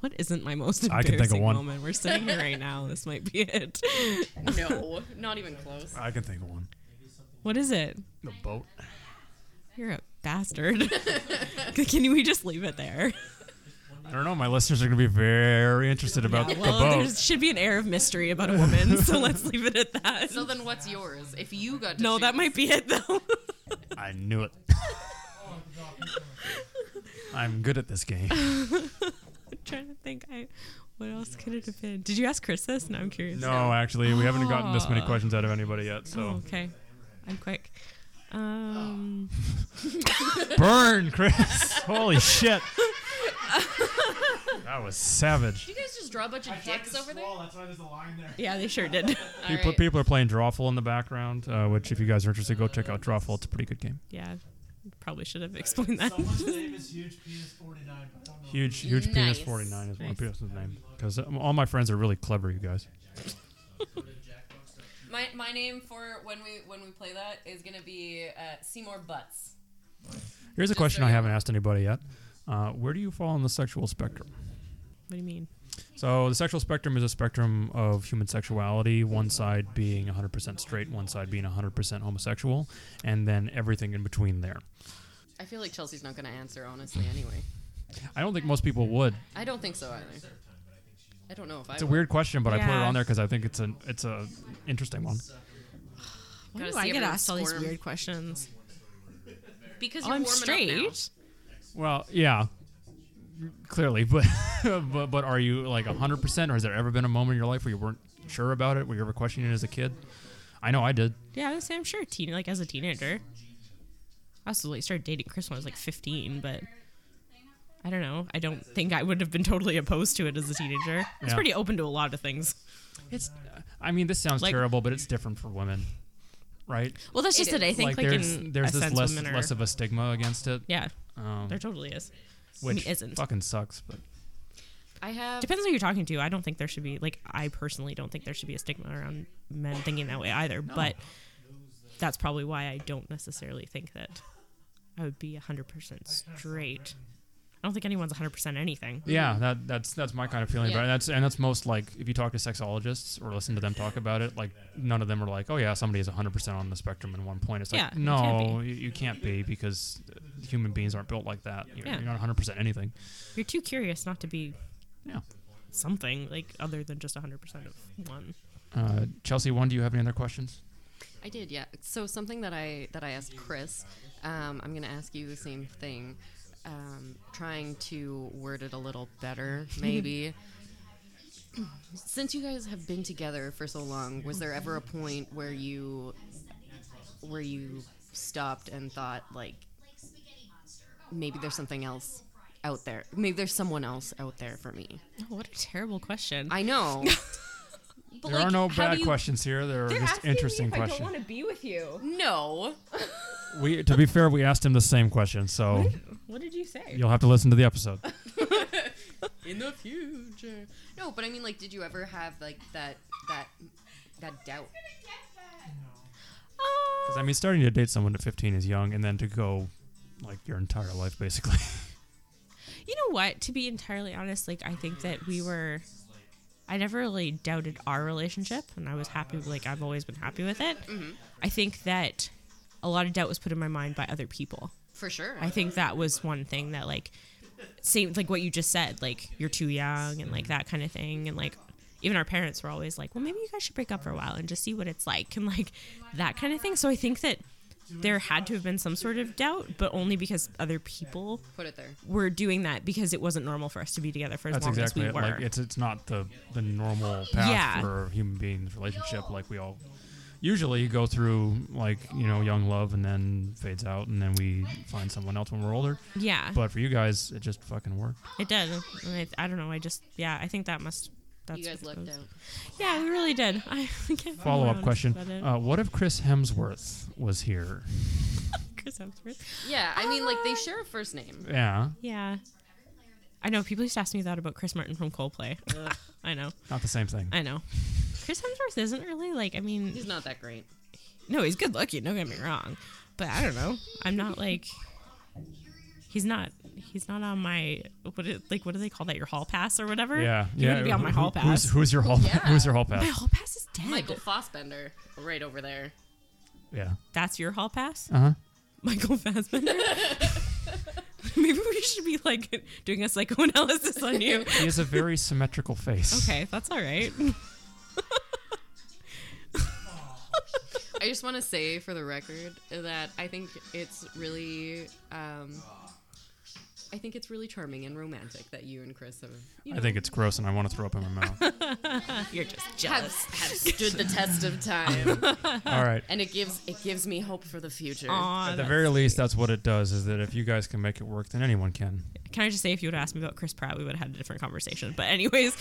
D: What isn't my most
A: I can
D: embarrassing
A: think of one.
D: moment? We're sitting here right now. This might be it.
B: No, not even close.
A: I can think of one.
D: What is it?
A: The boat.
D: You're a bastard. can we just leave it there?
A: I don't know. My listeners are going to be very interested about the
D: Well, there
A: boat.
D: should be an air of mystery about a woman, so let's leave it at that.
B: So then, what's yours? If you got to
D: No, that
B: choose-
D: might be it though.
A: I knew it. I'm good at this game.
D: I'm trying to think. I what else could it have been? Did you ask Chris this? No, I'm curious.
A: No, actually, we haven't gotten this many
D: Aw.
A: questions out of anybody yet.
D: Oh,
A: So
D: okay. I'm quick. Um,
A: burn, Chris. Holy shit. That was savage.
B: Did you guys just draw a bunch of dicks over there?
E: That's why there's a line there.
D: yeah, they sure did.
B: All
A: People,
B: right.
A: people are playing Drawful in the background, uh, which if you guys are interested, go check out Drawful. It's a pretty good game.
D: Yeah, probably should have explained that.
E: Someone's name is Huge Penis 49. but don't know
A: Huge, huge penis
B: Nice.
A: 49 is one
D: Nice.
A: person's name. Because all my friends are really clever, you guys.
B: My, my name for when we when we play that is gonna be uh, Seymour Butts.
A: Here's a
B: Just
A: question
B: so
A: I
B: you
A: haven't asked anybody yet. Uh, where do you fall on the sexual spectrum?
D: What do you mean?
A: So the sexual spectrum is a spectrum of human sexuality, one side being 100% straight, one side being 100% homosexual, and then everything in between there.
B: I feel like Chelsea's not gonna answer honestly anyway.
A: I don't think most people would.
B: I don't think so either. I don't know if I.
A: It's a weird question, but I put it
D: Yeah.
A: on there because I think it's an it's a interesting one.
D: Why
B: Gotta
D: do
B: see
D: I get
B: everyone
D: asked all these
B: squirm.
D: weird questions?
B: because
D: Oh,
B: you're
D: I'm
B: warming Up now.
D: straight.
A: Well, yeah, clearly, but but, but are you like 100%, or has there ever been a moment in your life where you weren't sure about it, where you were questioning it as a kid? I know I did.
D: Yeah, I would say I'm sure. Teen, like as a teenager, I also like started dating Chris when I was like 15, but I don't know. I don't think I would have been totally opposed to it as a teenager. I was
A: Yeah.
D: pretty open to a lot of things.
A: It's, I mean, this sounds
D: Like-
A: terrible, but it's different for women, right?
D: Well, that's
B: It
D: just that I
B: is.
D: think like,
A: there's
D: in
A: there's
D: a
A: this
D: sense
A: less
D: women are,
A: less of a stigma against it,
D: yeah,
A: um,
D: there totally is.
A: which
D: mean, isn't.
A: fucking sucks. But
B: I have.
D: Depends who you're talking to. I don't think there should be like I personally don't think there should be a stigma around men thinking that way either. But that's probably why I don't necessarily think that I would be 100% straight. I don't think anyone's 100% anything.
A: yeah, that that's that's my kind of feeling about it.
B: Yeah.
A: That's and that's most like if you talk to sexologists or listen to them talk about it, like none of them are like, oh yeah, somebody is 100 percent on the spectrum in one point. It's like
D: Yeah, you can't
A: no, you, you can't be because uh, human beings aren't built like that. You're,
D: Yeah.
A: you're not 100 percent anything.
D: You're too curious not to be
A: Yeah.
D: something like other than just 100% of one.
A: Uh, Chelsea, one, do you have any other questions?
B: I did, yeah. So something that I that I asked Chris, um, I'm gonna ask you the same thing. Um, trying to word it a little better, maybe. Since you guys have been together for so long, was there ever a point where you where you stopped and thought like maybe there's something else out there. Maybe there's someone else out there for me.
D: Oh, what a terrible question.
B: I know. But,
A: There are
B: like,
A: no
B: how
A: bad
B: do you-
A: questions here. There are just interesting questions.
D: to be with you.
B: No.
A: We, to be fair, we asked him the same question, so
D: What did you say?
A: you'll have to listen to the episode.
B: in the future. No, but I mean, like, did you ever have like that that that doubt?
D: Ah.
A: Because I mean, starting to date someone at 15 is young, and then to go like your entire life basically.
D: You know what? To be entirely honest, like I think that we were. I never really doubted our relationship, and I was happy. Like I've always been happy with it. I think that a lot of doubt was put in my mind by other people.
B: For sure.
D: I think that was one thing that like same like what you just said, like you're too young and like that kind of thing and like even our parents were always like, Well maybe you guys should break up for a while and just see what it's like and like that kind of thing. So I think that there had to have been some sort of doubt, but only because other people
B: Put it there.
D: were doing that because it wasn't normal for us to be together for as
A: That's
D: long
A: exactly
D: as
A: it.
D: we were.
A: Like it's it's not the the normal path
D: Yeah.
A: for a human beings relationship. Like we all usually go through like you know young love and then fades out, and then we find someone else when we're older.
D: yeah.
A: But for you guys, it just fucking worked.
D: it does. And I, I don't know, I just yeah, I think that must that's
B: you guys
D: what it
B: lucked
D: was.
B: out.
D: Yeah, we really did. I, I can't be
A: Follow
D: more
A: up
D: honest
A: question:
D: about it.
A: uh, What if Chris Hemsworth was here?
D: Chris Hemsworth.
B: Yeah, I mean, like they share a first name.
A: Yeah,
D: Yeah. I know people used to ask me that about Chris Martin from Coldplay. I know.
A: not the same thing.
D: I know. Chris Hemsworth isn't really like I mean
B: He's not that great.
D: no, he's good looking, don't get me wrong. But I don't know. I'm not like he's not he's not on my what is, like what do they call that? Your hall pass or whatever?
A: yeah,
D: He
A: yeah.
D: wouldn't be on my
A: Who-
D: hall pass.
A: Who's, who's your hall?
B: Yeah.
A: Who's your hall
D: my
A: pass?
D: hall pass is dead.
B: Michael Fossbender, right over there.
A: Yeah.
D: That's your hall pass?
A: Uh huh.
D: Michael Fassbender? Maybe we should be like doing a psychoanalysis on you.
A: He has a very symmetrical face.
D: Okay, that's all right.
B: I just want to say for the record that I think it's really, um, I think it's really charming and romantic that you and Chris have, you know,
A: I think it's gross, and I want to throw up in my mouth.
D: You're just
B: have, have
D: jealous.
B: stood the test of time,
A: All right.
B: and it gives it gives me hope for the future.
D: Aw,
A: At the
D: that's-
A: very least, that's what it does. Is that if you guys can make it work, then anyone can.
D: Can I just say, if you would have asked me about Chris Pratt, we would have had a different conversation. But anyways,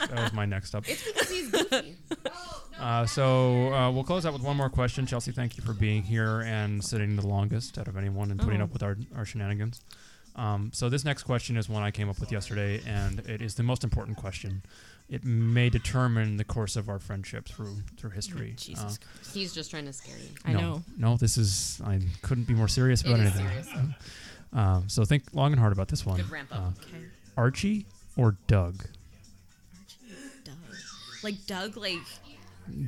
A: That was my next up.
B: It's because he's goofy.
A: Uh, so uh, we'll close out with one more question. Chelsea, thank you for being here and sitting the longest out of anyone and
B: Uh-huh.
A: putting
D: Oh.
A: up with our, our shenanigans. Um, so this next question is one I came up with yesterday, and it is the most important question. It may determine the course of our friendship through through
B: Oh,
A: history.
D: Jesus,
A: Uh,
D: Christ.
B: He's just trying to scare you.
D: I
A: no,
D: know.
A: No, this is. I couldn't be more serious about
B: It is
A: anything.
B: serious.
A: Um, so think long and hard about this one.
B: Good ramp up.
A: Uh, Archie or Doug?
D: Doug. like Doug, like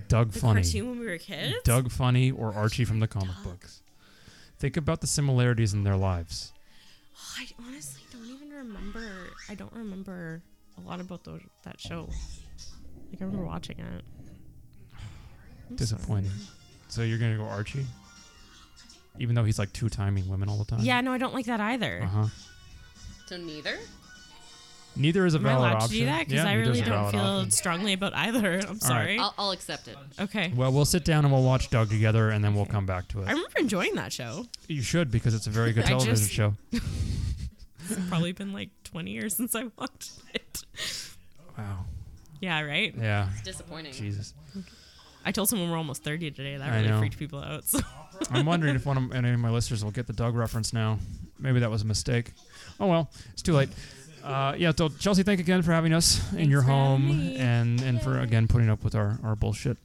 A: Doug
D: the
A: Funny.
D: cartoon when we were kids.
A: Doug Funny or Archie from the comic books. Think about the similarities in their lives.
D: Oh, I honestly don't even remember. I don't remember a lot about those, that show. Like I remember watching it. I'm
A: Disappointing. So you're gonna go Archie, even though he's like two timing women all the time.
D: sorry. Yeah, no, I don't like that
A: Uh
D: either.
A: huh.
B: So neither.
A: Neither is a
D: Am I
A: valid
D: allowed
A: option.
D: to do that? Because
A: yeah,
D: I
A: neither is
D: really
A: a
D: don't
A: valid
D: feel
A: option.
D: strongly about either. I'm sorry.
B: I'll, I'll accept it.
D: Okay.
A: Well, we'll sit down and we'll watch Doug together, and then we'll come back to it.
D: I remember enjoying that show.
A: you should because it's a very good
D: I
A: television
D: just-
A: show.
D: It's probably been like 20 years since I watched it.
A: Wow.
D: Yeah, right?
A: Yeah.
B: Disappointing.
A: Jesus.
D: I told someone we're almost 30 today. That
A: I
D: really
A: know.
D: freaked people out. So.
A: I'm wondering if one of any of my listeners will get the Doug reference now. Maybe that was a mistake. Oh well, it's too late. Uh, yeah, so Chelsea, thank you again for having us in your
D: for having
A: home
D: me.
A: and and for again putting up with our our bullshit.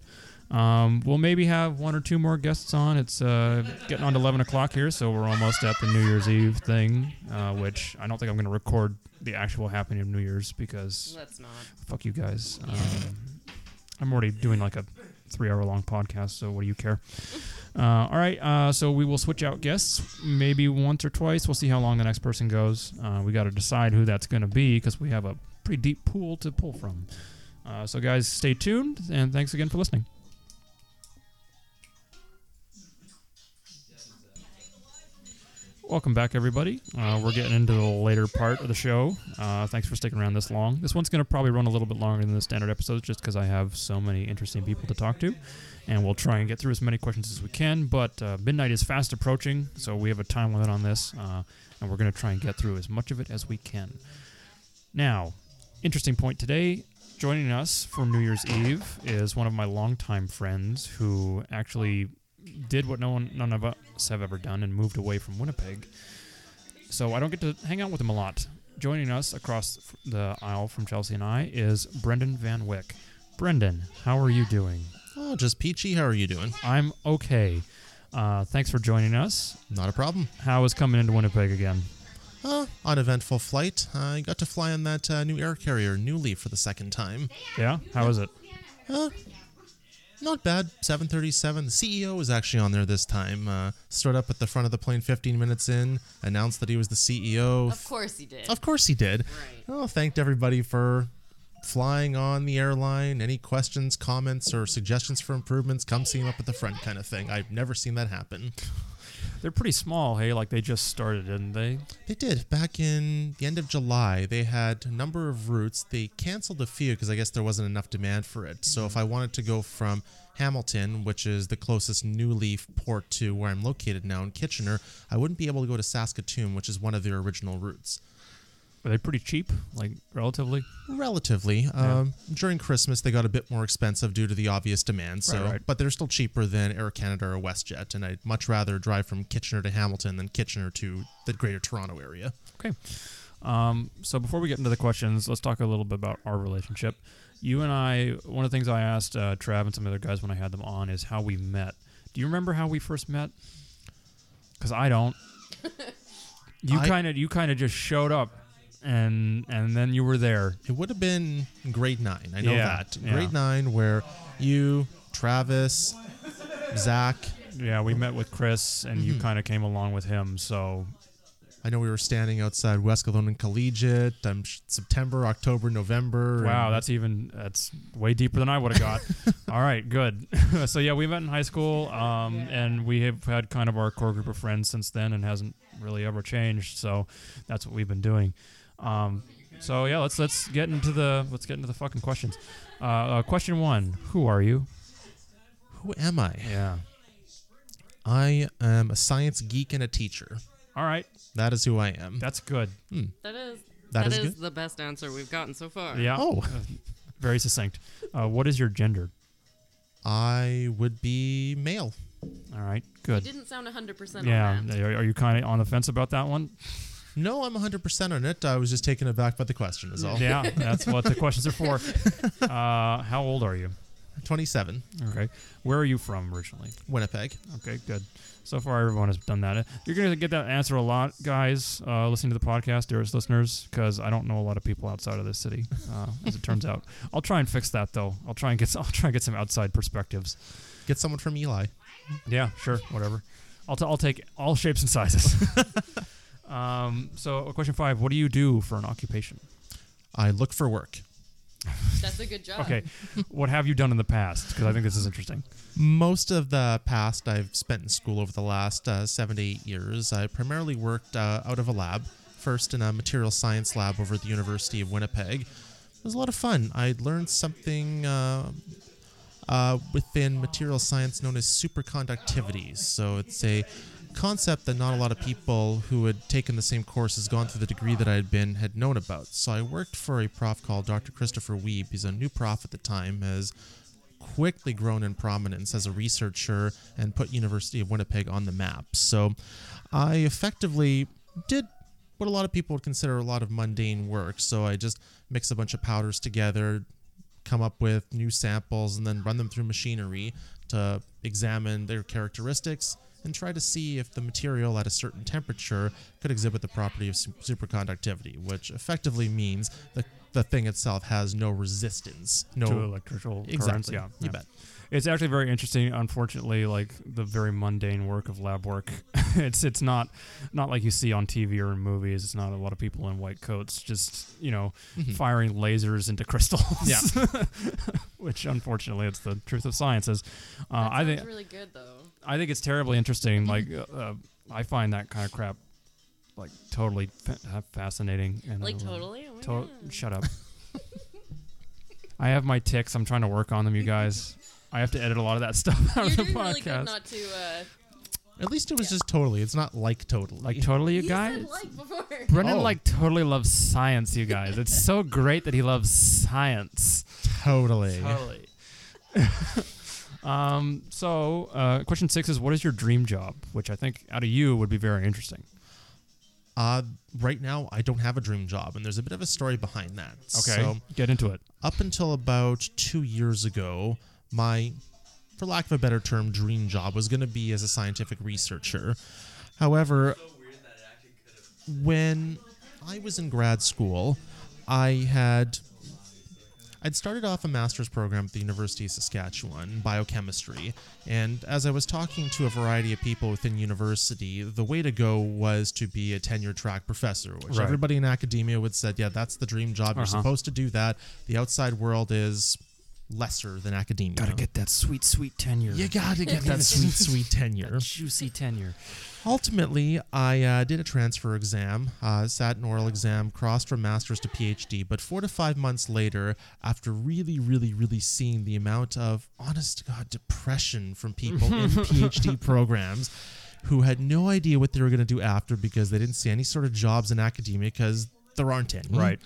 A: Um, we'll maybe have one or two more guests on. It's uh, getting on to 11 o'clock here, so we're almost at the New Year's Eve thing, uh, which I don't think I'm going to record the actual happening of New Year's because
B: Let's not.
A: fuck you guys. Um, I'm already doing like a three hour long podcast, so what do you care? Uh, all right, uh, so we will switch out guests maybe once or twice. We'll see how long the next person goes. Uh, we got to decide who that's going to be because we have a pretty deep pool to pull from. Uh, so, guys, stay tuned and thanks again for listening. Welcome back, everybody. Uh, we're getting into the later part of the show. Uh, thanks for sticking around this long. This one's going to probably run a little bit longer than the standard episodes just because I have so many interesting people to talk to. And we'll try and get through as many questions as we can. But uh, midnight is fast approaching, so we have a time limit on this. Uh, and we're going to try and get through as much of it as we can. Now, interesting point today. Joining us for New Year's Eve is one of my longtime friends who actually did what no one, none of us have ever done, and moved away from Winnipeg. So I don't get to hang out with him a lot. Joining us across f- the aisle from Chelsea and I is Brendan Van Wyck. Brendan, how are you doing?
F: Oh, just peachy. How are you doing?
A: I'm okay. Uh, thanks for joining us.
F: Not a problem.
A: How is coming into Winnipeg again?
F: Uh, uneventful flight. I got to fly on that uh, new air carrier, Newly, for the second time.
A: Yeah, how is it?
F: Uh, not bad. 737. The CEO was actually on there this time. Uh, stood up at the front of the plane 15 minutes in, announced that he was the CEO.
B: Of course he did.
F: Of course he did. Oh, thanked everybody for flying on the airline. Any questions, comments, or suggestions for improvements, come see him up at the front kind of thing. I've never seen that happen.
A: They're pretty small, hey? Like they just started, didn't they?
F: They did. Back in the end of July, they had a number of routes. They canceled a few because I guess there wasn't enough demand for it. So if I wanted to go from Hamilton, which is the closest New Leaf port to where I'm located now in Kitchener, I wouldn't be able to go to Saskatoon, which is one of their original routes.
A: Are they pretty cheap? Like relatively?
F: Relatively. Um, during Christmas, they got a bit more expensive due to the obvious demand. So,
A: right.
F: but they're still cheaper than Air Canada or WestJet, and I'd much rather drive from Kitchener to Hamilton than Kitchener to the Greater Toronto Area.
A: Okay. Um, so before we get into the questions, let's talk a little bit about our relationship. You and I, one of the things I asked uh, Trav and some of the other guys when I had them on is how we met. Do you remember how we first met? Because I don't. you
F: I-
A: kind of you kind of just showed up, and and then you were there.
F: It would have been grade nine. I know
A: Yeah,
F: that.
A: yeah.
F: Grade nine, where you, Travis, Zach,
A: Yeah, we met with Chris, and you kind of came along with him. So
F: I know we were standing outside West Kelowna Collegiate. I'm sh- September, October, November.
A: Wow,
F: and
A: that's even that's way deeper than I would have got. All right, good. so yeah, we met in high school, um, and we have had kind of our core group of friends since then, and hasn't really ever changed. So that's what we've been doing. Um, so yeah, let's let's get into the let's get into the fucking questions. Uh, uh, question one: Who are you?
F: Who am I?
A: Yeah.
F: I am a science geek and a teacher.
A: All right,
F: That is who I am.
A: that's good.
B: That is
F: That is good.
B: the best answer we've gotten so far.
A: Yeah. Uh,
F: Oh,
A: Very succinct. Uh, what is your gender?
F: I would be male.
A: All right,
B: You
A: good.
B: didn't sound 100%
A: Yeah.
B: on that.
A: Are, are you kind of on the fence about that one?
F: No, I'm 100% on it. I was just taken aback by the question, is all.
A: Yeah, that's what the questions are for. Uh, how old are you?
F: 27,
A: Okay. Where are you from originally?
F: Winnipeg.
A: Okay, good. So far, everyone has done that. You're going to get that answer a lot, guys, uh, listening to the podcast, dearest listeners, because I don't know a lot of people outside of this city, uh, as it turns out. I'll try and fix that, though. I'll try and get some, I'll try and get some outside perspectives.
F: Get someone from Eli.
A: Yeah, sure, whatever. I'll, t- I'll take all shapes and sizes. um, so, question five What do you do for an occupation?
F: I look for work.
B: That's a good job.
A: Okay. what have you done in the past? Because I think this is interesting.
F: Most of the past I've spent in school over the last uh, seven to eight years. I primarily worked uh, out of a lab, first in a material science lab over at the University of Winnipeg. It was a lot of fun. I learned something uh, uh, within material science known as superconductivity. So it's a concept that not a lot of people who had taken the same courses, gone through the degree that I had been, had known about. So I worked for a prof called Dr. Christopher Weeb. He's a new prof at the time, has quickly grown in prominence as a researcher and put University of Winnipeg on the map. So I effectively did what a lot of people would consider a lot of mundane work. So I just mix a bunch of powders together, come up with new samples, and then run them through machinery to examine their characteristics and try to see if the material at a certain temperature could exhibit the property of su- superconductivity, which effectively means the the thing itself has no resistance, no
A: to electrical currents.
F: Exactly.
A: Yeah,
F: You
A: yeah.
F: bet.
A: It's actually very interesting. Unfortunately, like the very mundane work of lab work, it's it's not not like you see on TV or in movies. It's not a lot of people in white coats just you know firing lasers into crystals.
F: Yeah.
A: which unfortunately, it's the truth of sciences. Uh,
B: That
A: I think
B: sounds really good, though.
A: I think it's terribly interesting. Like uh, uh, I find that kind of crap like totally fa- fascinating. And I
B: Like,
A: love it.
B: totally? Oh my
A: To-
B: God.
A: shut up. I have my ticks. I'm trying to work on them, you guys. I have to edit a lot of that stuff out
B: You're
A: of the
B: doing really
A: podcast.
B: good not to uh,
F: At least it was just totally. It's not like totally.
A: Like totally, you
B: He
A: guys.
B: said like before.
A: Brennan
F: Oh.
A: like totally loves science, you guys. It's so great that he loves science.
F: totally.
A: Totally. um. So, uh, question six is, what is your dream job? Which I think out of you would be very interesting.
F: Uh, right now, I don't have a dream job, and there's a bit of a story behind that.
A: Okay.
F: So,
A: Get into it.
F: up until about two years ago, my, for lack of a better term, dream job was going to be as a scientific researcher. However, when I was in grad school, I had. I'd started off a master's program at the University of Saskatchewan in biochemistry, and as I was talking to a variety of people within university, the way to go was to be a tenure track professor, which
A: Right.
F: everybody in academia would said, yeah, that's the dream job. You're
A: Uh-huh.
F: supposed to do that. The outside world is lesser than academia.
A: that sweet, sweet tenure.
F: you gotta get that sweet, sweet tenure.
A: juicy tenure.
F: Ultimately, I uh, did a transfer exam, uh, sat an oral exam, crossed from master's to PhD. But four to five months later, after really, really, really seeing the amount of honest to God depression from people in PhD programs who had no idea what they were going to do after because they didn't see any sort of jobs in academia because there aren't any.
A: Right.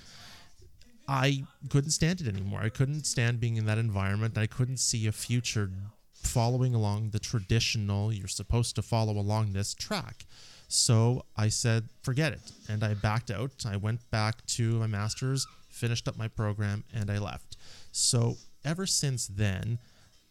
F: I couldn't stand it anymore. I couldn't stand being in that environment. I couldn't see a future following along the traditional, you're supposed to follow along this track. So I said, forget it. And I backed out. I went back to my master's, finished up my program, and I left. So ever since then,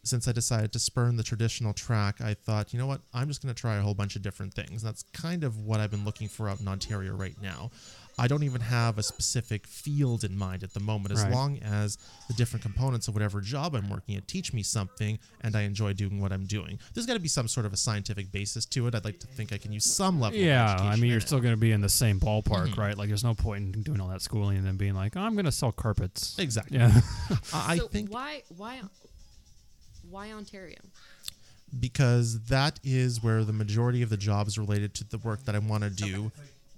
F: since I decided to spurn the traditional track, I thought, you know what, I'm just going to try a whole bunch of different things. That's kind of what I've been looking for out in Ontario right now. I don't even have a specific field in mind at the moment, as
A: Right.
F: long as the different components of whatever job I'm working at teach me something and I enjoy doing what I'm doing. There's got to be some sort of a scientific basis to it. I'd like to think I can use some level
A: Yeah,
F: of
A: I
F: education
A: mean, you're
F: in it.
A: still going to be in the same ballpark,
F: Mhm.
A: right? Like, there's no point in doing all that schooling and then being like, I'm going to sell carpets.
F: Exactly.
A: Yeah.
F: I I
B: so
F: think
B: why why why Ontario?
F: because that is where the majority of the jobs related to the work that I want to do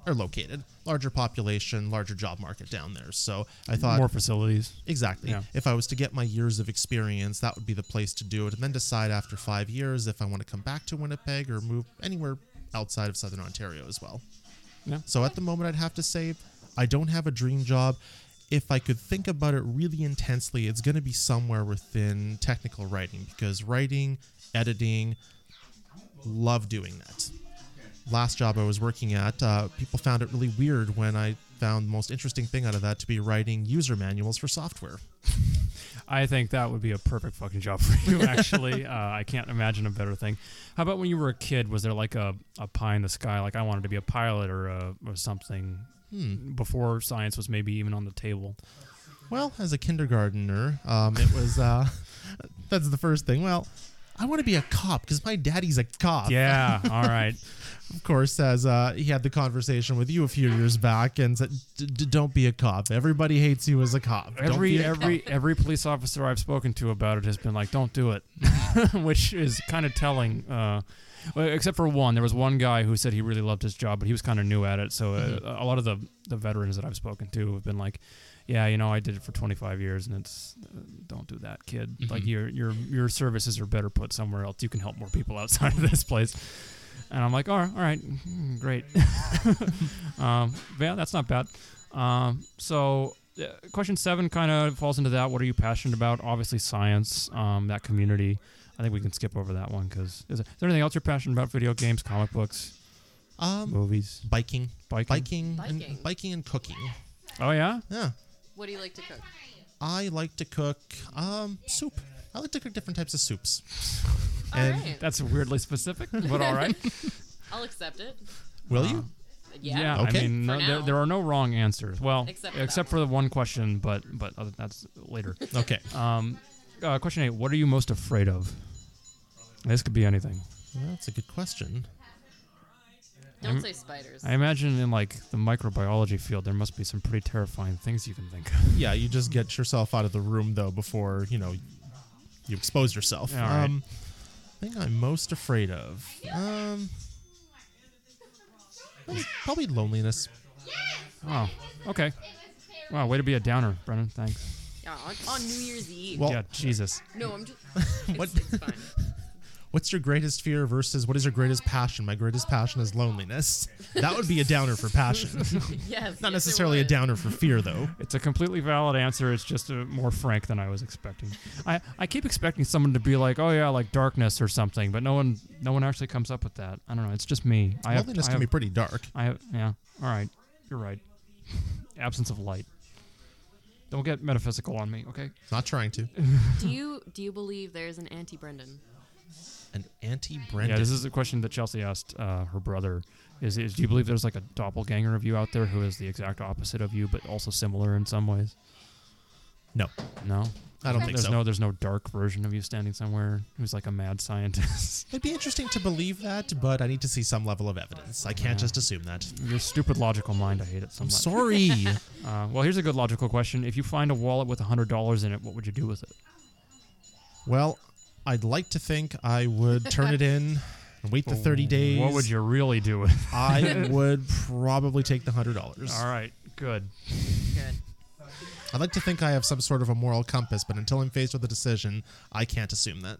F: are located. Larger population, larger job market down there. So I thought
A: More facilities.
F: exactly
A: Yeah.
F: if I was to get my years of experience, that would be the place to do it, and then decide after five years if I want to come back to Winnipeg or move anywhere outside of Southern Ontario as well.
A: Yeah.
F: So at the moment, I'd have to say I don't have a dream job. If I could think about it really intensely, it's going to be somewhere within technical writing because writing, editing, love doing that. Last job I was working at, uh, people found it really weird when I found the most interesting thing out of that to be writing user manuals for software.
A: I think that would be a perfect fucking job for you, actually. uh, I can't imagine a better thing. How about when you were a kid? Was there like a, a pie in the sky? Like, I wanted to be a pilot or, a, or something
F: Hmm.
A: before science was maybe even on the table.
F: Well, as a kindergartner, um, it was uh, that's the first thing. Well, I want to be a cop because my daddy's a cop.
A: Yeah. All right.
F: of course, as uh, he had the conversation with you a few years back and said, "D- d- "Don't be a cop. Everybody hates you as a cop. Don't be
A: Every e-"
F: a cop."
A: every every police officer I've spoken to about it has been like, "Don't do it," which is kind of telling. Uh, well, except for one, there was one guy who said he really loved his job, but he was kind of new at it. So uh,
F: Mm-hmm.
A: a lot of the the veterans that I've spoken to have been like, "Yeah, you know, I did it for 25 years, and it's uh, don't do that, kid. Like
F: Mhm.
A: your your your services are better put somewhere else. You can help more people outside of this place." And I'm like, "All right, all right, mm, great." um, yeah, that's not bad. Um, so, uh, question seven kind of falls into that. What are you passionate about? Obviously, science, um, that community. I think we can skip over that one because is, there anything else you're passionate about? Video games, comic books,
F: um,
A: movies,
F: biking,
A: biking.
F: biking,
B: Biking.
F: and biking and cooking.
A: Oh yeah,
F: Yeah,
B: What do you like to cook?
F: I like to cook um, soup. I like to cook different types of soups.
B: All
F: And
B: right.
A: that's weirdly specific, but all right.
B: I'll accept it.
F: Will
A: Ah.
F: you?
B: Yeah.
F: Okay.
A: I mean,
B: For
A: no, there,
B: now.
A: there are no wrong answers. Well,
B: Except
A: except
B: for
A: for,
B: that one.
A: the one question, but but other, that's later.
F: Okay.
A: Um, uh, question eight: What are you most afraid of? This could be anything.
F: Well, that's a good question.
B: Don't say spiders.
A: I imagine in like the microbiology field, there must be some pretty terrifying things you can think of.
F: Yeah, you just get yourself out of the room though before you know you expose yourself.
A: All right.
F: Um, thing I'm most afraid of. Um, probably- probably loneliness.
A: Oh, okay. Wow, way to be a downer, Brennan. Thanks.
B: yeah, on, on New Year's Eve.
F: Well,
A: yeah, Jesus.
B: no, I'm just.
F: What-
B: It's, it's fine.
C: what's your greatest fear versus what is your greatest passion? My greatest passion is loneliness. That would be a downer for passion.
B: yes.
C: Not necessarily a downer for fear, though.
A: It's a completely valid answer. It's just uh more frank than I was expecting. I, I keep expecting someone to be like, oh yeah, like darkness or something, but no one no one actually comes up with that. I don't know. It's just me. I have,
C: Loneliness
A: I
C: can be
A: have-
C: pretty dark.
A: I have, yeah. All right, you're right. Absence of light. Don't get metaphysical on me, okay?
C: Not trying to.
B: Do you do you believe there's an anti Brendan?
C: An anti Brendan.
A: Yeah, this is a question that Chelsea asked uh, her brother. Is, is do you believe there's like a doppelganger of you out there who is the exact opposite of you, but also similar in some ways?
C: No.
A: No.
C: I don't think
A: There's
C: so.
A: no there's no dark version of you standing somewhere who's like a mad scientist.
C: It'd be interesting to believe that, but I need to see some level of evidence. I can't
A: Yeah.
C: just assume that.
A: Your stupid logical mind, I hate it so
C: I'm
A: much.
C: sorry.
A: Uh, well, here's a good logical question: If you find a wallet with hundred dollars in it, what would you do with it?
C: well, I'd like to think I would turn it in and wait the 30 days.
A: Oh, What would you really do with? it?
C: I would probably take the $100.
A: All right, good.
B: Good.
C: I'd like to think I have some sort of a moral compass, but until I'm faced with a decision, I can't assume that.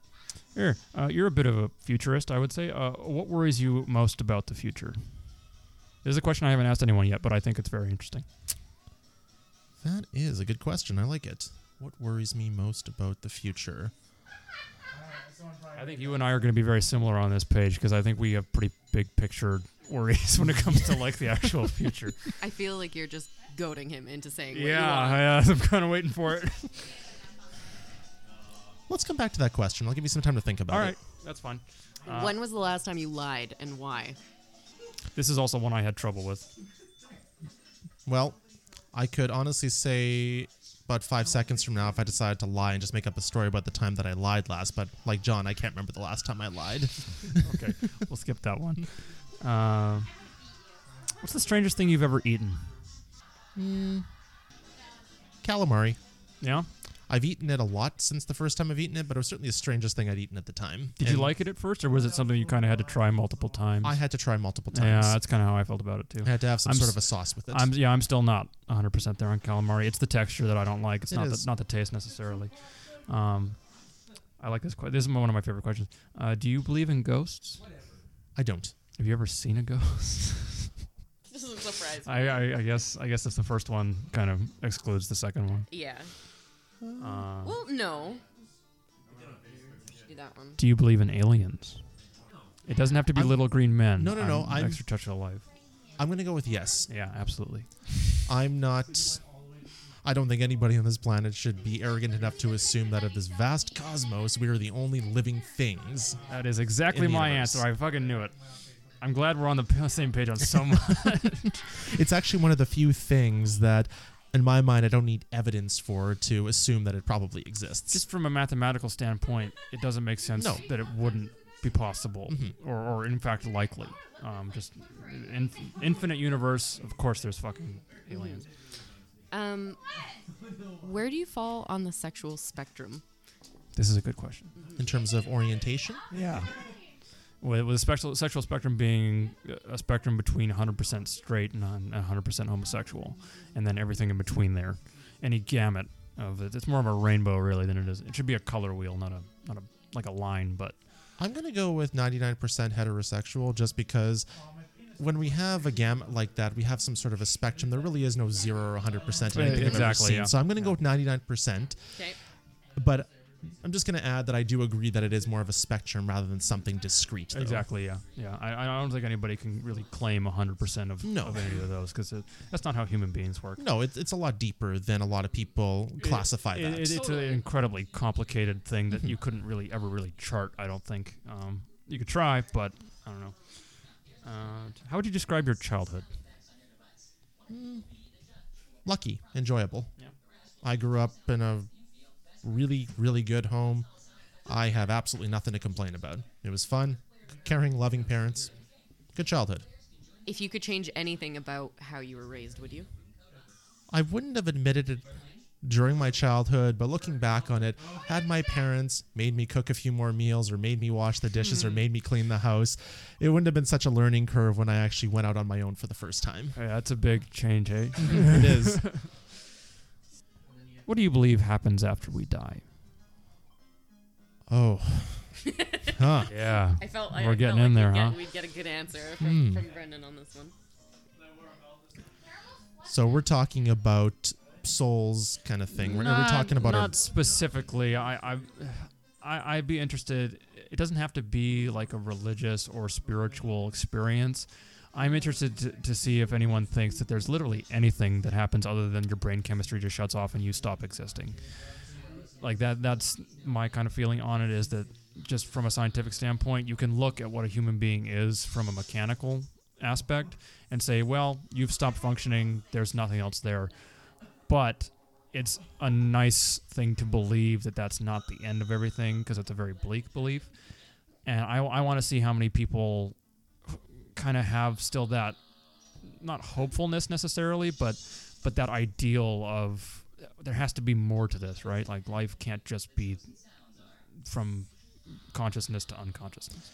A: Here, uh, you're a bit of a futurist, I would say. Uh, what worries you most about the future? This is a question I haven't asked anyone yet, but I think it's very interesting.
C: That is a good question. I like it. What worries me most about the future?
A: I think you and I are going to be very similar on this page because I think we have pretty big picture worries when it comes to like the actual future.
B: I feel like you're just goading him into saying. What You want.
A: yeah, yeah, I'm kind of waiting for it.
C: Let's come back to that question. I'll give you some time to think about
A: All
C: it.
A: right, that's fine. Uh,
B: when was the last time you lied and why?
A: This is also one I had trouble with.
C: Well, I could honestly say about five seconds from now if I decided to lie and just make up a story about the time that I lied last, but like John, I can't remember the last time I lied.
A: Okay, we'll skip that one. Uh, what's the strangest thing you've ever eaten?
C: Calamari.
A: Yeah.
C: I've eaten it a lot since the first time I've eaten it, but it was certainly the strangest thing I'd eaten at the time.
A: Did
C: And
A: you like it at first, or was it something you kind of had to try multiple times?
C: I had to try multiple times.
A: yeah, that's kind of how I felt about it too.
C: I had to have some
A: I'm
C: sort
A: s-
C: of a sauce with it.
A: I'm yeah, I'm still not 100% there on calamari. It's the texture that I don't like. It's
C: It
A: not the,
C: is.
A: not the taste necessarily. Um, I like this question. This is one of my favorite questions. Uh, do you believe in ghosts?
C: I don't.
A: Have you ever seen a ghost?
B: This is a surprise.
A: I, I, I guess I guess if the first one kind of excludes the second one.
B: yeah.
A: Uh,
B: Well, no. Do that one.
A: do you believe in aliens? It doesn't have to be
C: I'm-
A: little green men.
C: No, no, no,
A: i
C: I'm-
A: extra touch of life.
C: I'm going to go with yes.
A: Yeah, absolutely.
C: I'm not. I don't think anybody on this planet should be arrogant enough to assume that of this vast cosmos, we are the only living things.
A: That is exactly
C: In the
A: my
C: universe.
A: answer. I fucking knew it. I'm glad we're on the p- same page on so much.
C: It's actually one of the few things that, in my mind, I don't need evidence for to assume that it probably exists.
A: Just from a mathematical standpoint, it doesn't make sense
C: No. Mm-hmm.
A: that it wouldn't be possible or, or, in fact, likely. Um, just in, infinite universe, of course, there's fucking aliens.
B: Um, where do you fall on the sexual spectrum?
A: This is a good question.
C: in terms of orientation,
A: Yeah. With, with special, sexual spectrum being a spectrum between 100% straight and un- 100% homosexual, and then everything in between there, any gamut of it. It's more of a rainbow really than it is. It should be a color wheel, not a not a like a line. But
C: I'm going to go with 99% heterosexual just because when we have a gamut like that, we have some sort of a spectrum. There really is no zero or 100% in
A: Yeah,
C: anything I've ever
A: exactly,
C: seen.
A: yeah.
C: So I'm going to go with 99%.
B: Okay.
C: But I'm just going to add that I do agree that it is more of a spectrum rather than something discrete. Though.
A: exactly, yeah, yeah. I, I don't think anybody can really claim 100% of,
C: No.
A: of any of those because that's not how human beings work.
C: No, it's, it's a lot deeper than a lot of people classify
A: It-
C: that.
A: it- it's an incredibly complicated thing that you couldn't really ever really chart. I don't think um, you could try, but I don't know. Uh, t- how would you describe your childhood?
C: Lucky, enjoyable.
A: Yeah.
C: I grew up in a really, really good home. I have absolutely nothing to complain about. It was fun, caring, loving parents. Good childhood.
B: If you could change anything about how you were raised, would you?
C: I wouldn't have admitted it during my childhood, but looking back on it, had my parents made me cook a few more meals or made me wash the dishes
A: Hmm.
C: or made me clean the house, it wouldn't have been such a learning curve when I actually went out on my own for the first time.
A: Yeah, that's a big change, eh?
C: it is.
A: what do you believe happens after we die?
C: Oh. Huh.
A: Yeah.
B: I felt
A: We're
B: I
A: getting
B: felt like
A: in there,
B: we'd
A: huh? Hmm.
B: Get, we'd get a good answer from, from Brendan on this one.
C: So we're talking about souls kind of thing. We're, we're
A: Not-
C: talking about
A: Uh, not
C: our
A: specifically. I, I, I, I'd be interested. It doesn't have to be like a religious or spiritual experience. I'm interested to, to see if anyone thinks that there's literally anything that happens other than your brain chemistry just shuts off and you stop existing. Like that. That's my kind of feeling on it. Is that just from a scientific standpoint, you can look at what a human being is from a mechanical aspect and say, well, you've stopped functioning. There's nothing else there but it's a nice thing to believe that that's not the end of everything because it's a very bleak belief and i, I want to see how many people kind of have still that not hopefulness necessarily but but that ideal of there has to be more to this right like life can't just be from consciousness to unconsciousness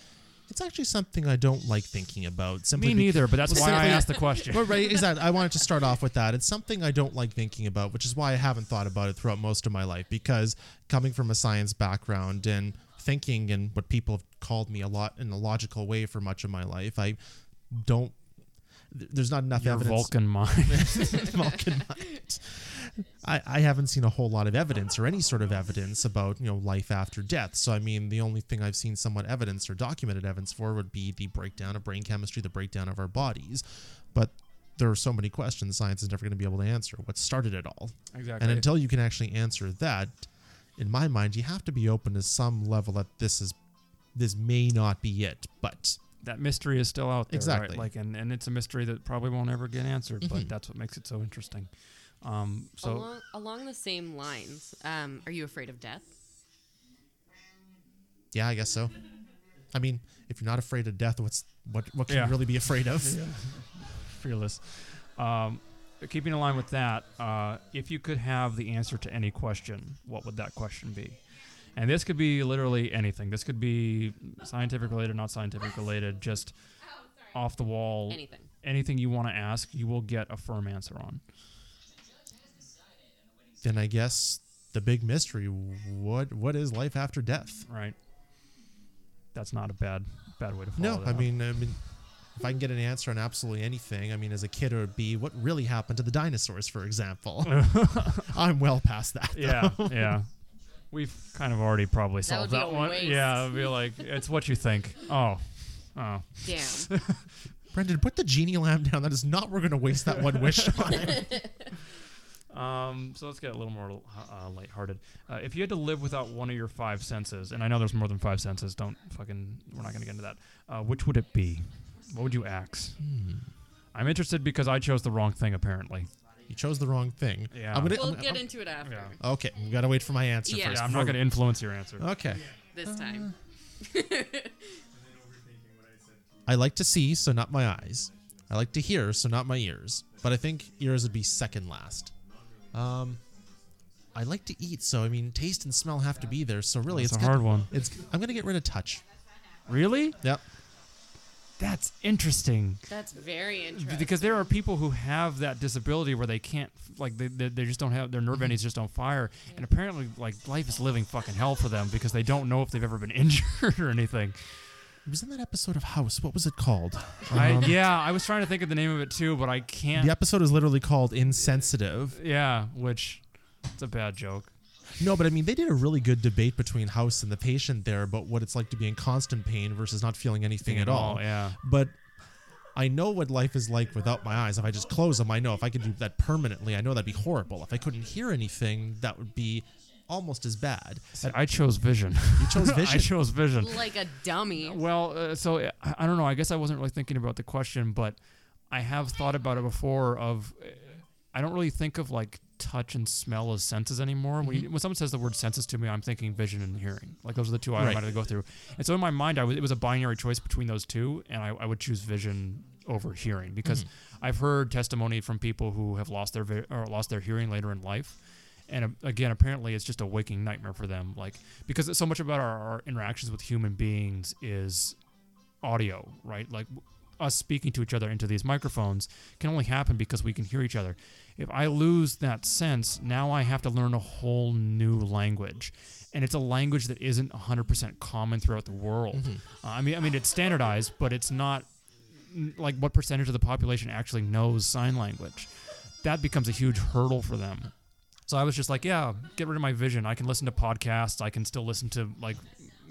C: It's actually something I don't like thinking about. Simply
A: me
C: be-
A: neither but that's
C: Well,
A: why i
C: simply-
A: asked the question
C: Well, right, exactly. I wanted to start off with that. It's something I don't like thinking about, which is why I haven't thought about it throughout most of my life. Because coming from a science background and thinking in what people have called me a lot in a logical way for much of my life, I don't. th- There's not enough
A: your
C: evidence.
A: vulcan mind
C: Vulcan mind. I, I haven't seen a whole lot of evidence or any sort of evidence about you know life after death. So I mean, the only thing I've seen somewhat evidence or documented evidence for would be the breakdown of brain chemistry, the breakdown of our bodies. But there are so many questions science is never going to be able to answer. What started it all?
A: exactly
C: And until you can actually answer that, in my mind, you have to be open to some level that this is this may not be it, but
A: that mystery is still out there,
C: Exactly. Mm-hmm.
A: right? Like, and, and it's a mystery that probably won't ever get answered, but that's what makes it so interesting. Um, so
B: along along the same lines, um, are you afraid of death?
C: yeah, I guess so. I mean, if you're not afraid of death, what's what what can
A: Yeah.
C: you really be afraid of?
A: fearless. Um, keeping in line with that, uh, if you could have the answer to any question, what would that question be? And this could be literally anything. This could be scientific related, not scientific related, just off the wall.
B: Anything.
A: Anything you want to ask, you will get a firm answer on.
C: then I guess the big mystery what what is life after death?
A: Right? That's not a bad bad way to follow
C: No,
A: that
C: I
A: up.
C: mean, I mean, if I can get an answer on absolutely anything, I mean, as a kid, it would be what really happened to the dinosaurs, for example. I'm well past that.
A: Yeah, yeah. We've kind of already probably solved
B: be
A: that,
B: a
A: one.
B: waste.
A: Yeah, it'd be like it's what you think. Oh, oh,
B: Damn.
C: Brendan, put the genie lamp down. That is not. We're going to waste that one wish on.
A: Um, so let's get a little more uh, lighthearted. Uh, if you had to live without one of your five senses, and I know there's more than five senses, don't fucking, we're not going to get into that. Uh, which would it be? What would you axe?
C: Hmm.
A: I'm interested because I chose the wrong thing, apparently.
C: You chose the wrong thing.
A: Yeah.
C: I'm gonna,
B: we'll
C: I'm-
B: get
C: I'm-
B: into it after
A: Yeah.
C: Okay, we got to wait for my answer
B: Yeah.
C: first.
A: Yeah, I'm not going to influence your answer.
C: Okay.
B: this time.
C: I like to see, so not my eyes. I like to hear, so not my ears. But I think ears would be second last. Um, I like to eat, so I mean, taste and smell have to be there. So really,
A: That's
C: it's
A: a
C: got-
A: hard one.
C: It's I'm gonna get rid of touch.
A: Really?
C: Yep.
A: That's interesting.
B: That's very
A: B-
B: interesting.
A: because there are people who have that disability where they can't like they, they, they just don't have their nerve endings just don't fire and apparently like life is living fucking hell for them because they don't know if they've ever been injured or anything
C: It was in that episode of House. What was it called?
A: I,
C: Um,
A: yeah i was trying to think of the name of it too but i can't
C: The episode is literally called Insensitive.
A: yeah which it's a bad joke
C: No, but I mean, they did a really good debate between House and the patient there about what it's like to be in constant pain versus not feeling anything at all.
A: yeah
C: but I know what life is like without my eyes. If I just close them, I know if I could do that permanently, I know that'd be horrible. If I couldn't hear anything, that would be almost as bad.
A: See, i chose vision
C: You chose
A: i
C: vision.
A: chose vision
B: like a dummy.
A: Well, uh, so uh, I I don't know. I guess I wasn't really thinking about the question, but I have thought about it before. Of uh, I don't really think of like touch and smell as senses anymore. When, you, when someone says the word senses to me, I'm thinking vision and hearing. Like those are the two I
C: Right.
A: automatically go through. And so in my mind, I was, it was a binary choice between those two, and I, I would choose vision over hearing because I've heard testimony from people who have lost their vi- or lost their hearing later in life. And um, again, apparently, it's just a waking nightmare for them. Like because so much about our, our interactions with human beings is audio, right? Like w- us speaking to each other into these microphones can only happen because we can hear each other. If I lose that sense, now I have to learn a whole new language. And it's a language that isn't 100% common throughout the world. Uh, I mean, I mean, it's standardized, but it's not n- like what percentage of the population actually knows sign language. That becomes a huge hurdle for them. So I was just like, yeah, get rid of my vision. I can listen to podcasts. I can still listen to like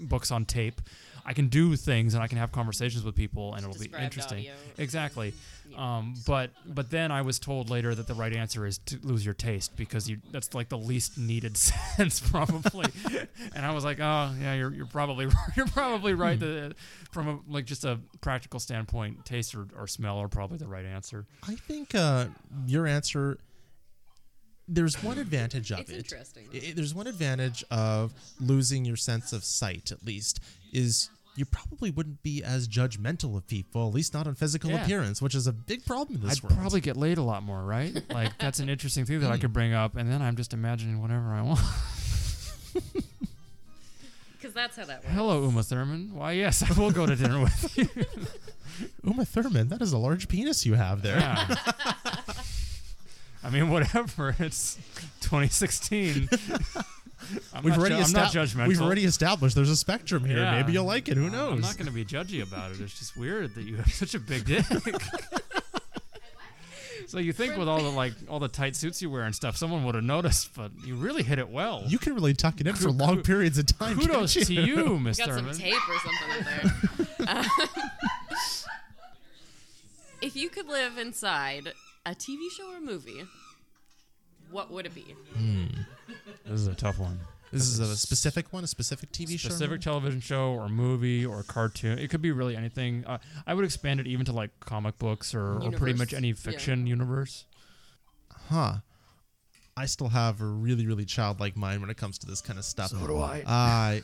A: books on tape. I can do things and I can have conversations with people, and it'll be
B: Described
A: interesting.
B: audio.
A: Exactly. Um, but but then I was told later that the right answer is to lose your taste because you that's like the least needed sense probably. and I was like, oh yeah, you're, you're probably you're probably
F: Hmm.
A: right. that, uh, from a, like just a practical standpoint, taste or, or smell are probably the right answer.
F: I think uh, your answer. There's one advantage of
B: It's
F: it.
B: interesting,
F: I- I- there's one advantage of losing your sense of sight, at least, is you probably wouldn't be as judgmental of people, at least not on physical
A: Yeah.
F: appearance, which is a big problem in this
A: I'd
F: world. Hmm.
A: probably get laid a lot more, right? Like that's an interesting thing that I could bring up, and then I'm just imagining whatever I want.
B: because that's how that works.
A: Hello, Uma Thurman. Why, yes, I will go to dinner with you.
F: Uma Thurman, that is a large penis you have there.
A: Yeah. I mean, whatever. It's 2016. I'm
F: We've
A: not
F: already
A: ju- I'm not
F: estab-
A: judgmental.
F: We've already established there's a spectrum here.
A: Yeah.
F: Maybe you'll like it. Who knows?
A: I'm not going to be judgy about it. It's just weird that you have such a big dick. so you think with all the like all the tight suits you wear and stuff, someone would have noticed, but you really hit it well.
F: you can really tuck it in for
A: Ku-
F: long
A: ku-
F: periods of time. can't
A: Kudos
F: you?
A: to you, Miss
B: Got
A: Thurman.
B: some tape or something in there. if you could live inside a TV show or movie, what would it be?
A: This is a tough one.
F: This is a specific one, a specific TV show.
A: specific television show or movie or cartoon. It could be really anything. Uh, I would expand it even to like comic books or, or pretty
B: Universe.
A: much any
B: Yeah.
A: fiction universe.
F: Huh. I still have a really, really childlike mind when it comes to this kind of stuff. So do I.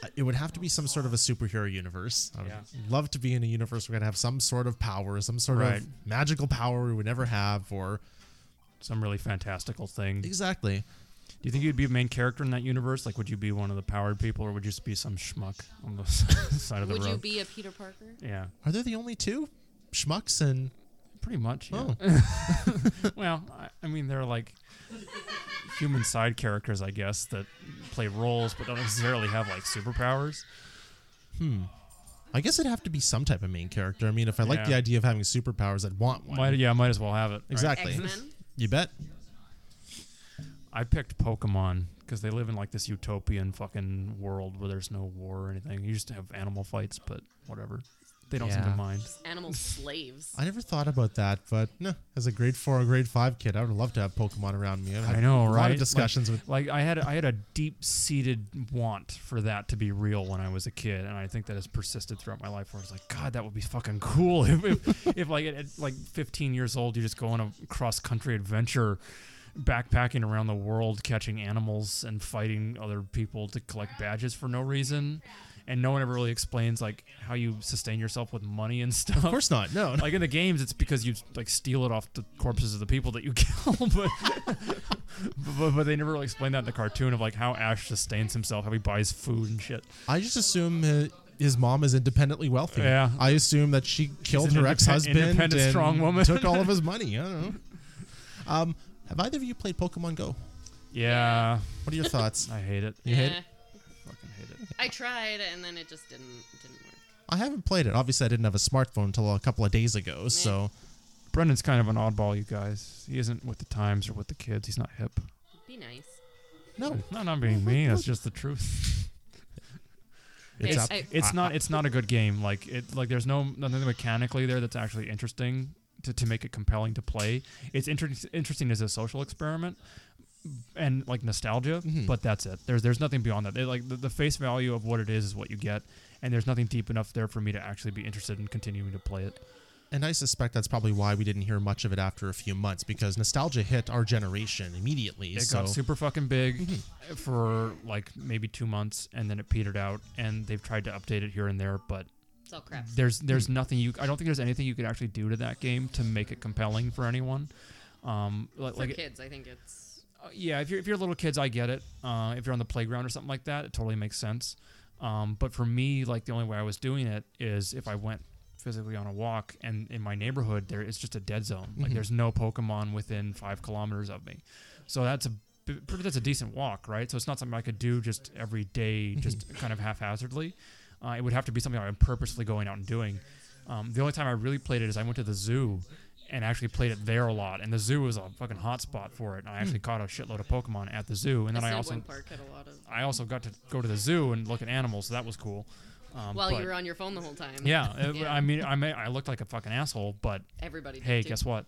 F: Uh, it would have to be some sort of a superhero universe. I would
A: Yeah.
F: love to be in a universe where we're going to have some sort of power, some sort
A: Right.
F: of magical power we would never have, or.
A: Some really fantastical thing. Do
F: Exactly.
A: you think you'd be a main character in that universe? Like, would you be one of the powered people, or would you just be some schmuck on the s- side of the
B: Would you
A: road?
B: be a Peter Parker?
A: yeah,
F: Are there the only two? Schmucks and.
A: pretty much. Yeah.
F: Oh.
A: well, I, I mean, they're like human side characters, I guess, that play roles but don't necessarily have like superpowers.
F: I guess it'd have to be some type of main character. I mean, if I like
A: Yeah.
F: the idea of having superpowers, I'd want one.
A: Might, yeah, might as well have it. right?
F: exactly.
B: X Men.
F: You bet.
A: I picked Pokemon because they live in like this utopian fucking world where there's no war or anything. You just have animal fights, but whatever. They don't seem
C: Yeah.
A: to mind.
B: Animal slaves.
F: I never thought about that, but no, as a grade four or grade five kid, I would love to have Pokemon around me. I've had
A: I know,
F: a
A: right?
F: lot of discussions
A: like,
F: with.
A: like I had I had a deep seated want for that to be real when I was a kid, and I think that has persisted throughout my life. Where I was like, God, that would be fucking cool if, if, if like at, at like 15 years old, you just go on a cross country adventure. Backpacking around the world, catching animals and fighting other people to collect badges for no reason, and no one ever really explains like how you sustain yourself with money and stuff
F: Of course not. No, no.
A: like in the games, it's because you like steal it off the corpses of the people that you kill, but but, but they never really explain that in the cartoon of like how Ash sustains himself, how he buys food and shit.
F: I just assume his, his mom is independently wealthy.
A: Yeah.
F: I assume that she killed
A: an
F: her
A: indepen-
F: ex husband
A: independent,
F: and
A: strong woman.
F: took all of his money. I don't know. Um, have either of you played Pokemon Go?
A: Yeah,
F: What are your thoughts?
A: I hate it.
F: You hate it?
B: Eh,
A: Fucking hate it.
B: I tried and then it just didn't didn't work.
F: I haven't played it. Obviously, I didn't have a smartphone until a couple of days ago, so
A: Brendan's kind of an oddball, you guys. He isn't with the times or with the kids. He's not hip.
B: Be nice.
F: no,
A: No, not being mean. That's just the truth.
F: it's
B: Yes,
F: up.
B: I-
A: It's not. It's not a good game. Like it. Like there's no nothing mechanically there that's actually interesting to, to make it compelling to play. It's inter- interesting as a social experiment and like nostalgia, but that's it. There's there's nothing beyond that. They, like the, the face value of what it is is what you get, and there's nothing deep enough there for me to actually be interested in continuing to play it.
F: And I suspect that's probably why we didn't hear much of it after a few months because nostalgia hit our generation immediately.
A: It
F: so
A: got super fucking big for like maybe two months, and then it petered out. And they've tried to update it here and there, but
B: It's all crap.
A: there's there's nothing you I don't think there's anything you could actually do to that game to make it compelling for anyone. Um, like,
B: For
A: like
B: kids, I think it's
A: uh, yeah, if you're if you're little kids, I get it. Uh, if you're on the playground or something like that, it totally makes sense. Um, but for me, like the only way I was doing it is if I went physically on a walk, and in my neighborhood there is just a dead zone. Like
F: Mhm.
A: there's no Pokemon within five kilometers of me, so that's a b- pretty that's a decent walk, right? So it's not something I could do just every day, just kind of haphazardly. Uh, it would have to be something I'm purposely going out and doing. Um, the only time I really played it is I went to the zoo and actually played it there a lot. And the zoo was a fucking hot spot for it. And I actually caught a shitload of Pokemon at the zoo. And then I also Um,
B: park had a lot of.
A: I also got to go to the zoo and look at animals. So that was cool. Um,
B: While
A: but-
B: you were on your phone the whole time.
A: yeah, it-
B: Yeah.
A: I mean, I may, I looked like a fucking asshole, but
B: Everybody.
A: hey,
B: did
A: guess what?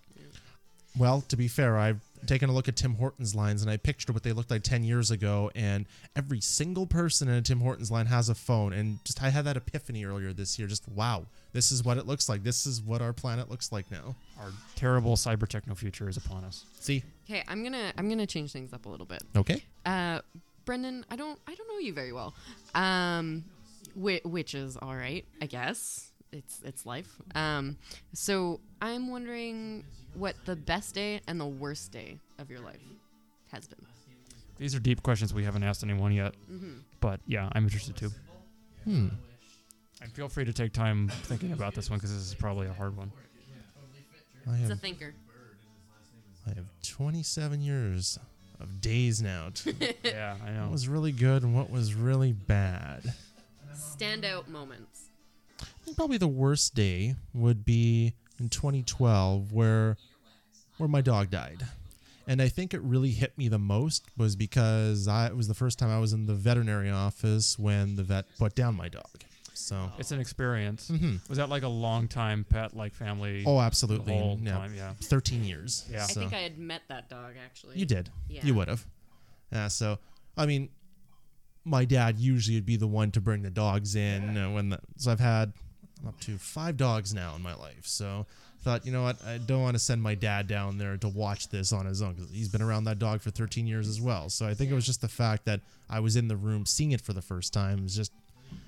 F: Well, to be fair, I've taken a look at Tim Hortons lines and I pictured what they looked like 10 years ago. And every single person in a Tim Hortons line has a phone. And just I had that epiphany earlier this year just wow, this is what it looks like. This is what our planet looks like now.
A: Our terrible cyber techno future is upon us.
F: See?
B: Okay, I'm gonna I'm gonna change things up a little bit.
F: Okay.
B: Uh, Brendan, I don't I don't know you very well. Um, whi- which is all right, I guess. It's it's life. Um, so I'm wondering what the best day and the worst day of your life has been. Mm-hmm.
A: These are deep questions we haven't asked anyone yet, but yeah, I'm interested too.
F: Hmm.
A: And feel free to take time thinking about this one because this is probably a hard one.
F: I
B: It's a
F: have,
B: thinker.
F: I have 27 years of days now. to-
A: yeah, I know.
F: What was really good and what was really bad?
B: Standout moments.
F: I think probably the worst day would be in 2012 where where my dog died. And I think it really hit me the most was because I it was the first time I was in the veterinary office when the vet put down my dog. So
A: It's an experience.
F: Mhm.
A: Was that like a long time pet, like family?
F: Oh,
A: Mm-hmm. the
F: absolutely.
A: whole
F: Yeah.
A: time? Yeah.
F: 13 years.
A: Yeah. I
B: I
F: So-
B: think I had met that dog actually.
F: You did.
B: Yeah.
F: You would have. Yeah. So, I mean, my dad usually would be the one to bring the dogs in uh, when the. So I've had I'm up to five dogs now in my life. So I thought, you know what? I don't want to send my dad down there to watch this on his own because he's been around that dog for 13 years as well. So I think it was just the fact that I was in the room seeing it for the first time. It was just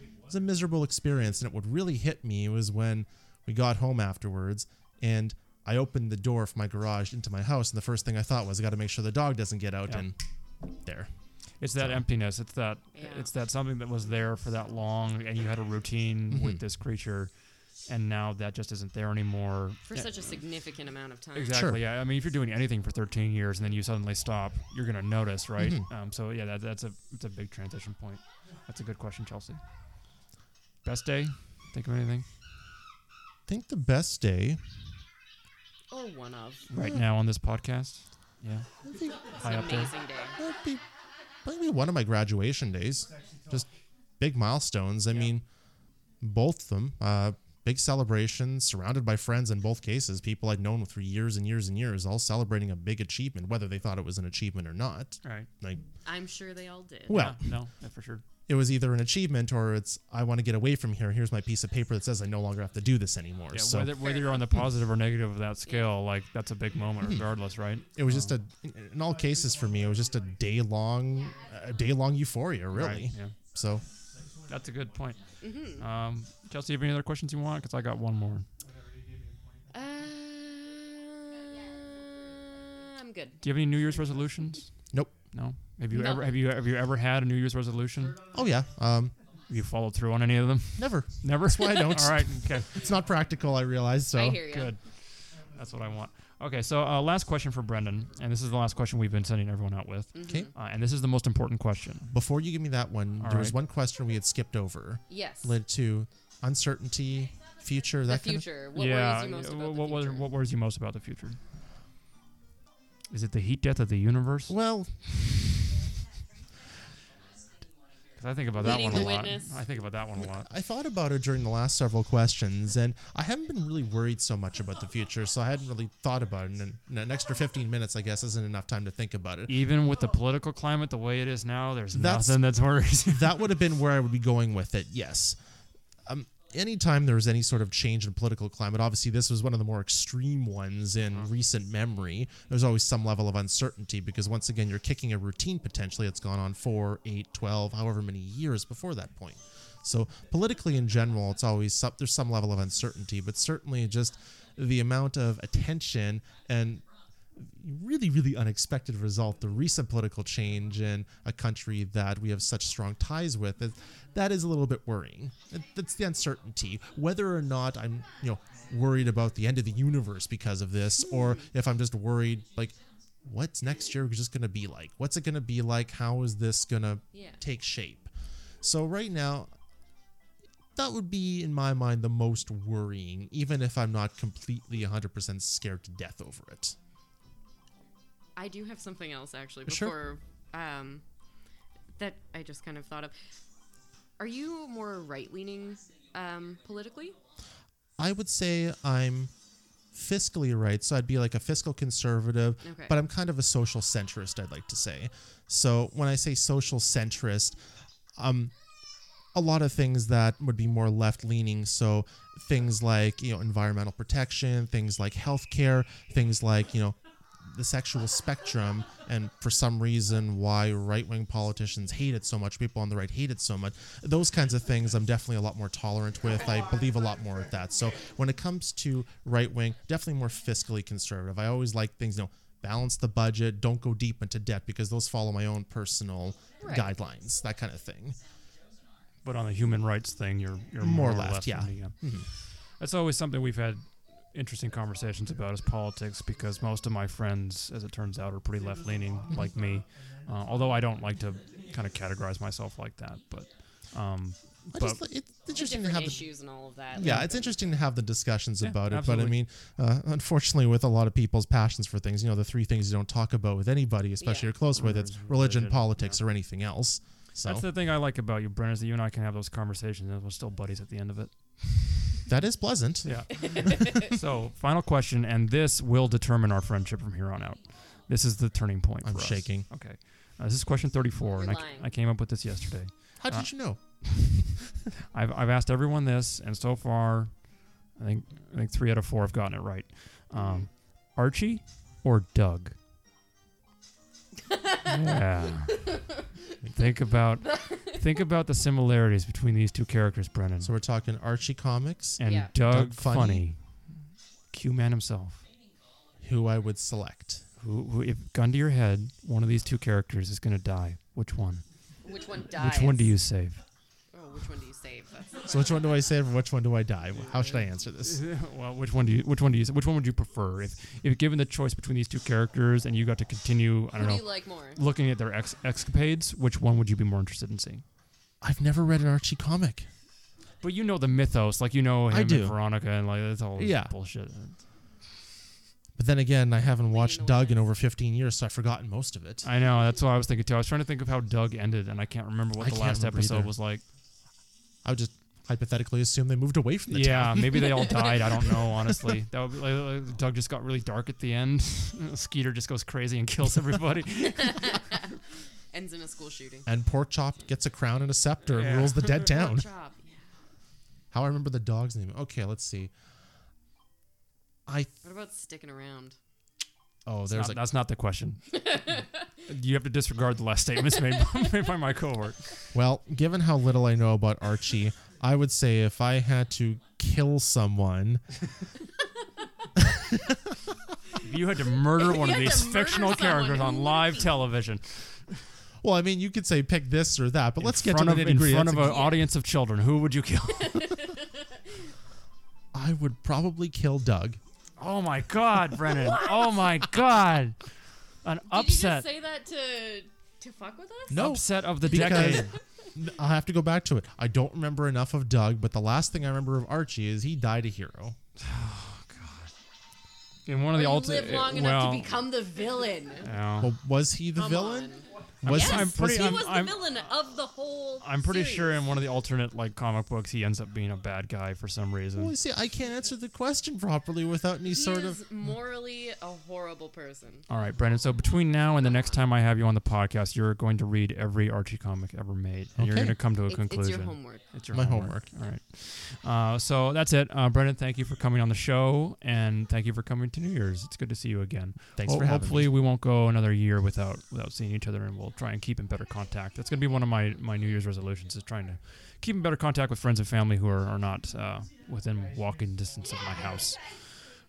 F: it was a miserable experience. And what really hit me was when we got home afterwards and I opened the door from my garage into my house. And the first thing I thought was, I got to make sure the dog doesn't get out.
A: Yeah.
F: And there.
A: It's that emptiness. It's that.
B: Yeah.
A: It's that something that was there for that long, and you had a routine
F: Mm-hmm.
A: with this creature, and now that just isn't there anymore.
B: For such a significant amount of time.
A: Exactly. Yeah. I mean, if you're doing anything for 13 years and then you suddenly stop, you're gonna notice, right?
F: Mm-hmm.
A: Um, so yeah, that, that's a it's a big transition point. That's a good question, Chelsea. Best day? Think of anything
F: I think the best day.
B: Or Oh, one of.
A: right now on this podcast? Yeah.
F: I think
B: It's
A: High
B: an
A: up there.
B: Mm. amazing day.
F: that'd be probably one of my graduation days. Just big milestones. I mean, both of them. Uh, big celebrations, surrounded by friends in both cases. People I'd known for years and years and years, all celebrating a big achievement, whether they thought it was an achievement or not.
A: All right.
F: Like,
B: I'm sure they all did.
F: well,
A: Yeah, no, yeah, for sure.
F: it was either an achievement or it's I want to get away from here. Here's my piece of paper that says I no longer have to do this anymore.
A: Yeah.
F: so
A: whether whether you're on the positive or negative of that scale, like that's a big moment,
F: Mm-hmm.
A: regardless, right?
F: it was just a in all cases for me, it was just a day long, a day long euphoria, really.
A: Right, yeah.
F: So
A: That's a good point.
B: Mm-hmm.
A: Um, Chelsea, have any other questions you want? Because I got one more.
B: Uh, I'm good.
A: Do you have any New Year's resolutions?
F: Nope.
A: No. Have you
B: No.
A: ever have you have you ever had a New Year's resolution?
F: oh yeah, um,
A: Have you followed through on any of them?
F: never.
A: Never.
F: That's why I don't.
A: All right. Okay.
F: It's not practical, I realize. So
B: I hear you.
A: Good. That's what I want. Okay. So uh, last question for Brendan, and this is the last question we've been sending everyone out with,
B: Mm-hmm.
F: okay,
A: uh, and this is the most important question.
F: before you give me that one,
A: All
F: there was
A: right.
F: one question we had skipped over
B: Yes.
F: related to uncertainty, future,
B: the
F: that kind of.
B: future. What
A: yeah.
B: worries you most
A: uh,
B: about the
A: what was-
B: future?
A: what worries you most about the future? Is it the heat death of the universe?
F: Well,
A: 'Cause I think about that
B: Leading
A: one a
B: the
A: lot.
B: witness.
A: I think about that one a lot.
F: I thought about it during the last several questions, and I haven't been really worried so much about the future, so I hadn't really thought about it. And an, an extra 15 minutes, I guess, isn't enough time to think about it.
A: Even with the political climate the way it is now, there's
F: That's-
A: nothing that's worrisome.
F: that would have been where I would be going with it. Yes. Um, anytime there was any sort of change in political climate, obviously this was one of the more extreme ones in recent memory. There's always some level of uncertainty because once again, you're kicking a routine potentially that's gone on four, eight, 12, however many years before that point. So politically in general, it's always some, there's some level of uncertainty, but certainly just the amount of attention and really, really unexpected result, the recent political change in a country that we have such strong ties with, is, that is a little bit worrying. That- That's the uncertainty. Whether or not I'm, you know, worried about the end of the universe because of this, or if I'm just worried, like, what's next year just going to be like? What's it going to be like? How is this going to
B: Yeah.
F: take shape? So right now, that would be in my mind the most worrying, even if I'm not completely 100% scared to death over it.
B: I do have something else actually
F: Sure.
B: before um, that I just kind of thought of. Are you more right leaning um, politically?
F: I would say I'm fiscally right, so I'd be like a fiscal conservative,
B: Okay.
F: but I'm kind of a social centrist, I'd like to say. So when I say social centrist, um a lot of things that would be more left leaning, so things like, you know, environmental protection, things like healthcare, things like, you know, the sexual spectrum and for some reason why right-wing politicians hate it so much people on the right hate it so much those kinds of things i'm definitely a lot more tolerant with i believe a lot more at that so when it comes to right-wing definitely more fiscally conservative i always like things you know balance the budget don't go deep into debt because those follow my own personal
B: Right.
F: guidelines that kind of thing
A: But on the human rights thing, you're you're
F: More
A: more,
F: left, yeah. Mm-hmm.
A: than me, uh, That's always something we've had interesting conversations about is politics because most of my friends, as it turns out, are pretty left leaning like me. Uh, although I don't like to kind of categorize myself like that, but. Um,
F: I
A: But-
F: just, it's interesting to
B: Different
F: have the
B: issues and all of that.
F: yeah, it's interesting to have the discussions about it, but I
A: absolutely.
F: mean, uh, unfortunately, with a lot of people's passions for things, you know, the three things you don't talk about with anybody, especially
B: Yeah.
F: you're close with, it's religion,
A: religion,
F: politics, or anything else. So
A: That's the thing I like about you, Brennan, is that you and I can have those conversations and we're still buddies at the end of it.
F: that is pleasant.
A: Yeah. so, final question, and this will determine our friendship from here on out. This is the turning point.
F: I'm
A: for us.
F: shaking.
A: Okay. Uh, this is question 34,
B: You're
A: and I,
B: lying.
A: I came up with this yesterday.
F: How did
A: Uh,
F: you know?
A: I've, I've asked everyone this, and so far, I think I think three out of four have gotten it right. Um, Archie or Doug? yeah. think about think about the similarities between these two characters, Brennan
F: So we're talking Archie Comics,
A: and
B: Yeah.
A: Doug,
F: Doug Funny.
A: Funny. Q man himself.
F: who I would select.
A: Who, who, if gun to your head, one of these two characters is gonna die. Which one?
B: Which one dies?
A: Which one do you save?
B: Oh, which one do you save? That's-
F: So which one do I save and which one do I die? How should I answer this?
A: well, which one do you? Which one do you? Which one would you prefer? If if given the choice between these two characters and you got to continue, I
B: Who
A: don't
B: do
A: know,
B: you like more?
A: looking at their ex- escapades, which one would you be more interested in seeing?
F: I've never read an Archie comic.
A: But you know the mythos, like you know him
F: I do.
A: and Veronica, and like that's all
F: Yeah.
A: bullshit.
F: But then again, I haven't watched
B: know
F: Doug
B: what
F: in
B: it
F: over 15 years, so I've forgotten most of it.
A: I know that's what I was thinking too. I was trying to think of how Doug ended, and I can't remember what the
F: I can't
A: last
F: remember
A: episode
F: either.
A: was like.
F: I would just hypothetically assume they moved away from the town.
A: Yeah, maybe they all died. I don't know, honestly. That would be like, like, Doug just got really dark at the end. Skeeter just goes crazy and kills everybody.
B: Ends in a school shooting.
F: And Porkchop gets a crown and a scepter and
A: Yeah.
F: rules the dead town.
B: Chop. Yeah.
F: How I remember the dog's name. Okay, let's see. I
B: What about sticking around?
F: oh,
A: Not-
F: there's like
A: that's not the question. you have to disregard the last statements made by, made by my cohort.
F: well, given how little I know about Archie, I would say if I had to kill someone,
A: If you had to murder one of
B: You had
A: these
B: to murder
A: fictional
B: someone,
A: characters
B: who
A: on
B: would
A: live
B: it be?
A: television
F: well, I mean, you could say pick this or that, but
A: in
F: let's get to
A: front
F: the
A: of,
F: nitty
A: in
F: gritty.
A: front of an audience of children, who would you kill?
F: I would probably kill Doug.
A: oh my God, Brennan! oh my God, an upset,
B: Did you just say that to to fuck with us?
F: No,
A: upset of the
F: because
A: decade.
F: I have to go back to it. I don't remember enough of Doug, but the last thing I remember of Archie is he died a hero.
A: In one of
B: Or
A: the
B: you
A: ultimate,
B: live long enough
A: well,
B: to become the villain.
A: yeah.
F: Well, was he the
B: Come
F: villain?
B: on.
F: Was
B: Yes,
A: I'm pretty-
B: he
A: I'm-
B: was
A: I'm-
B: the villain of the whole.
A: I'm pretty
B: series.
A: sure in one of the alternate like comic books he ends up being a bad guy for some reason.
F: Well, you see, I can't answer the question properly without any
B: He
F: sort
B: is
F: of.
B: morally a horrible person.
A: All right, Brendan. So between now and the next time I have you on the podcast, you're going to read every Archie comic ever made, and you're
F: Okay.
A: going to come to a
B: It's,
A: conclusion.
B: it's your homework.
A: It's your
F: My
A: All right. Uh, so that's it, uh, Brendan. Thank you for coming on the show, and thank you for coming to New Year's. It's good to see you again.
F: Thanks
A: Ho-
F: for having
A: Hopefully,
F: me.
A: we won't go another year without without seeing each other, and we'll try and keep in better contact. That's going to be one of my my New Year's resolutions is trying to keep in better contact with friends and family who are, are not uh, within walking distance of my house.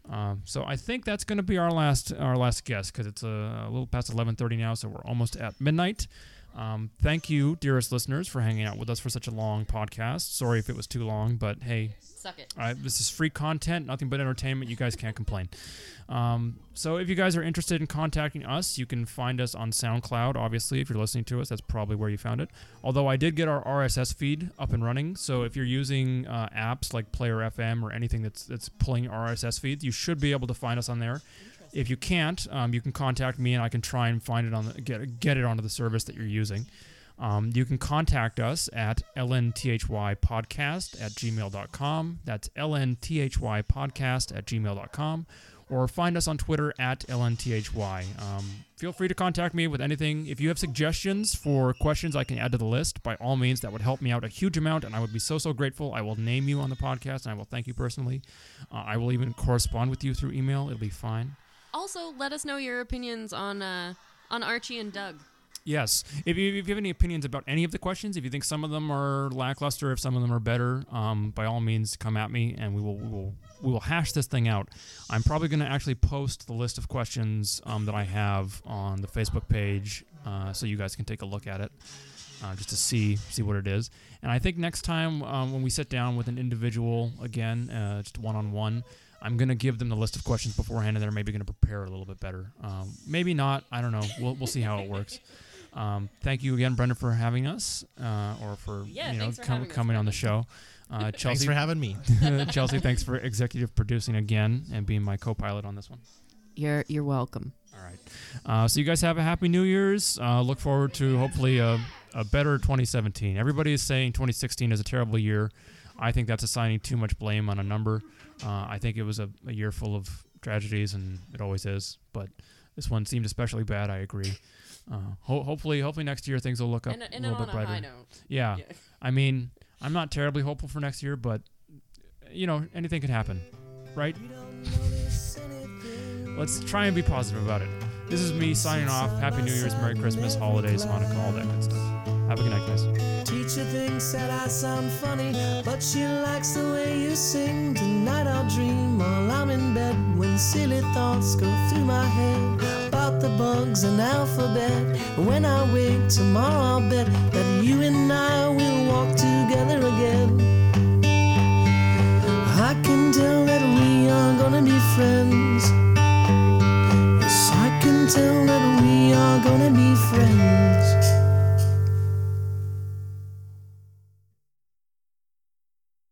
A: Um, so I think that's going to be our last our last guess because it's uh, a, a little past 11:30 now, so we're almost at midnight. Um, thank you, dearest listeners, for hanging out with us for such a long podcast. Sorry if it was too long, but hey,
B: Suck it.
A: I, this is free content, nothing but entertainment. You guys can't complain. Um, so, if you guys are interested in contacting us, you can find us on SoundCloud. Obviously, if you're listening to us, that's probably where you found it. Although I did get our RSS feed up and running, so if you're using uh, apps like Player FM or anything that's that's pulling RSS feeds, you should be able to find us on there. If you can't, um, you can contact me, and I can try and find it on the, get get it onto the service that you're using. Um, you can contact us at lnthypodcast at gmail.com. That's lnthypodcast at gmail.com. Or find us on Twitter at lnthy. Um, feel free to contact me with anything. If you have suggestions for questions I can add to the list, by all means, that would help me out a huge amount, and I would be so, so grateful. I will name you on the podcast, and I will thank you personally. Uh, I will even correspond with you through email. It'll be fine.
B: Also, let us know your opinions on uh, on Archie and Doug.
A: Yes. If you, if you have any opinions about any of the questions, if you think some of them are lackluster, if some of them are better, um, by all means, come at me, and we will we will we will hash this thing out. I'm probably going to actually post the list of questions um, that I have on the Facebook page, uh, so you guys can take a look at it. Uh, just to see see what it is, and I think next time um, when we sit down with an individual again, uh, just one on one, I'm gonna give them the list of questions beforehand, and they're maybe gonna prepare a little bit better. Um, maybe not. I don't know. We'll we'll see how it works. Um, thank you again, Brenda, for having us, uh, or for
B: Yeah,
A: you know
B: thanks for
A: com-
B: having us,
A: coming on the show. Uh,
C: Thanks
A: Chelsea,
C: for having me.
A: Uh, Chelsea, thanks for executive producing again and being my co-pilot on this one.
B: You're you're welcome.
A: All right. Uh, so you guys have a happy New Year's. Uh, look forward to hopefully a, a better 2017. Everybody is saying 2016 is a terrible year. I think that's assigning too much blame on a number. Uh, I think it was a, a year full of tragedies, and it always is. But this one seemed especially bad. I agree. Uh, ho- hopefully, hopefully next year things will look up
B: And,
A: a
B: and
A: little
B: on
A: bit
B: a high
A: brighter.
B: note.
A: Yeah.
B: Yeah.
A: I mean, I'm not terribly hopeful for next year, but you know, anything could happen, right? Let's try and be positive about it. This is me signing off. Happy New Year's, Merry Christmas, holidays, Hanukkah, all that good stuff. Have a good night, guys.
G: Teacher thinks that I sound funny, but she likes the way you sing. Tonight I'll dream while I'm in bed when silly thoughts go through my head about the bugs and alphabet. When I wake tomorrow, I'll bet that you and I will walk together again. I can